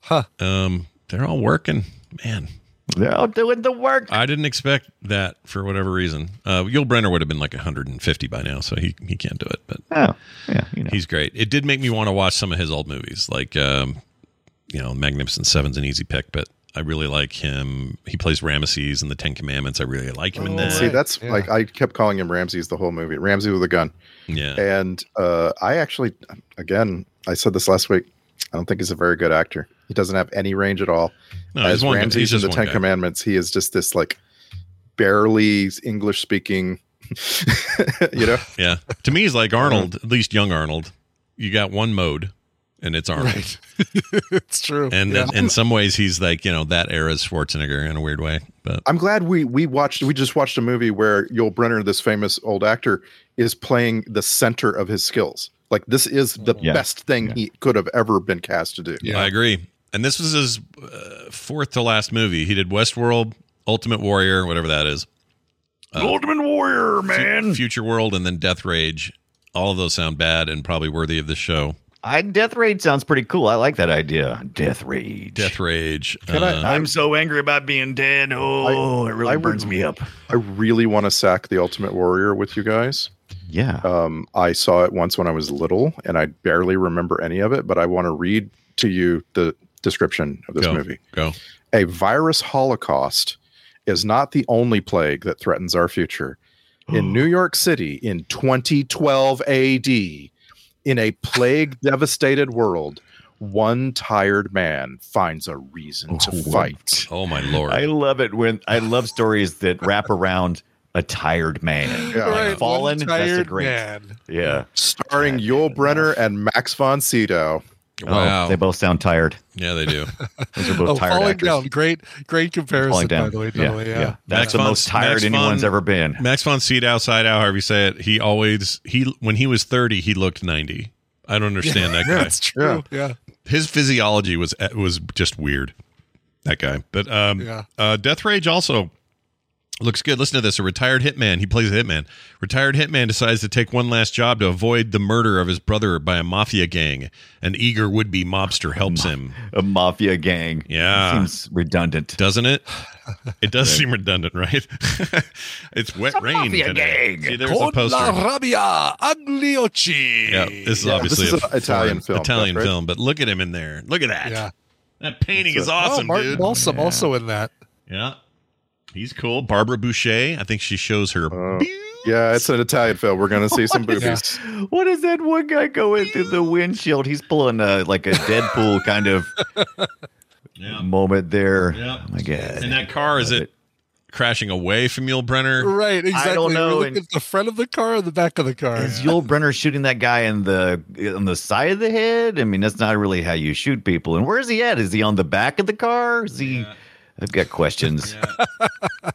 Speaker 7: Huh.
Speaker 5: Um, they're all working. Man.
Speaker 6: They're all doing the work.
Speaker 5: I didn't expect that for whatever reason. Uh, Yul Brenner would have been like 150 by now, so he, he can't do it. But
Speaker 6: oh, yeah,
Speaker 5: he's great. It did make me want to watch some of his old movies, like um, you know, Magnificent Seven's an easy pick, but I really like him. He plays Ramesses in the Ten Commandments. I really like him in
Speaker 6: Oh,
Speaker 5: that.
Speaker 3: See, that's like I kept calling him Ramses the whole movie. Ramsey with a gun.
Speaker 5: Yeah.
Speaker 3: And uh, I actually, again, I said this last week. I don't think he's a very good actor. He doesn't have any range at all.
Speaker 5: No, Oh, he's
Speaker 3: As
Speaker 5: one guy- he's
Speaker 3: Ramses in
Speaker 5: just
Speaker 3: the
Speaker 5: one
Speaker 3: Ten
Speaker 5: guy.
Speaker 3: Commandments, he is just this like barely English speaking. you know,
Speaker 5: yeah. To me, he's like Arnold, at least young Arnold. You got one mode, and it's Arnold.
Speaker 7: it's true.
Speaker 5: And
Speaker 7: Yeah.
Speaker 5: then in some ways, he's like you know that era's Schwarzenegger in a weird way. But
Speaker 3: I'm glad we we watched we just watched a movie where Yul Brenner, this famous old actor, is playing the center of his skills. Like this is the
Speaker 5: Yeah.
Speaker 3: best thing he could have ever been cast to do.
Speaker 5: I agree. And this was his uh, fourth to last movie. He did Westworld, Ultimate Warrior, whatever that is.
Speaker 6: Ultimate Warrior,
Speaker 5: man. Future World, and then Death Rage. All of those sound bad and probably worthy of this show.
Speaker 6: I, death Raid sounds pretty cool. I like that idea. Death Rage.
Speaker 5: Death Rage. uh,
Speaker 6: Can I- I'm so angry about being dead. Oh, it really burns me up.
Speaker 3: I really want to sack the Ultimate Warrior with you guys.
Speaker 6: Yeah.
Speaker 3: Um, I saw it once when I was little, and I barely remember any of it. But I want to read to you the description of this
Speaker 5: Go.
Speaker 3: movie.
Speaker 5: Go.
Speaker 3: A virus holocaust is not the only plague that threatens our future. In New York City in 2012 AD, in a plague devastated world, one tired man finds a reason to fight.
Speaker 5: Oh my lord!
Speaker 6: I love it when I love stories that wrap around a tired man.
Speaker 3: Yeah.
Speaker 6: Like
Speaker 3: Right,
Speaker 6: fallen.
Speaker 3: one
Speaker 6: that's a
Speaker 3: tired
Speaker 6: great.
Speaker 3: man.
Speaker 6: Yeah.
Speaker 3: Starring Yul Brenner and Max von Sydow.
Speaker 5: Wow.
Speaker 6: Oh, they both sound tired.
Speaker 5: Yeah, they do.
Speaker 6: Those are both
Speaker 7: oh,
Speaker 6: tired
Speaker 7: falling
Speaker 6: actors.
Speaker 7: down. Great, great comparison.
Speaker 6: Falling down.
Speaker 7: By the way,
Speaker 6: Yeah,
Speaker 7: Donnelly,
Speaker 6: yeah.
Speaker 7: yeah,
Speaker 6: That's the
Speaker 5: von-
Speaker 6: most tired
Speaker 5: Max
Speaker 6: anyone's
Speaker 5: von-
Speaker 6: ever been.
Speaker 5: Max von Sydow, Sydow, however you say it. He always he when he was thirty, he looked ninety. I don't understand that guy.
Speaker 7: That's true. Yeah.
Speaker 5: His physiology was was just weird. That guy, but um,
Speaker 7: Yeah.
Speaker 5: uh, Death Rage also looks good. Listen to this: a retired hitman. He plays a hitman. Retired hitman decides to take one last job to avoid the murder of his brother by a mafia gang. An eager would-be mobster helps him.
Speaker 6: A mafia gang.
Speaker 5: Yeah.
Speaker 6: Seems redundant.
Speaker 5: Doesn't it? It does seem redundant, right? it's wet rain
Speaker 6: mafia
Speaker 5: today.
Speaker 6: gang.
Speaker 5: See, there's
Speaker 7: Con
Speaker 5: a poster.
Speaker 7: la rabbia aglioci.
Speaker 5: Yeah, this is
Speaker 3: Yeah,
Speaker 5: obviously
Speaker 3: this is
Speaker 5: a
Speaker 3: an Italian
Speaker 5: foreign-
Speaker 3: film,
Speaker 5: Italian
Speaker 3: right?
Speaker 5: film, but look at him in there. Look at that.
Speaker 7: Yeah.
Speaker 5: That painting
Speaker 7: That's
Speaker 5: is
Speaker 7: it. oh,
Speaker 5: awesome,
Speaker 7: Martin
Speaker 5: dude.
Speaker 7: Balsam also in that.
Speaker 5: Yeah, he's cool. Barbara Boucher. I think she shows her.
Speaker 3: Oh. Yeah, it's an Italian film. We're gonna see some
Speaker 6: What is-
Speaker 3: boobies.
Speaker 6: What is that one guy going through the windshield? He's pulling a, like a Deadpool kind of
Speaker 5: Yeah.
Speaker 6: moment there.
Speaker 5: Yeah.
Speaker 6: Oh my God.
Speaker 5: And that car is it, crashing away from Yul Brenner?
Speaker 7: Right, exactly. We're
Speaker 6: know,
Speaker 7: looking
Speaker 6: and-
Speaker 7: at the front of the car or the back of the car.
Speaker 6: Is Yul Brenner shooting that guy in the on the side of the head? I mean, that's not really how you shoot people. And where is he at? Is he on the back of the car? Is he? I've got questions.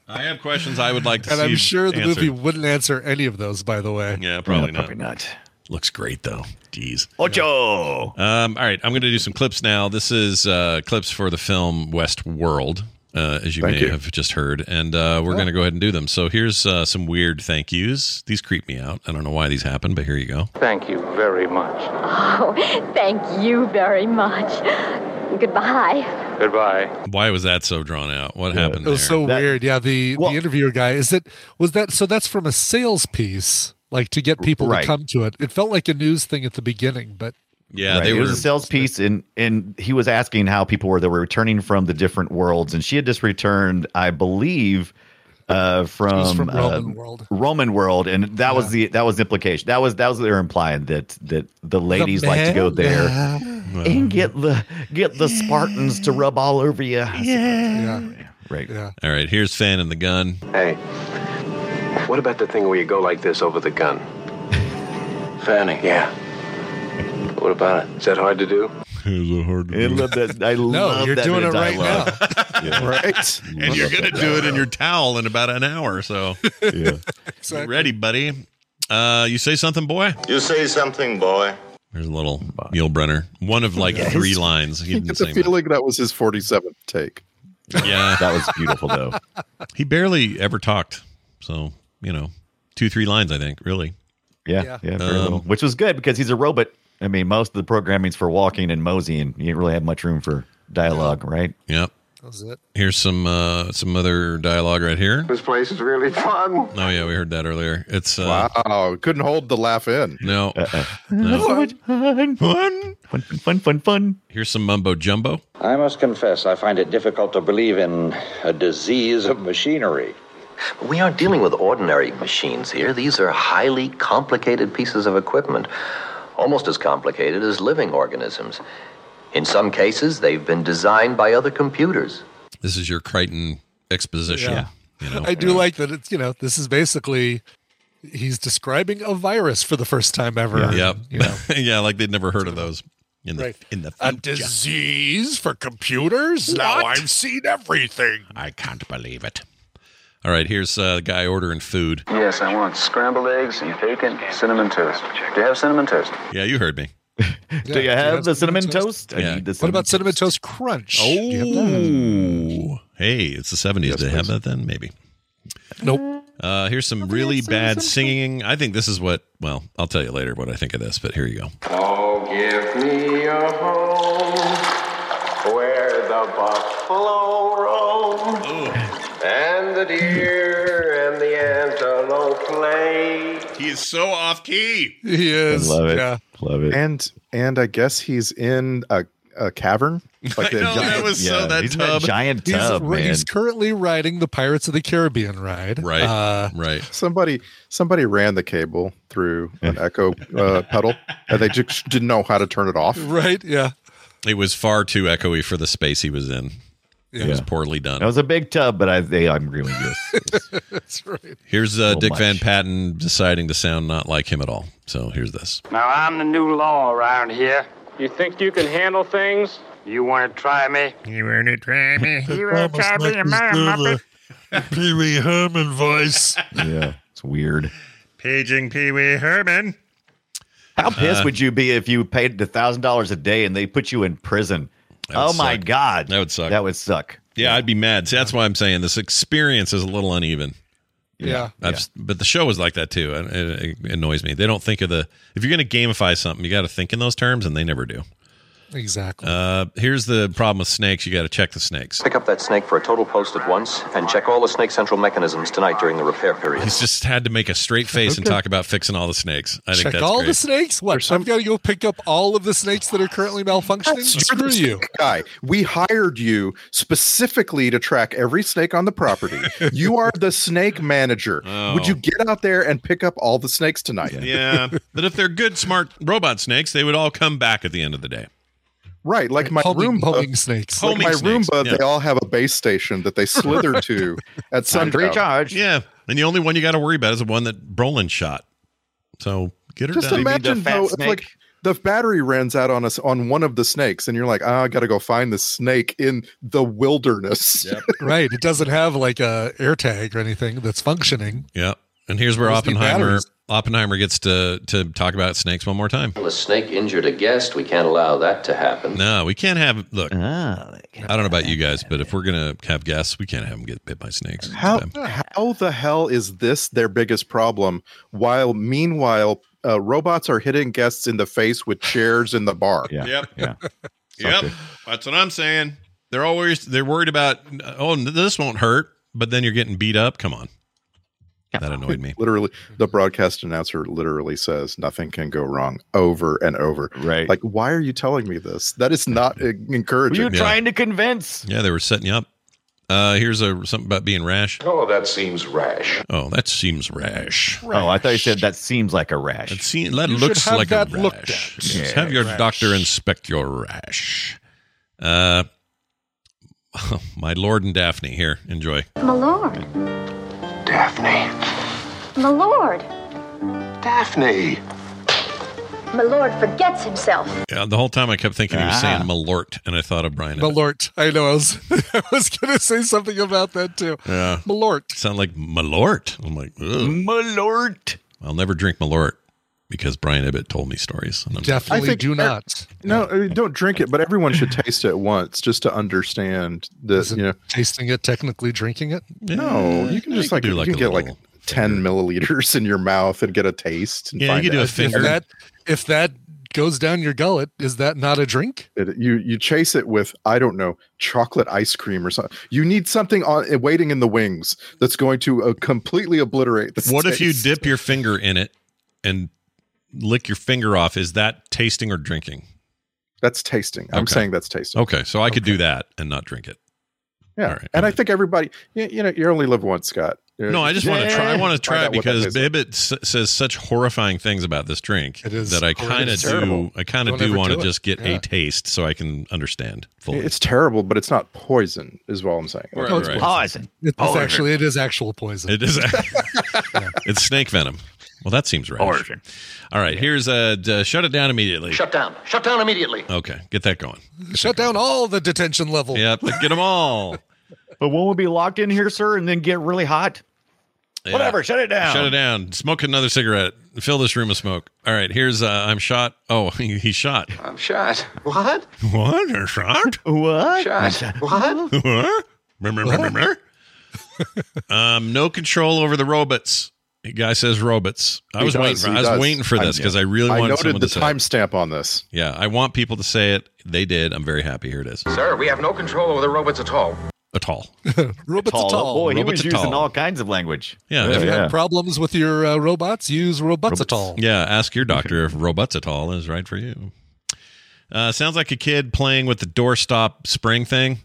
Speaker 5: I have questions I would like to
Speaker 7: And
Speaker 5: see.
Speaker 7: I'm sure the
Speaker 5: answered.
Speaker 7: movie wouldn't answer any of those. By the way,
Speaker 5: Yeah, probably
Speaker 6: No,
Speaker 5: not.
Speaker 6: Probably not.
Speaker 5: Looks great though. Jeez.
Speaker 6: Ocho.
Speaker 5: Um, all right, I'm going to do some clips now. This is uh, clips for the film Westworld, uh, as you
Speaker 3: Thank
Speaker 5: may
Speaker 3: you.
Speaker 5: have just heard, and uh, we're going to go ahead and do them. So here's uh, some weird thank yous. These creep me out. I don't know why these happen, but here you go.
Speaker 1: Thank you very much.
Speaker 8: Oh, thank you very much. Goodbye.
Speaker 1: Goodbye.
Speaker 5: Why was that so drawn out? What happened
Speaker 7: it
Speaker 5: there?
Speaker 7: was so weird. Yeah, the the interviewer guy is that was that so that's from a sales piece, like to get people
Speaker 6: Right.
Speaker 7: to come to it. It felt like a news thing at the beginning, but
Speaker 5: yeah,
Speaker 6: Right,
Speaker 5: they
Speaker 6: it
Speaker 5: were.
Speaker 6: was a sales piece, and and he was asking how people were that were returning from the different worlds, and she had just returned, I believe, uh, from,
Speaker 7: from Roman
Speaker 6: um,
Speaker 7: world.
Speaker 6: Roman world, and that was the that was the implication. That was that was they were implying that that the ladies like to go there and get the get the Spartans to rub all over you.
Speaker 7: yeah,
Speaker 6: Right.
Speaker 7: yeah.
Speaker 5: all right, here's Fan and the Gun.
Speaker 9: Hey, what about the thing where you go like this over the gun? Fanning. Yeah. What about it? Is that hard to do?
Speaker 6: I love that. I love
Speaker 7: you're
Speaker 6: that
Speaker 7: doing
Speaker 6: bit of
Speaker 7: it right
Speaker 6: dialogue.
Speaker 3: Right.
Speaker 5: And you're going to do it in your towel in about an hour, so
Speaker 6: Yeah.
Speaker 5: Get ready, buddy. Uh, you say something, boy.
Speaker 10: You say something, boy.
Speaker 5: There's a little Yul Brenner. One of like three lines.
Speaker 3: You
Speaker 5: He didn't
Speaker 3: get
Speaker 5: say
Speaker 3: the
Speaker 5: much.
Speaker 3: feeling that was his 47th take.
Speaker 5: Yeah,
Speaker 6: That was beautiful though.
Speaker 5: He barely ever talked. So, you know, two, three lines, I think, really.
Speaker 6: Yeah,
Speaker 7: Yeah.
Speaker 6: yeah, very
Speaker 5: Um,
Speaker 6: little. Which was good because he's a robot. I mean, most of the programming's for walking and moseying. You didn't really have much room for dialogue, right?
Speaker 5: Yep.
Speaker 7: That was it.
Speaker 5: Here's some uh some other dialogue right here.
Speaker 10: This place is really fun.
Speaker 5: Oh yeah, we heard that earlier. It's uh
Speaker 3: Wow. Uh-uh. Couldn't hold the laugh in.
Speaker 5: no.
Speaker 6: So much fun, fun, fun, fun, fun, fun.
Speaker 5: Here's some mumbo jumbo.
Speaker 11: I must confess, I find it difficult to believe in a disease of machinery.
Speaker 9: We aren't dealing with ordinary machines here. These are highly complicated pieces of equipment, almost as complicated as living organisms. In some cases, they've been designed by other computers.
Speaker 5: This is your Crichton exposition.
Speaker 7: Yeah.
Speaker 5: You know.
Speaker 7: I do like that. It's you know this is basically he's describing a virus for the first time ever.
Speaker 5: Yep.
Speaker 7: You know,
Speaker 5: yeah, like they'd never heard of those in the
Speaker 7: Right.
Speaker 5: in the
Speaker 7: a
Speaker 5: future.
Speaker 7: disease for computers. Now I've seen everything.
Speaker 5: I can't believe it. All right, here's uh, the guy ordering food.
Speaker 10: Yes, I want scrambled eggs and bacon, cinnamon toast. Do you have cinnamon toast?
Speaker 5: Yeah, you heard me.
Speaker 6: Do you have the cinnamon toast?
Speaker 5: Yeah.
Speaker 6: I need the
Speaker 7: What
Speaker 6: cinnamon.
Speaker 7: about cinnamon toast crunch? Do you have that?
Speaker 5: Oh, hey, it's the 70s. they have that then? Maybe.
Speaker 7: Nope.
Speaker 5: Uh, here's some really bad singing. I think this is what, well, I'll tell you later what I think of this, but here you go.
Speaker 10: Oh, give me a home where the buffalo roam and the deer and the antelope play.
Speaker 5: He is so off key.
Speaker 7: He is.
Speaker 6: love it.
Speaker 7: Yeah.
Speaker 6: Love it.
Speaker 3: And and I guess he's in a, a cavern.
Speaker 5: I know, that was so- that
Speaker 6: he's in that
Speaker 5: tub.
Speaker 6: giant
Speaker 7: He's,
Speaker 5: Oh,
Speaker 6: tub, man.
Speaker 7: he's currently riding the Pirates of the Caribbean ride.
Speaker 5: Right.
Speaker 7: Uh,
Speaker 5: right.
Speaker 3: Somebody somebody ran the cable through an echo uh, pedal, and they just didn't know how to turn it off.
Speaker 7: right. Yeah.
Speaker 5: It was far too echoey for the space he was in. It was
Speaker 6: Yeah.
Speaker 5: poorly done.
Speaker 6: That was a big tub, but I, they, I'm really used.
Speaker 7: That's right.
Speaker 5: Here's uh,
Speaker 6: so
Speaker 5: Dick
Speaker 6: much.
Speaker 5: Van Patten deciding to sound not like him at all. So here's this.
Speaker 12: Now, I'm the new law around here. You think you can handle things? You want to try me?
Speaker 13: You want to try me?
Speaker 12: You wanna try me, you mother
Speaker 13: Pee Wee Herman voice.
Speaker 6: yeah, it's weird.
Speaker 13: Paging Pee Wee Herman.
Speaker 6: How pissed
Speaker 5: Uh,
Speaker 6: would you be if you paid a thousand dollars a day and they put you in prison?
Speaker 5: That would
Speaker 6: Oh my
Speaker 5: suck.
Speaker 6: god,
Speaker 5: That would suck.
Speaker 6: that would suck.
Speaker 5: yeah, I'd be mad. See, that's why I'm saying this experience is a little uneven.
Speaker 7: Yeah.
Speaker 5: I've, But the show was like that too. and It, it annoys me. They don't think of the if you're going to gamify something, you got to think in those terms, and they never do.
Speaker 7: Exactly.
Speaker 5: Uh, here's the problem with snakes: you got to check the snakes.
Speaker 9: Pick up that snake for a total post at once and check all the snake central mechanisms tonight during the repair period.
Speaker 5: He's just had to make a straight face and talk about fixing all the snakes. I think
Speaker 7: Check
Speaker 5: that's
Speaker 7: all
Speaker 5: great.
Speaker 7: the snakes. What? I've got to go pick up all of the snakes that are currently malfunctioning. Screw you.
Speaker 3: Guy, we hired you specifically to track every snake on the property. you are the snake manager. Would you get out there and pick up all the snakes tonight?
Speaker 5: Oh. yeah, but if they're good, smart robot snakes, they would all come back at the end of the day.
Speaker 3: Right, like my
Speaker 7: Homing,
Speaker 3: Roomba.
Speaker 7: homing snakes.
Speaker 3: Like
Speaker 5: Homing
Speaker 3: my
Speaker 5: snakes,
Speaker 3: Roomba,
Speaker 5: yeah.
Speaker 3: they all have a base station that they slither to at
Speaker 6: Time to
Speaker 3: sundown.
Speaker 6: recharge.
Speaker 5: Yeah, and the only one you got to worry about is the one that Brolin shot. So get her
Speaker 3: Just
Speaker 5: done.
Speaker 3: imagine though, if, like the battery runs out on us on one of the snakes, and you're like, oh, I got to go find the snake in the wilderness.
Speaker 7: Right. It doesn't have like a air tag or anything that's functioning.
Speaker 5: Yeah, and here's where
Speaker 7: Those need
Speaker 5: Oppenheimer
Speaker 7: batteries.
Speaker 5: Oppenheimer gets to to talk about snakes one more time.
Speaker 9: Well, a snake injured a guest. We can't allow that to happen.
Speaker 5: No, we can't have. Look, I don't know about you guys, but if we're gonna have guests, we can't have them get bit by snakes.
Speaker 3: How how the hell is this their biggest problem? While meanwhile, uh, robots are hitting guests in the face with chairs in the bar.
Speaker 6: Yeah.
Speaker 5: Yep.
Speaker 6: Yeah.
Speaker 5: Yep,
Speaker 6: Okay.
Speaker 5: that's what I'm saying. They're always they're worried about. Oh, this won't hurt, but then you're getting beat up. Come on, that annoyed me.
Speaker 3: Literally, the broadcast announcer literally says nothing can go wrong over and over.
Speaker 6: Right.
Speaker 3: Like, why are you telling me this? That is not uh,
Speaker 6: Were
Speaker 3: encouraging.
Speaker 6: you trying to convince?
Speaker 5: Yeah, they were setting you up. Uh, here's a something about being rash.
Speaker 10: Oh, that seems rash.
Speaker 5: Oh, that seems rash.
Speaker 6: Oh, I thought you said that seems like a rash.
Speaker 5: That, seem, that
Speaker 7: You should
Speaker 5: looks
Speaker 7: have
Speaker 5: like
Speaker 7: that
Speaker 5: a
Speaker 7: looked
Speaker 5: rash.
Speaker 7: at.
Speaker 5: Yes,
Speaker 7: Yeah,
Speaker 5: have your
Speaker 7: rash.
Speaker 5: doctor inspect your rash. Uh, my lord and Daphne here. Enjoy.
Speaker 8: My lord,
Speaker 10: Daphne.
Speaker 8: my lord,
Speaker 10: Daphne.
Speaker 8: my lord forgets himself.
Speaker 5: Yeah, the whole time I kept thinking he was saying
Speaker 6: Ah.
Speaker 5: malort, and I thought of Brian. Evans.
Speaker 7: Malort. I know. I was, I was going to say something about that too.
Speaker 5: Yeah,
Speaker 7: Malort.
Speaker 5: sound like malort. I'm like, ugh.
Speaker 6: Malort.
Speaker 5: I'll never drink malort because Brian Ibbett told me stories. And I'm-
Speaker 3: I
Speaker 7: Definitely
Speaker 3: think
Speaker 7: do
Speaker 3: they're-
Speaker 7: not.
Speaker 3: No, uh, don't drink it, but everyone should taste it once just to understand that,
Speaker 7: Is it
Speaker 3: you know,
Speaker 7: tasting it, technically drinking it?
Speaker 3: no,
Speaker 5: Yeah,
Speaker 3: you can just
Speaker 5: you
Speaker 3: like,
Speaker 5: could do
Speaker 3: you
Speaker 5: like
Speaker 3: can
Speaker 5: a
Speaker 3: get like
Speaker 5: little
Speaker 3: 10 milliliters in your mouth and get a taste. And
Speaker 5: Yeah, you
Speaker 3: find
Speaker 5: could do a
Speaker 3: out.
Speaker 5: finger.
Speaker 7: If that, if that goes down your gullet, is that not a drink?
Speaker 3: It- you you chase it with I don't know chocolate ice cream or something. You need something on eh, waiting in the wings that's going to uh, completely obliterate the.
Speaker 5: What if you
Speaker 3: taste.
Speaker 5: dip your finger in it and lick your finger off? Is that tasting or drinking?
Speaker 3: That's tasting. I'm
Speaker 5: Okay.
Speaker 3: saying that's tasting.
Speaker 5: Okay, so I could do that and not drink it.
Speaker 3: Yeah,
Speaker 5: all right.
Speaker 3: and I think everybody, you, you know, you only live once, Scott. You're-
Speaker 5: No, I just want to try. I want to
Speaker 3: Find
Speaker 5: try
Speaker 3: out
Speaker 5: it
Speaker 3: what that
Speaker 5: because
Speaker 3: tastes like.
Speaker 5: Bibbit s- says such horrifying things about this drink
Speaker 7: It is
Speaker 5: that I kind of
Speaker 7: horrendous. Terrible.
Speaker 5: do. I kind of
Speaker 7: Don't
Speaker 5: do
Speaker 7: ever
Speaker 5: want to
Speaker 7: do it.
Speaker 5: just get
Speaker 7: Yeah.
Speaker 5: a taste so I can understand fully.
Speaker 3: it's terrible, but it's not poison, is what I'm saying.
Speaker 5: Right,
Speaker 7: Oh, it's
Speaker 5: right.
Speaker 6: Poison.
Speaker 7: It's
Speaker 6: Poison.
Speaker 7: actually, it is actual poison.
Speaker 5: It is. it's snake venom. Well, that seems right.
Speaker 6: Origin.
Speaker 5: All right, here's a d- shut it down immediately.
Speaker 9: Shut down. Shut down immediately.
Speaker 5: okay, get that going.
Speaker 7: Shut down all the detention level.
Speaker 5: Yep, get them all.
Speaker 6: But won't we be locked in here, sir, and then get really hot?
Speaker 5: Yeah.
Speaker 6: Whatever. Shut it down.
Speaker 5: Shut it down. Smoke another cigarette. Fill this room with smoke. All right, here's uh, I'm shot. Oh, he- he's shot.
Speaker 10: I'm shot. What?
Speaker 5: What? You're shot?
Speaker 6: What?
Speaker 10: Shot. What?
Speaker 5: What? Remember, remember, remember? um, no control over the robots. The guy says robots. I
Speaker 3: He
Speaker 5: was
Speaker 3: does,
Speaker 5: waiting for.
Speaker 3: he
Speaker 5: I was
Speaker 3: does.
Speaker 5: waiting for this because I really
Speaker 3: I
Speaker 5: wanted
Speaker 3: noted
Speaker 5: someone
Speaker 3: the
Speaker 5: to say. it.
Speaker 3: timestamp on this.
Speaker 5: Yeah, I want people to say it. They did. I'm very happy. Here it is.
Speaker 10: Sir, we have no control over the robots at all.
Speaker 5: At all.
Speaker 7: Robots
Speaker 6: Tall.
Speaker 7: at
Speaker 3: Oh
Speaker 7: all.
Speaker 6: Boy,
Speaker 5: Robots
Speaker 6: he
Speaker 5: at
Speaker 6: was using
Speaker 5: all.
Speaker 6: all kinds of language.
Speaker 5: Yeah,
Speaker 7: if you
Speaker 5: Oh, yeah.
Speaker 7: have problems with your uh, robots, use robots at all.
Speaker 5: Yeah, ask your doctor if robots at all is right for you. Uh, sounds like a kid playing with the doorstop spring thing.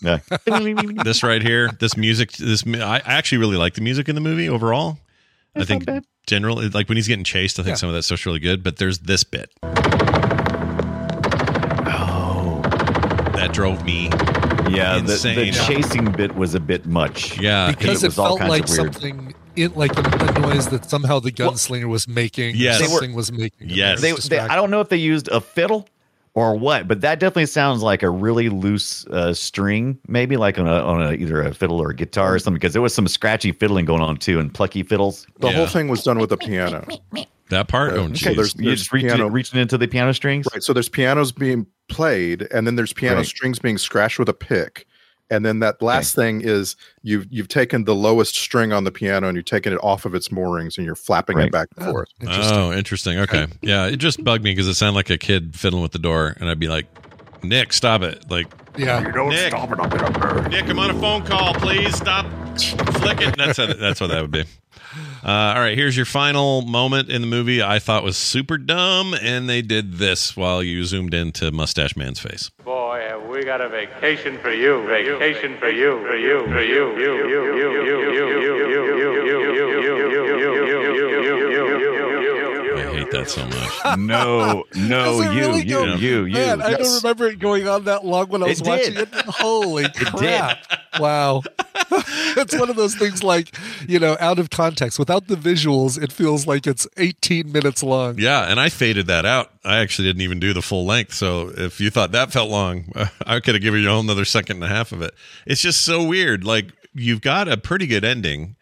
Speaker 6: Yeah.
Speaker 5: this right here, this music, this mu- I I actually really like the music in the movie overall. I think generally, like when he's getting chased, I think
Speaker 6: Yeah.
Speaker 5: some of that stuff's really good. But there's this bit. Oh,
Speaker 6: Oh.
Speaker 5: that drove me.
Speaker 6: Yeah, the,
Speaker 5: insane.
Speaker 6: the chasing bit was a bit much.
Speaker 5: Yeah,
Speaker 7: because it,
Speaker 6: was all
Speaker 7: felt
Speaker 6: kinds
Speaker 7: like
Speaker 6: of weird.
Speaker 7: something in like the, the noise that somehow the gunslinger was making.
Speaker 6: Yes. They
Speaker 7: or
Speaker 6: were-
Speaker 7: something was making.
Speaker 6: They, they, I don't know if they used a fiddle or what, but that definitely sounds like a really loose uh, string, maybe like on a on a, either a fiddle or a guitar or something. Because there was some scratchy fiddling going on too, and plucky fiddles.
Speaker 3: The whole thing was done with a piano.
Speaker 5: That part.
Speaker 3: Uh,
Speaker 5: Oh,
Speaker 3: so
Speaker 5: jeez.
Speaker 3: there's-
Speaker 6: you
Speaker 3: there's
Speaker 6: just reach,
Speaker 3: piano-
Speaker 6: reaching into the piano strings.
Speaker 3: Right. So there's pianos being played, and then there's piano
Speaker 6: Right.
Speaker 3: strings being scratched with a pick. And then that last thing is you've you've taken the lowest string on the piano and you've taken it off of its moorings and you're flapping it back and forth.
Speaker 5: Oh, interesting. Okay. Yeah, it just bugged me because it sounded like a kid fiddling with the door, and I'd be like, "Nick, stop it!" Like,
Speaker 7: Yeah.
Speaker 5: You don't Nick. stop
Speaker 10: it, I'm gonna burn.
Speaker 5: Nick, I'm on a phone call. Please stop flicking. That's how, that's what that would be. Uh, all right, here's your final moment in the movie. I thought was super dumb, and they did this while you zoomed into Mustache Man's face.
Speaker 1: Boy, have we got a vacation for you. Vacation for you. For you. For you. You. You. You. You. You.
Speaker 5: I hate that so much.
Speaker 6: no, no,
Speaker 7: Does it
Speaker 6: you,
Speaker 7: really
Speaker 6: you,
Speaker 7: go-
Speaker 6: you, you,
Speaker 7: Man, I
Speaker 6: Yes.
Speaker 7: don't remember it going on that long when I
Speaker 6: It
Speaker 7: was watching
Speaker 6: did.
Speaker 7: it. Holy crap! Wow. it's one of those things like you know out of context without the visuals it feels like it's 18 minutes long
Speaker 5: Yeah, and I faded that out. I actually didn't even do the full length. So if you thought that felt long, I could have given you another second and a half of it. It's just so weird. Like you've got a pretty good ending.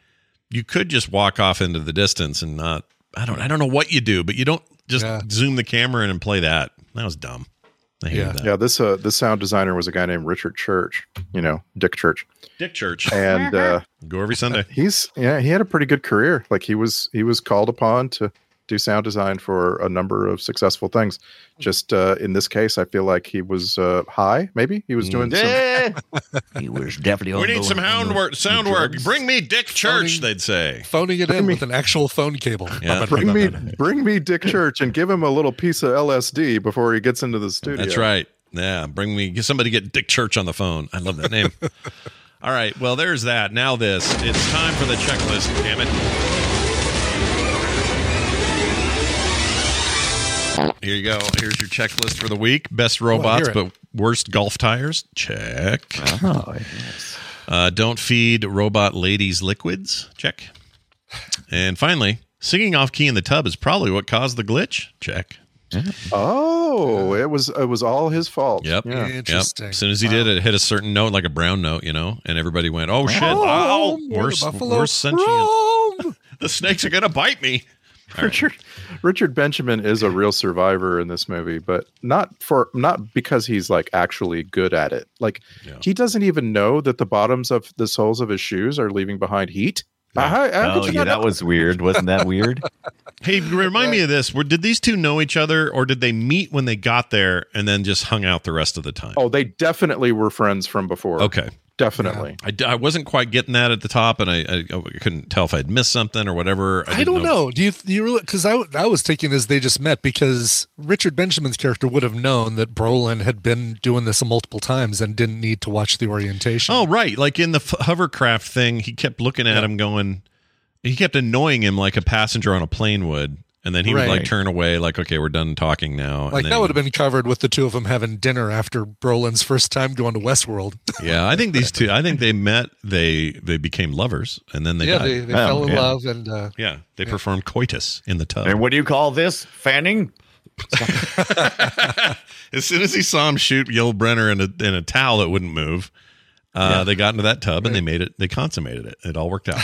Speaker 5: You could just walk off into the distance and not. I don't. I don't know what you do, but you don't just zoom the camera in and play that. That was dumb. I hated
Speaker 3: Yeah.
Speaker 5: that.
Speaker 3: Yeah, this uh this sound designer was a guy named Richard Church, you know, Dick Church.
Speaker 5: Dick Church
Speaker 3: And uh
Speaker 5: go every Sunday.
Speaker 3: He's yeah, he had a pretty good career. Like he was he was called upon to do sound design for a number of successful things. Just uh in this case, I feel like he was uh high, maybe. He was doing
Speaker 6: Yeah.
Speaker 3: some
Speaker 6: He was definitely
Speaker 5: We need some hound work. Sound work. Bring me Dick Church. They'd say.
Speaker 7: phoning it in with an actual phone cable
Speaker 5: Yeah.
Speaker 3: bring me bring me Dick Church and give him a little piece of LSD before he gets into the studio.
Speaker 5: That's right. Yeah, bring me get somebody get Dick Church on the phone. I love that name. All right, well there's that. Now this. It's time for the checklist. Damn it. Here you go. Here's your checklist for the week. Best robots,
Speaker 4: hear
Speaker 5: but
Speaker 4: it.
Speaker 5: worst golf tires. Check. Uh, don't feed robot ladies liquids. Check. And finally, singing off key in the tub is probably what caused the glitch. Check.
Speaker 3: Oh, it was it was all his fault.
Speaker 5: Yep.
Speaker 3: Yeah.
Speaker 5: Yep. As soon as he did, it hit a certain note, like a brown note, you know, and everybody went, "Oh shit!
Speaker 3: Rome,
Speaker 5: Ow,
Speaker 3: where the
Speaker 5: worse,
Speaker 3: buffalo
Speaker 5: worse sentient. the snakes are gonna bite me." All right.
Speaker 3: Richard Richard Benjamin is a real survivor in this movie, but not for not because he's like actually good at it. Like he doesn't even know that the bottoms of the soles of his shoes are leaving behind heat. How- how could
Speaker 6: Oh,
Speaker 3: you not
Speaker 6: yeah,
Speaker 3: know?
Speaker 6: that was weird. Wasn't that weird?
Speaker 5: Hey, remind me of this. Were, did these two know each other, or did they meet when they got there and then just hung out the rest of the time?
Speaker 3: Oh, they definitely were friends from before.
Speaker 5: Okay.
Speaker 3: Definitely.
Speaker 5: I, d- I wasn't quite getting that at the top, and I, I, I couldn't tell if I'd missed something or whatever.
Speaker 7: I
Speaker 5: didn't
Speaker 7: don't know. Do you do you really? Because I I was taking as they just met because Richard Benjamin's character would have known that Brolin had been doing this multiple times and didn't need to watch the orientation.
Speaker 5: Oh, right. Like in the f- hovercraft thing, he kept looking at him, going, he kept annoying him like a passenger on a plane would. And then he would like
Speaker 7: Right.
Speaker 5: turn away, like, okay, we're done talking now.
Speaker 7: Like
Speaker 5: and
Speaker 7: that
Speaker 5: then,
Speaker 7: would have been covered with the two of them having dinner after Brolin's first time going to Westworld.
Speaker 5: yeah, I think these two, I think they met, they they became lovers, and then they
Speaker 7: yeah,
Speaker 5: died. Oh,
Speaker 7: they, they fell in love and uh,
Speaker 5: Yeah, they performed coitus in the tub.
Speaker 6: and what do you call this? Fanning?
Speaker 5: as soon as he saw him shoot Yul Brenner in a, in a towel that wouldn't move, uh,
Speaker 3: Yeah.
Speaker 5: they got into that tub and they made it, they consummated it. It all worked out.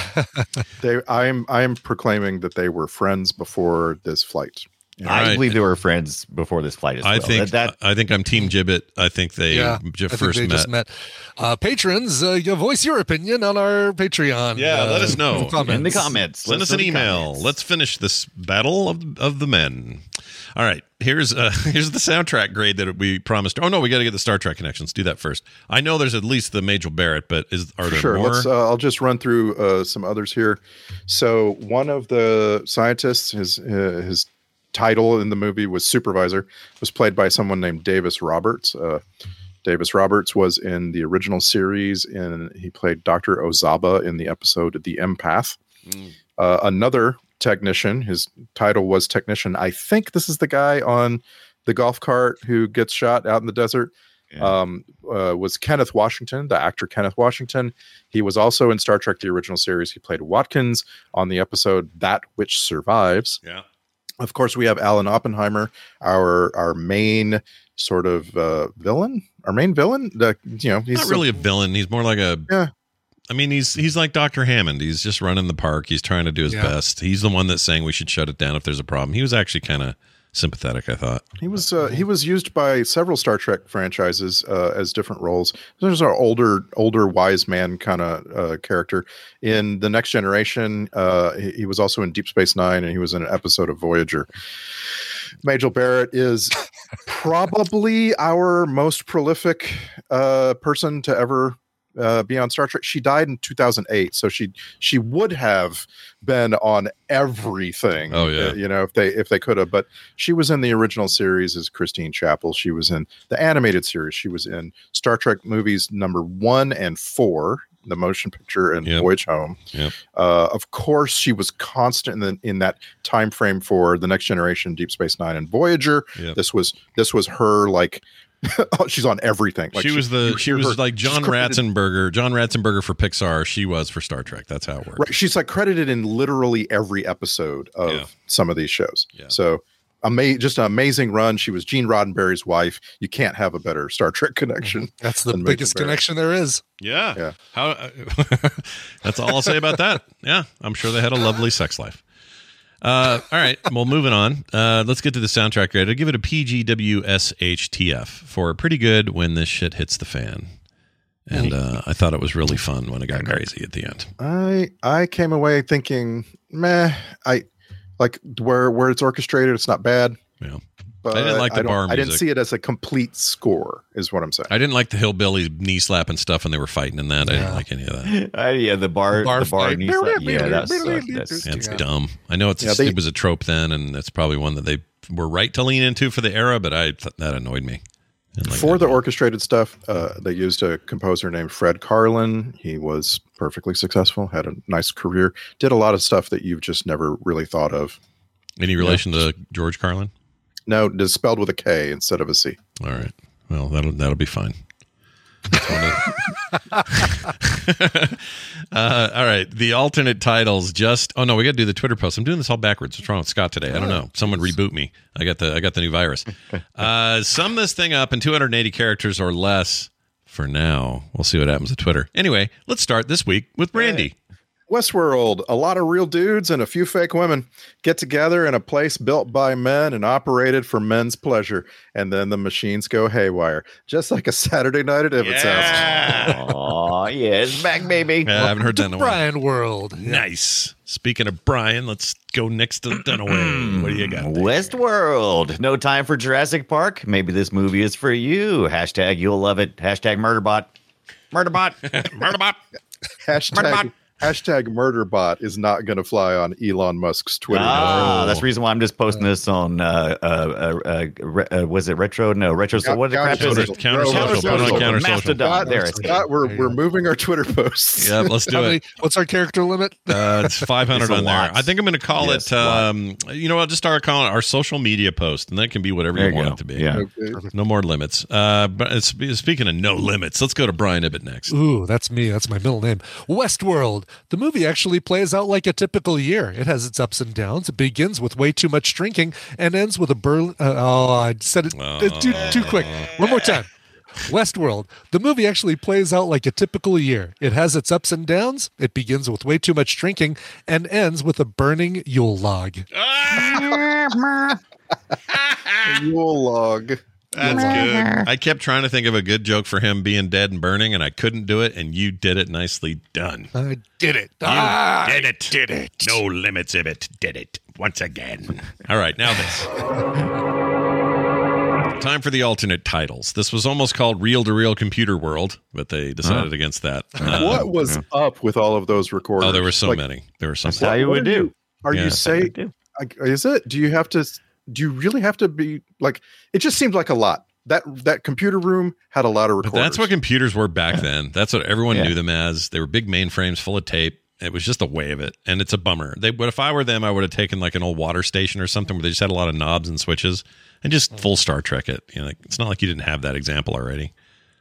Speaker 3: They I am I am proclaiming that they were friends before this flight.
Speaker 6: I
Speaker 5: Right.
Speaker 6: believe they were friends before this flight as well.
Speaker 5: I think
Speaker 6: that,
Speaker 5: I think I'm Team Gibbet. I think they
Speaker 7: yeah,
Speaker 5: j-
Speaker 7: I think
Speaker 5: first
Speaker 7: they
Speaker 5: met.
Speaker 7: just met. Uh, patrons, uh, you voice your opinion on our Patreon.
Speaker 5: Yeah,
Speaker 7: uh,
Speaker 5: let us know Send us an
Speaker 7: in the
Speaker 5: email. Let's finish this battle of of the men. All right, here's uh, here's the soundtrack grade that we promised. Oh no, we got to get the Star Trek connections. Do that first. I know there's at least the Major Barrett, but is are there
Speaker 3: sure.
Speaker 5: more?
Speaker 3: Let's. Uh, I'll just run through uh, some others here. So one of the scientists, his uh, his title in the movie was supervisor, was played by someone named Davis Roberts. Uh, Davis Roberts was in the original series, and he played Doctor Ozaba in the episode "The Empath." Uh, another technician, his title was technician. I think this is the guy on the golf cart who gets shot out in the desert. Um, uh, was Kenneth Washington, the actor Kenneth Washington. He was also in Star Trek: The Original Series. He played Watkins on the episode "That Which Survives."
Speaker 5: Yeah.
Speaker 3: Of course, we have Alan Oppenheimer, our our main sort of uh, villain. Our main villain, the you know, he's
Speaker 5: Not really a villain. He's more like a.
Speaker 3: Yeah.
Speaker 5: I mean, he's he's like Doctor Hammond. He's just running the park. He's trying to do his
Speaker 3: Yeah.
Speaker 5: best. He's the one that's saying we should shut it down if there's a problem. He was actually kind of sympathetic. I thought.
Speaker 3: He was uh, he was used by several Star Trek franchises uh, as different roles. There's our older older wise man kind of uh, character in the Next Generation. Uh, he, he was also in Deep Space Nine, and he was in an episode of Voyager. Majel Barrett is probably our most prolific uh, person to ever uh, be on Star Trek. She died in 2008, so she she would have been on everything.
Speaker 5: Oh, yeah.
Speaker 3: uh, you know if they if they could have, but she was in the original series as Christine Chapel. She was in the animated series. She was in Star Trek movies number one and four, the motion picture and Voyage Home.
Speaker 5: Yep.
Speaker 3: Uh, of course, she was constant in, the, in that time frame for the Next Generation, Deep Space Nine, and Voyager.
Speaker 5: Yep.
Speaker 3: This was this was her like. oh, she's on everything. Like,
Speaker 5: she was the
Speaker 3: you
Speaker 5: she
Speaker 3: hear
Speaker 5: was
Speaker 3: her-
Speaker 5: like
Speaker 3: she's
Speaker 5: John
Speaker 3: credited-
Speaker 5: Ratzenberger. John Ratzenberger for Pixar. She was for Star Trek. That's how it works.
Speaker 3: Right, she's like credited in literally every episode of some of these shows. So, ama- just an amazing run. She was Gene Roddenberry's wife. You can't have a better Star Trek connection.
Speaker 7: That's the
Speaker 3: than Major
Speaker 7: biggest
Speaker 3: Barrett.
Speaker 7: connection there is.
Speaker 5: Yeah. How? that's all I'll say about that. Yeah, I'm sure they had a lovely sex life. Uh, all right. Well, moving on. Uh, let's get to the soundtrack grade. I give it a PGWSHTF for pretty good when this shit hits the fan. And uh, I thought it was really fun when it got crazy at the end.
Speaker 3: I I came away thinking, meh. I like where where it's orchestrated. It's not bad.
Speaker 5: Yeah.
Speaker 3: But
Speaker 5: I didn't like the
Speaker 3: don't-
Speaker 5: bar
Speaker 3: I didn't
Speaker 5: music.
Speaker 3: see it as a complete score. Is what I'm saying.
Speaker 5: I didn't like the hillbillies knee slapping stuff when they were fighting in that. I didn't like any of that.
Speaker 6: Uh, yeah, the bar, the bar,
Speaker 5: fight.
Speaker 6: needs to- yeah, that's, uh, that's,
Speaker 5: That's dumb. I know it's
Speaker 6: Yeah, they-
Speaker 5: it was a trope then, and that's probably one that they were right to lean into for the era. But I th- that annoyed me.
Speaker 3: For the orchestrated stuff, uh, they used a composer named Fred Carlin. He was perfectly successful, had a nice career, did a lot of stuff that you've just never really thought of.
Speaker 5: Any relation to George Carlin?
Speaker 3: No, it is spelled with a K instead of a C.
Speaker 5: All right. Well, that'll that'll be fine. Uh, all right. The alternate titles just oh no, we gotta do the Twitter post. I'm doing this all backwards. What's wrong with Scott today? I don't know. Someone reboot me. I got the I got the new virus. Uh, sum this thing up in 280 characters or less for now. We'll see what happens to Twitter. Anyway, let's start this week with Brandy.
Speaker 3: Westworld, a lot of real dudes and a few fake women get together in a place built by men and operated for men's pleasure. And then the machines go haywire, just like a Saturday night at Ibbot's house.
Speaker 6: Aw, yeah, it's back, baby.
Speaker 5: Yeah, I haven't heard that in a while.
Speaker 7: Brian World.
Speaker 5: Nice. Speaking of Brian, let's go next to Dunaway. what do you got?
Speaker 6: Westworld. No time for Jurassic Park. Maybe this movie is for you. Hashtag you'll love it. Hashtag Murderbot. Murderbot. Murderbot.
Speaker 3: Hashtag, hashtag murderbot is not going to fly on Elon Musk's Twitter.
Speaker 6: Ah, that's the reason why I'm just posting this on uh uh uh, uh, re- uh was it retro? No, retro. So what the crap is it? Mastodon. There it's
Speaker 3: Scott, we're, we're moving our Twitter posts.
Speaker 5: Yeah, let's do
Speaker 7: How
Speaker 5: it.
Speaker 7: many- what's our character limit?
Speaker 5: Uh, it's 500
Speaker 7: It's a
Speaker 5: on there.
Speaker 7: lot.
Speaker 5: I think I'm going to call
Speaker 7: Yes,
Speaker 5: it, um, you know what? Just start calling it our social media post, and that can be whatever
Speaker 6: There
Speaker 5: you
Speaker 6: you
Speaker 5: want
Speaker 6: go.
Speaker 5: it to be.
Speaker 6: Yeah.
Speaker 5: No more limits. Uh, but it's- speaking of no limits, let's go to Brian Ibbett next.
Speaker 7: Ooh, that's me. That's my middle name. Westworld. The movie actually plays out like a typical year. It has its ups and downs. It begins with way too much drinking and ends with a Berlin. Uh, oh, I said it uh, too too quick. One more time. Westworld. The movie actually plays out like a typical year. It has its ups and downs. It begins with way too much drinking and ends with a burning Yule log.
Speaker 3: Yule log.
Speaker 5: That's
Speaker 3: Yule
Speaker 5: good. I kept trying to think of a good joke for him being dead and burning, and I couldn't do it, and you did it nicely done.
Speaker 7: I did it.
Speaker 5: You
Speaker 7: Ah,
Speaker 5: did it. Did it. No limits of it. Did it once again. All right, now this. Time for the alternate titles. This was almost called Real to Real Computer World, but they decided
Speaker 3: Huh.
Speaker 5: against that. Uh,
Speaker 3: what was up with all of those recorders?
Speaker 5: Oh, there were so
Speaker 3: Like,
Speaker 5: many. There were so
Speaker 3: what-
Speaker 5: many.
Speaker 3: what are you- Are
Speaker 5: Yeah.
Speaker 3: you say? like, Is it? Do you have to? Do you really have to be like? It just seemed like a lot. That that computer room had a lot of
Speaker 5: But
Speaker 3: recorders.
Speaker 5: that's what computers were back then. That's what everyone
Speaker 3: Yeah.
Speaker 5: knew them as. They were big mainframes full of tape. It was just the way of it, and it's a bummer. They, but if I were them, I would have taken like an old water station or something where they just had a lot of knobs and switches, and
Speaker 6: Mm.
Speaker 5: just full Star Trek it. You know, like, it's not like you didn't have that example already.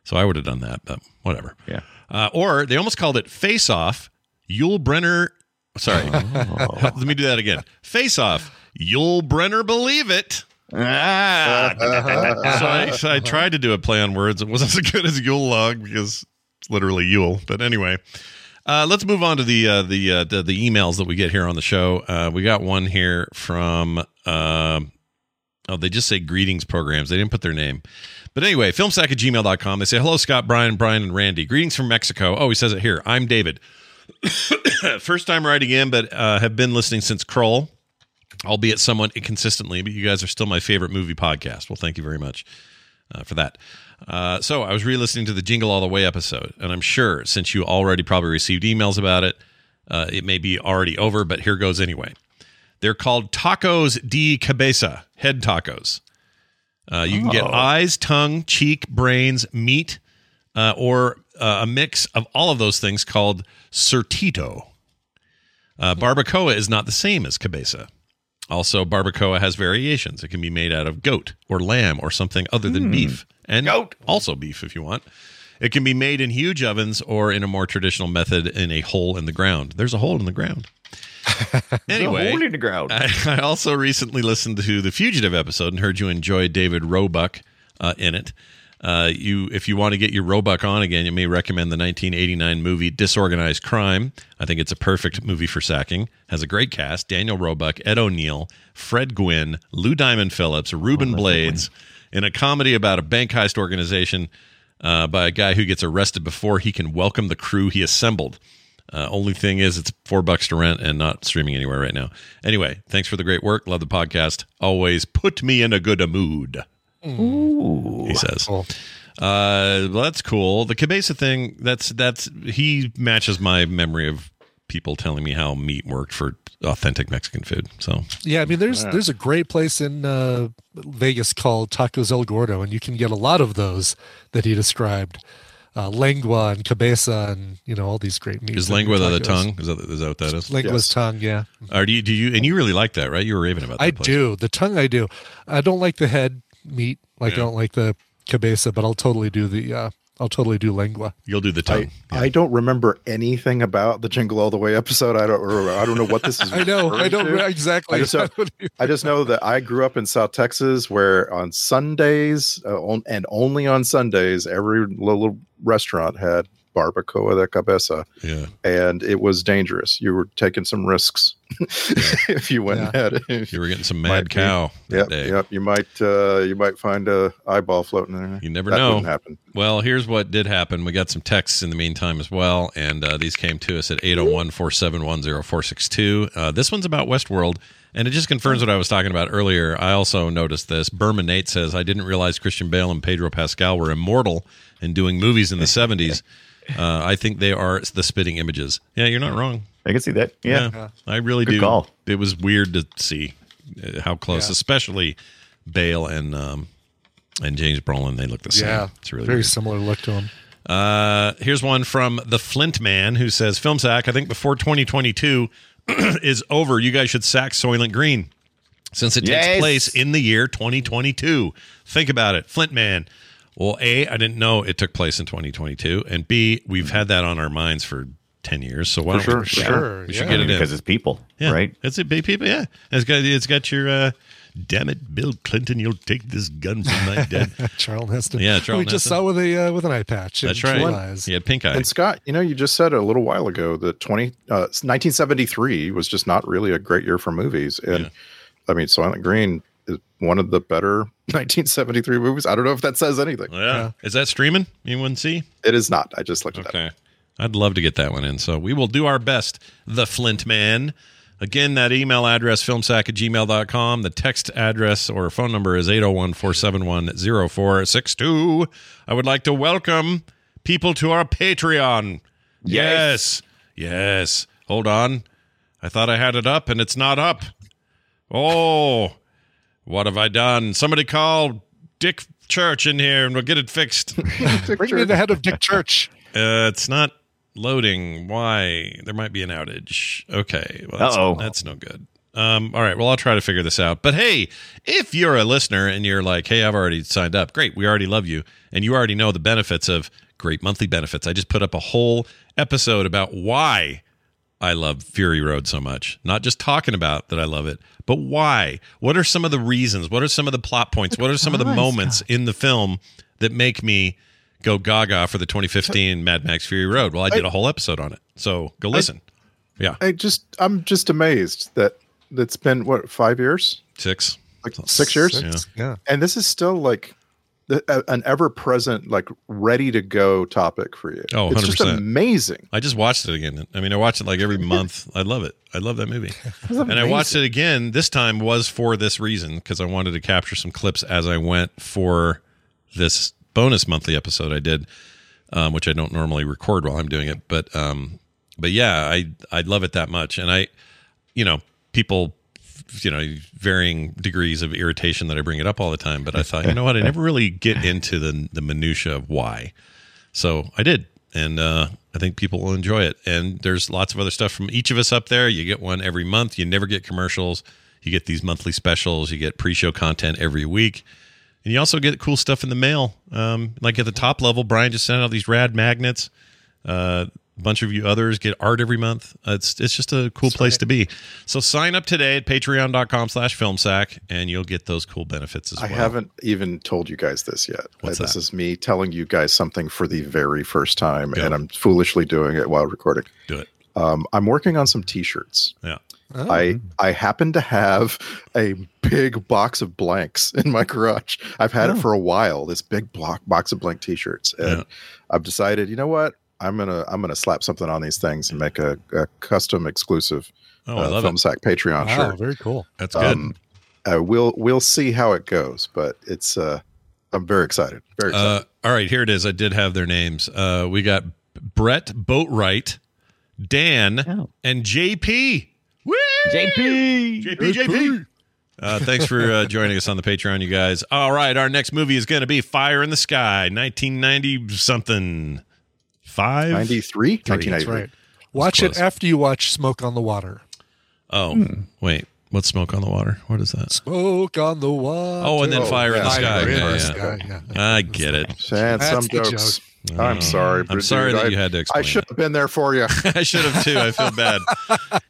Speaker 5: So I would have done that, but whatever.
Speaker 6: Yeah.
Speaker 5: Uh, or they almost called it Face Off. Yul Brenner. Sorry. Let me do that again. Face Off. Yul Brenner. Believe it.
Speaker 6: Ah.
Speaker 3: Uh-huh.
Speaker 5: so, I, so I tried to do a play on words. It wasn't as good as Yule log because it's literally Yule. But anyway, uh, let's move on to the uh, the, uh, the the emails that we get here on the show. Uh, we got one here from. um Oh, they just say greetings programs. They didn't put their name. But anyway, filmsack at gmail.com. They say, hello, Scott, Brian, Brian, and Randy. Greetings from Mexico. Oh, he says it here. I'm David. First time writing in, but uh, have been listening since Kroll, albeit somewhat inconsistently. But you guys are still my favorite movie podcast. Well, thank you very much uh, for that. Uh, so I was re listening to the Jingle All the Way episode, and I'm sure since you already probably received emails about it, uh, it may be already over, but here goes anyway. They're called tacos de cabeza, head tacos. Uh, you can get
Speaker 4: Oh.
Speaker 5: eyes, tongue, cheek, brains, meat, uh, or uh, a mix of all of those things called certito. Uh, barbacoa is not the same as cabeza. Also, barbacoa has variations. It can be made out of goat or lamb or something other than
Speaker 4: Hmm.
Speaker 5: beef, and goat also beef if you want. It can be made in huge ovens or in a more traditional method in a hole in the ground. There's a hole in the ground. anyway,
Speaker 6: hole in the ground.
Speaker 5: I, I also recently listened to the Fugitive episode and heard you enjoy David Roebuck uh, in it. Uh, you, if you want to get your Roebuck on again, you may recommend the 1989 movie Disorganized Crime. I think it's a perfect movie for sacking. Has a great cast: Daniel Roebuck, Ed O'Neill, Fred Gwynn, Lou Diamond Phillips, Reuben Blades, in a comedy about a bank heist organization uh, by a guy who gets arrested before he can welcome the crew he assembled. Uh, only thing is, it's four bucks to rent and not streaming anywhere right now. Anyway, thanks for the great work. Love the podcast. Always put me in a good mood. Ooh, he says. Uh, well, that's cool. The cabeza thing. That's that's he matches my memory of people telling me how meat worked for authentic Mexican food. So
Speaker 7: Yeah, I mean, there's
Speaker 5: Yeah.
Speaker 7: there's a great place in uh, Vegas called Tacos El Gordo, and you can get a lot of those that he described, uh, lengua and cabeza, and you know all these great meats.
Speaker 5: is
Speaker 7: in
Speaker 5: lengua the
Speaker 7: tacos.
Speaker 5: tongue? Is that is that what that is?
Speaker 7: Lengua's tongue, yeah.
Speaker 5: Or do you, do you and you really like that, right? You were raving about. That
Speaker 7: I
Speaker 5: place.
Speaker 7: do the tongue. I do. I don't like the head meat. Like I
Speaker 5: Yeah.
Speaker 7: don't like the cabeza, but I'll totally do the. Uh, I'll totally do lengua.
Speaker 5: You'll do the
Speaker 3: I, I don't remember anything about the Jingle All the Way episode. I don't. remember- I don't know what this is.
Speaker 7: I know, I
Speaker 3: referring
Speaker 7: don't
Speaker 3: to.
Speaker 7: re- exactly.
Speaker 3: I just, know,
Speaker 7: I don't
Speaker 3: I just know that I grew up in South Texas, where on Sundays uh, on, and only on Sundays, every little restaurant had barbacoa de cabeza.
Speaker 5: Yeah.
Speaker 3: and it was dangerous. You were taking some risks if you went
Speaker 5: Yeah.
Speaker 3: and had it.
Speaker 5: You were getting some mad cow
Speaker 3: Yep,
Speaker 5: that day.
Speaker 3: yep. You might, uh, you might find a eyeball floating there. You
Speaker 5: never
Speaker 3: that
Speaker 5: know.
Speaker 3: Wouldn't happen.
Speaker 5: Well, here's what did happen. We got some texts in the meantime as well, and uh, these came to us at 801 471 0462. Uh, This one's about Westworld, and it just confirms what I was talking about earlier. I also noticed this. Berman Nate says, I didn't realize Christian Bale and Pedro Pascal were immortal and doing movies in the 70s. Uh, I think they are the spitting images. Yeah, you're not wrong.
Speaker 6: I can see that. Yeah.
Speaker 5: I really
Speaker 6: Good
Speaker 5: do.
Speaker 6: call.
Speaker 5: It was weird to see uh, how close,
Speaker 7: Yeah.
Speaker 5: especially Bale and um, and James Brolin. They look the same.
Speaker 7: yeah,
Speaker 5: it's really
Speaker 7: very
Speaker 5: weird.
Speaker 7: similar look to him.
Speaker 5: Uh, here's one from the Flint Man who says, "Film sack. I think before 2022 is over, you guys should sack Soylent Green since it takes
Speaker 4: Yes.
Speaker 5: place in the year 2022. Think about it, Flint Man. Well, a, I didn't know it took place in 2022, and b, we've had that on our minds for 10 years. So why
Speaker 6: For
Speaker 5: don't we,
Speaker 6: sure, sure,
Speaker 5: we should
Speaker 6: yeah.
Speaker 5: get it in
Speaker 6: Because it's people,
Speaker 5: yeah.
Speaker 6: right?
Speaker 5: It's a big people. Yeah, And it's got it's got your uh, damn it, Bill Clinton, you'll take this gun from my dad.
Speaker 7: Charlton Heston.
Speaker 5: Yeah,
Speaker 7: we
Speaker 5: Charlton
Speaker 7: just
Speaker 5: Heston.
Speaker 7: saw with a uh, with an eye patch. in
Speaker 5: That's right.
Speaker 7: July.
Speaker 5: He had pink eye.
Speaker 3: And Scott, you know, you just said a little while ago that 20, uh, 1973 was just not really a great year for movies. And I mean, Silent Green is one of the better 1973 movies. I don't know if that says anything.
Speaker 5: Yeah. Is that streaming? Anyone see?
Speaker 3: It is not. I just looked
Speaker 5: at okay. I'd love to get that one in. So we will do our best, the Flint Man. Again, that email address, filmsack at gmail.com. The text address or phone number is 801 471 0462. I would like to welcome people to our Patreon. Yes. Yes. Hold on. I thought I had it up and it's not up. Oh, what have I done? Somebody call Dick Church in here and we'll get it fixed.
Speaker 7: Bring me the head of Dick Church.
Speaker 5: Uh, it's not loading. Why? There might be an outage. Okay. Well, that's,
Speaker 6: Uh-oh.
Speaker 5: that's no good. Um, all right. Well, I'll try to figure this out. But hey, if you're a listener and you're like, hey, I've already signed up, great. We already love you. And you already know the benefits of great monthly benefits. I just put up a whole episode about why I love Fury Road so much. Not just talking about that I love it, but why? What are some of the reasons? What are some of the plot points? What are some of the
Speaker 6: Nice.
Speaker 5: moments in the film that make me go gaga for the 2015 Mad Max Fury Road? Well, I did a whole episode on it. So go listen. yeah.
Speaker 3: I just, I'm just amazed that it's been what, five years?
Speaker 5: Six.
Speaker 3: Like six years?
Speaker 5: Six,
Speaker 7: yeah.
Speaker 3: And this is still like, the- a- an ever-present, like ready-to-go topic for you.
Speaker 5: Oh,
Speaker 3: it's just
Speaker 5: 100%.
Speaker 3: amazing.
Speaker 5: I just watched it again. I mean, I watch it like every month. I love it. I love that movie.
Speaker 3: was
Speaker 5: And I
Speaker 3: amazing.
Speaker 5: watched it again. This time was for this reason because I wanted to capture some clips as I went for this bonus monthly episode I did, um, which I don't normally record while I'm doing it. But um, but yeah, I I love it that much. And I, you know, people, you know, varying degrees of irritation that I bring it up all the time. But I thought, you know what? I never really get into the the minutia of why. So I did, and uh, I think people will enjoy it. And there's lots of other stuff from each of us up there. You get one every month. You never get commercials. You get these monthly specials. You get pre-show content every week, and you also get cool stuff in the mail. Um, like at the top level, Brian just sent out these rad magnets. Uh, a bunch of you others get art every month. Uh, it's it's just a cool place to be. So sign up today at Patreon.com/slash FilmSack, and you'll get those cool benefits as
Speaker 3: I
Speaker 5: well.
Speaker 3: haven't even told you guys this yet.
Speaker 5: What's
Speaker 3: this
Speaker 5: that?
Speaker 3: is me telling you guys something for the very first time, and I'm foolishly doing it while recording.
Speaker 5: Do it.
Speaker 3: Um, I'm working on some T-shirts.
Speaker 5: Yeah. Oh.
Speaker 3: I I happen to have a big box of blanks in my garage. I've had
Speaker 5: Oh.
Speaker 3: it for a while. This big block box of blank T-shirts, and I've decided, you know what? I'm gonna I'm gonna slap something on these things and make a, a custom exclusive uh,
Speaker 5: Oh, I love it.
Speaker 3: film sack Patreon
Speaker 7: Wow,
Speaker 3: shirt.
Speaker 7: very cool.
Speaker 5: That's good.
Speaker 3: uh, we'll we'll see how it goes, but it's uh, I'm very excited. Very excited.
Speaker 5: Uh, all right, here it is. I did have their names. Uh, we got Brett Boatwright, Dan, and JP. Woo!
Speaker 6: JP.
Speaker 5: JP. JP. Uh, thanks for uh, joining us on the Patreon, you guys. All right, our next movie is going to be Fire in the Sky, 1990 something. Five?
Speaker 3: 93?
Speaker 7: That's right. Watch it
Speaker 5: close.
Speaker 7: after you watch Smoke on the Water.
Speaker 5: Oh, wait. What's Smoke on the Water? What is that?
Speaker 7: Smoke on the Water.
Speaker 5: Oh, and then Fire in the Sky.
Speaker 7: Fire in
Speaker 5: Yeah,
Speaker 7: the
Speaker 5: yeah.
Speaker 7: Sky, yeah.
Speaker 5: I get it.
Speaker 3: And
Speaker 7: That's
Speaker 3: some
Speaker 7: a joke.
Speaker 3: jokes.
Speaker 5: Mm.
Speaker 3: I'm sorry.
Speaker 5: I'm sorry
Speaker 3: dude.
Speaker 5: that
Speaker 3: I-
Speaker 5: you had to
Speaker 3: I
Speaker 5: explain
Speaker 3: should have been there for you.
Speaker 5: I should have too. I feel bad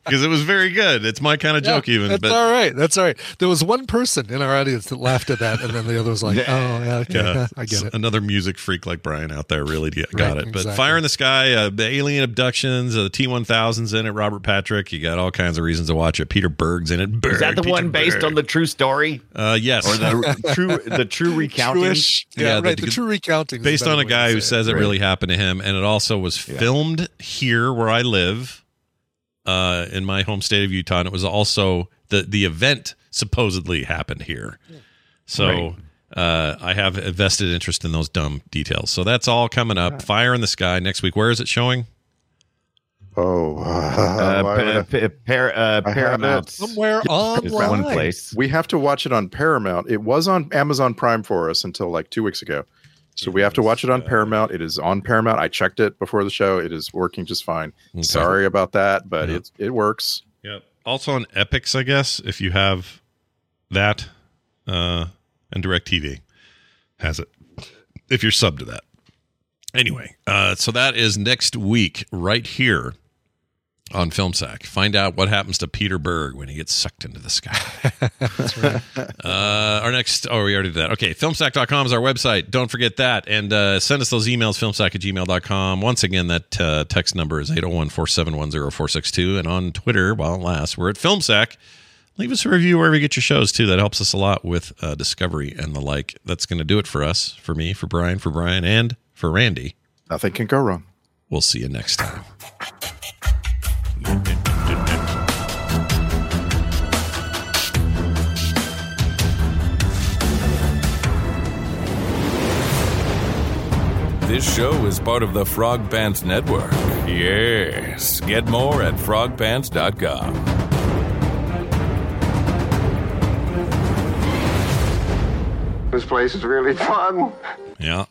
Speaker 5: because it was very good. It's my kind of joke, even.
Speaker 7: That's
Speaker 5: but
Speaker 7: all right. That's all right. There was one person in our audience that laughed at that, and then the other was like, "Oh, yeah, okay,
Speaker 5: Yeah.
Speaker 7: I get it."
Speaker 5: Another music freak like Brian out there really get, got
Speaker 7: Right,
Speaker 5: it. But
Speaker 7: exactly.
Speaker 5: Fire in the Sky, uh, the Alien Abductions, uh, the T one thousands in it. Robert Patrick, you got all kinds of reasons to watch it. Peter Berg's in it. Berg,
Speaker 6: Is that the
Speaker 5: Peter
Speaker 6: one based
Speaker 5: Berg.
Speaker 6: on the true story?
Speaker 5: Uh, yes,
Speaker 6: Or the true the true recounting?
Speaker 7: Truish. Yeah,
Speaker 5: Yeah,
Speaker 7: right.
Speaker 5: the-
Speaker 7: The, true recounting, is
Speaker 5: based
Speaker 7: better
Speaker 5: on a
Speaker 7: way.
Speaker 5: guy who says it really happened to him, and it also was filmed here where I live, uh, in my home state of Utah. And it was also the the event supposedly happened here, so
Speaker 6: Right.
Speaker 5: uh, I have a vested interest in those dumb details. So that's all coming up. Fire in the sky next week. Where is it showing?
Speaker 3: Oh,
Speaker 6: Uh,
Speaker 3: why would I-
Speaker 6: pa- pa- par- uh,
Speaker 3: I had
Speaker 6: Paramount.
Speaker 3: it.
Speaker 7: somewhere
Speaker 6: It's
Speaker 7: online.
Speaker 6: one place.
Speaker 3: We have to watch it on Paramount. It was on Amazon Prime for us until like two weeks ago. So we have to watch it
Speaker 6: uh,
Speaker 3: on Paramount. It is on Paramount. I checked it before the show. It is working just fine.
Speaker 5: Okay.
Speaker 3: Sorry about that, but
Speaker 5: Yeah.
Speaker 3: it it works.
Speaker 5: Yep. Also on Epics, I guess, if you have that, uh, and DirecTV has it. If you're sub to that. Anyway, uh, so that is next week right here. on FilmSack. Find out what happens to Peter Berg when he gets sucked into the sky. Uh, our next, oh, we already did that. Okay, filmsack.com is our website. Don't forget that. And uh, send us those emails, filmsack at gmail.com. Once again, that uh, text number is 801 471 0462. And on Twitter, while it lasts, we're at filmsack. Leave us a review wherever you get your shows, too. That helps us a lot with uh, discovery and the like. That's going to do it for us, for me, for Brian, for Brian, and for Randy.
Speaker 3: Nothing can go wrong.
Speaker 5: We'll see you next time.
Speaker 4: This show is part of the Frog Pants Network. Yes. Get more at frogpants.com.
Speaker 10: This place is really fun.
Speaker 5: Yeah.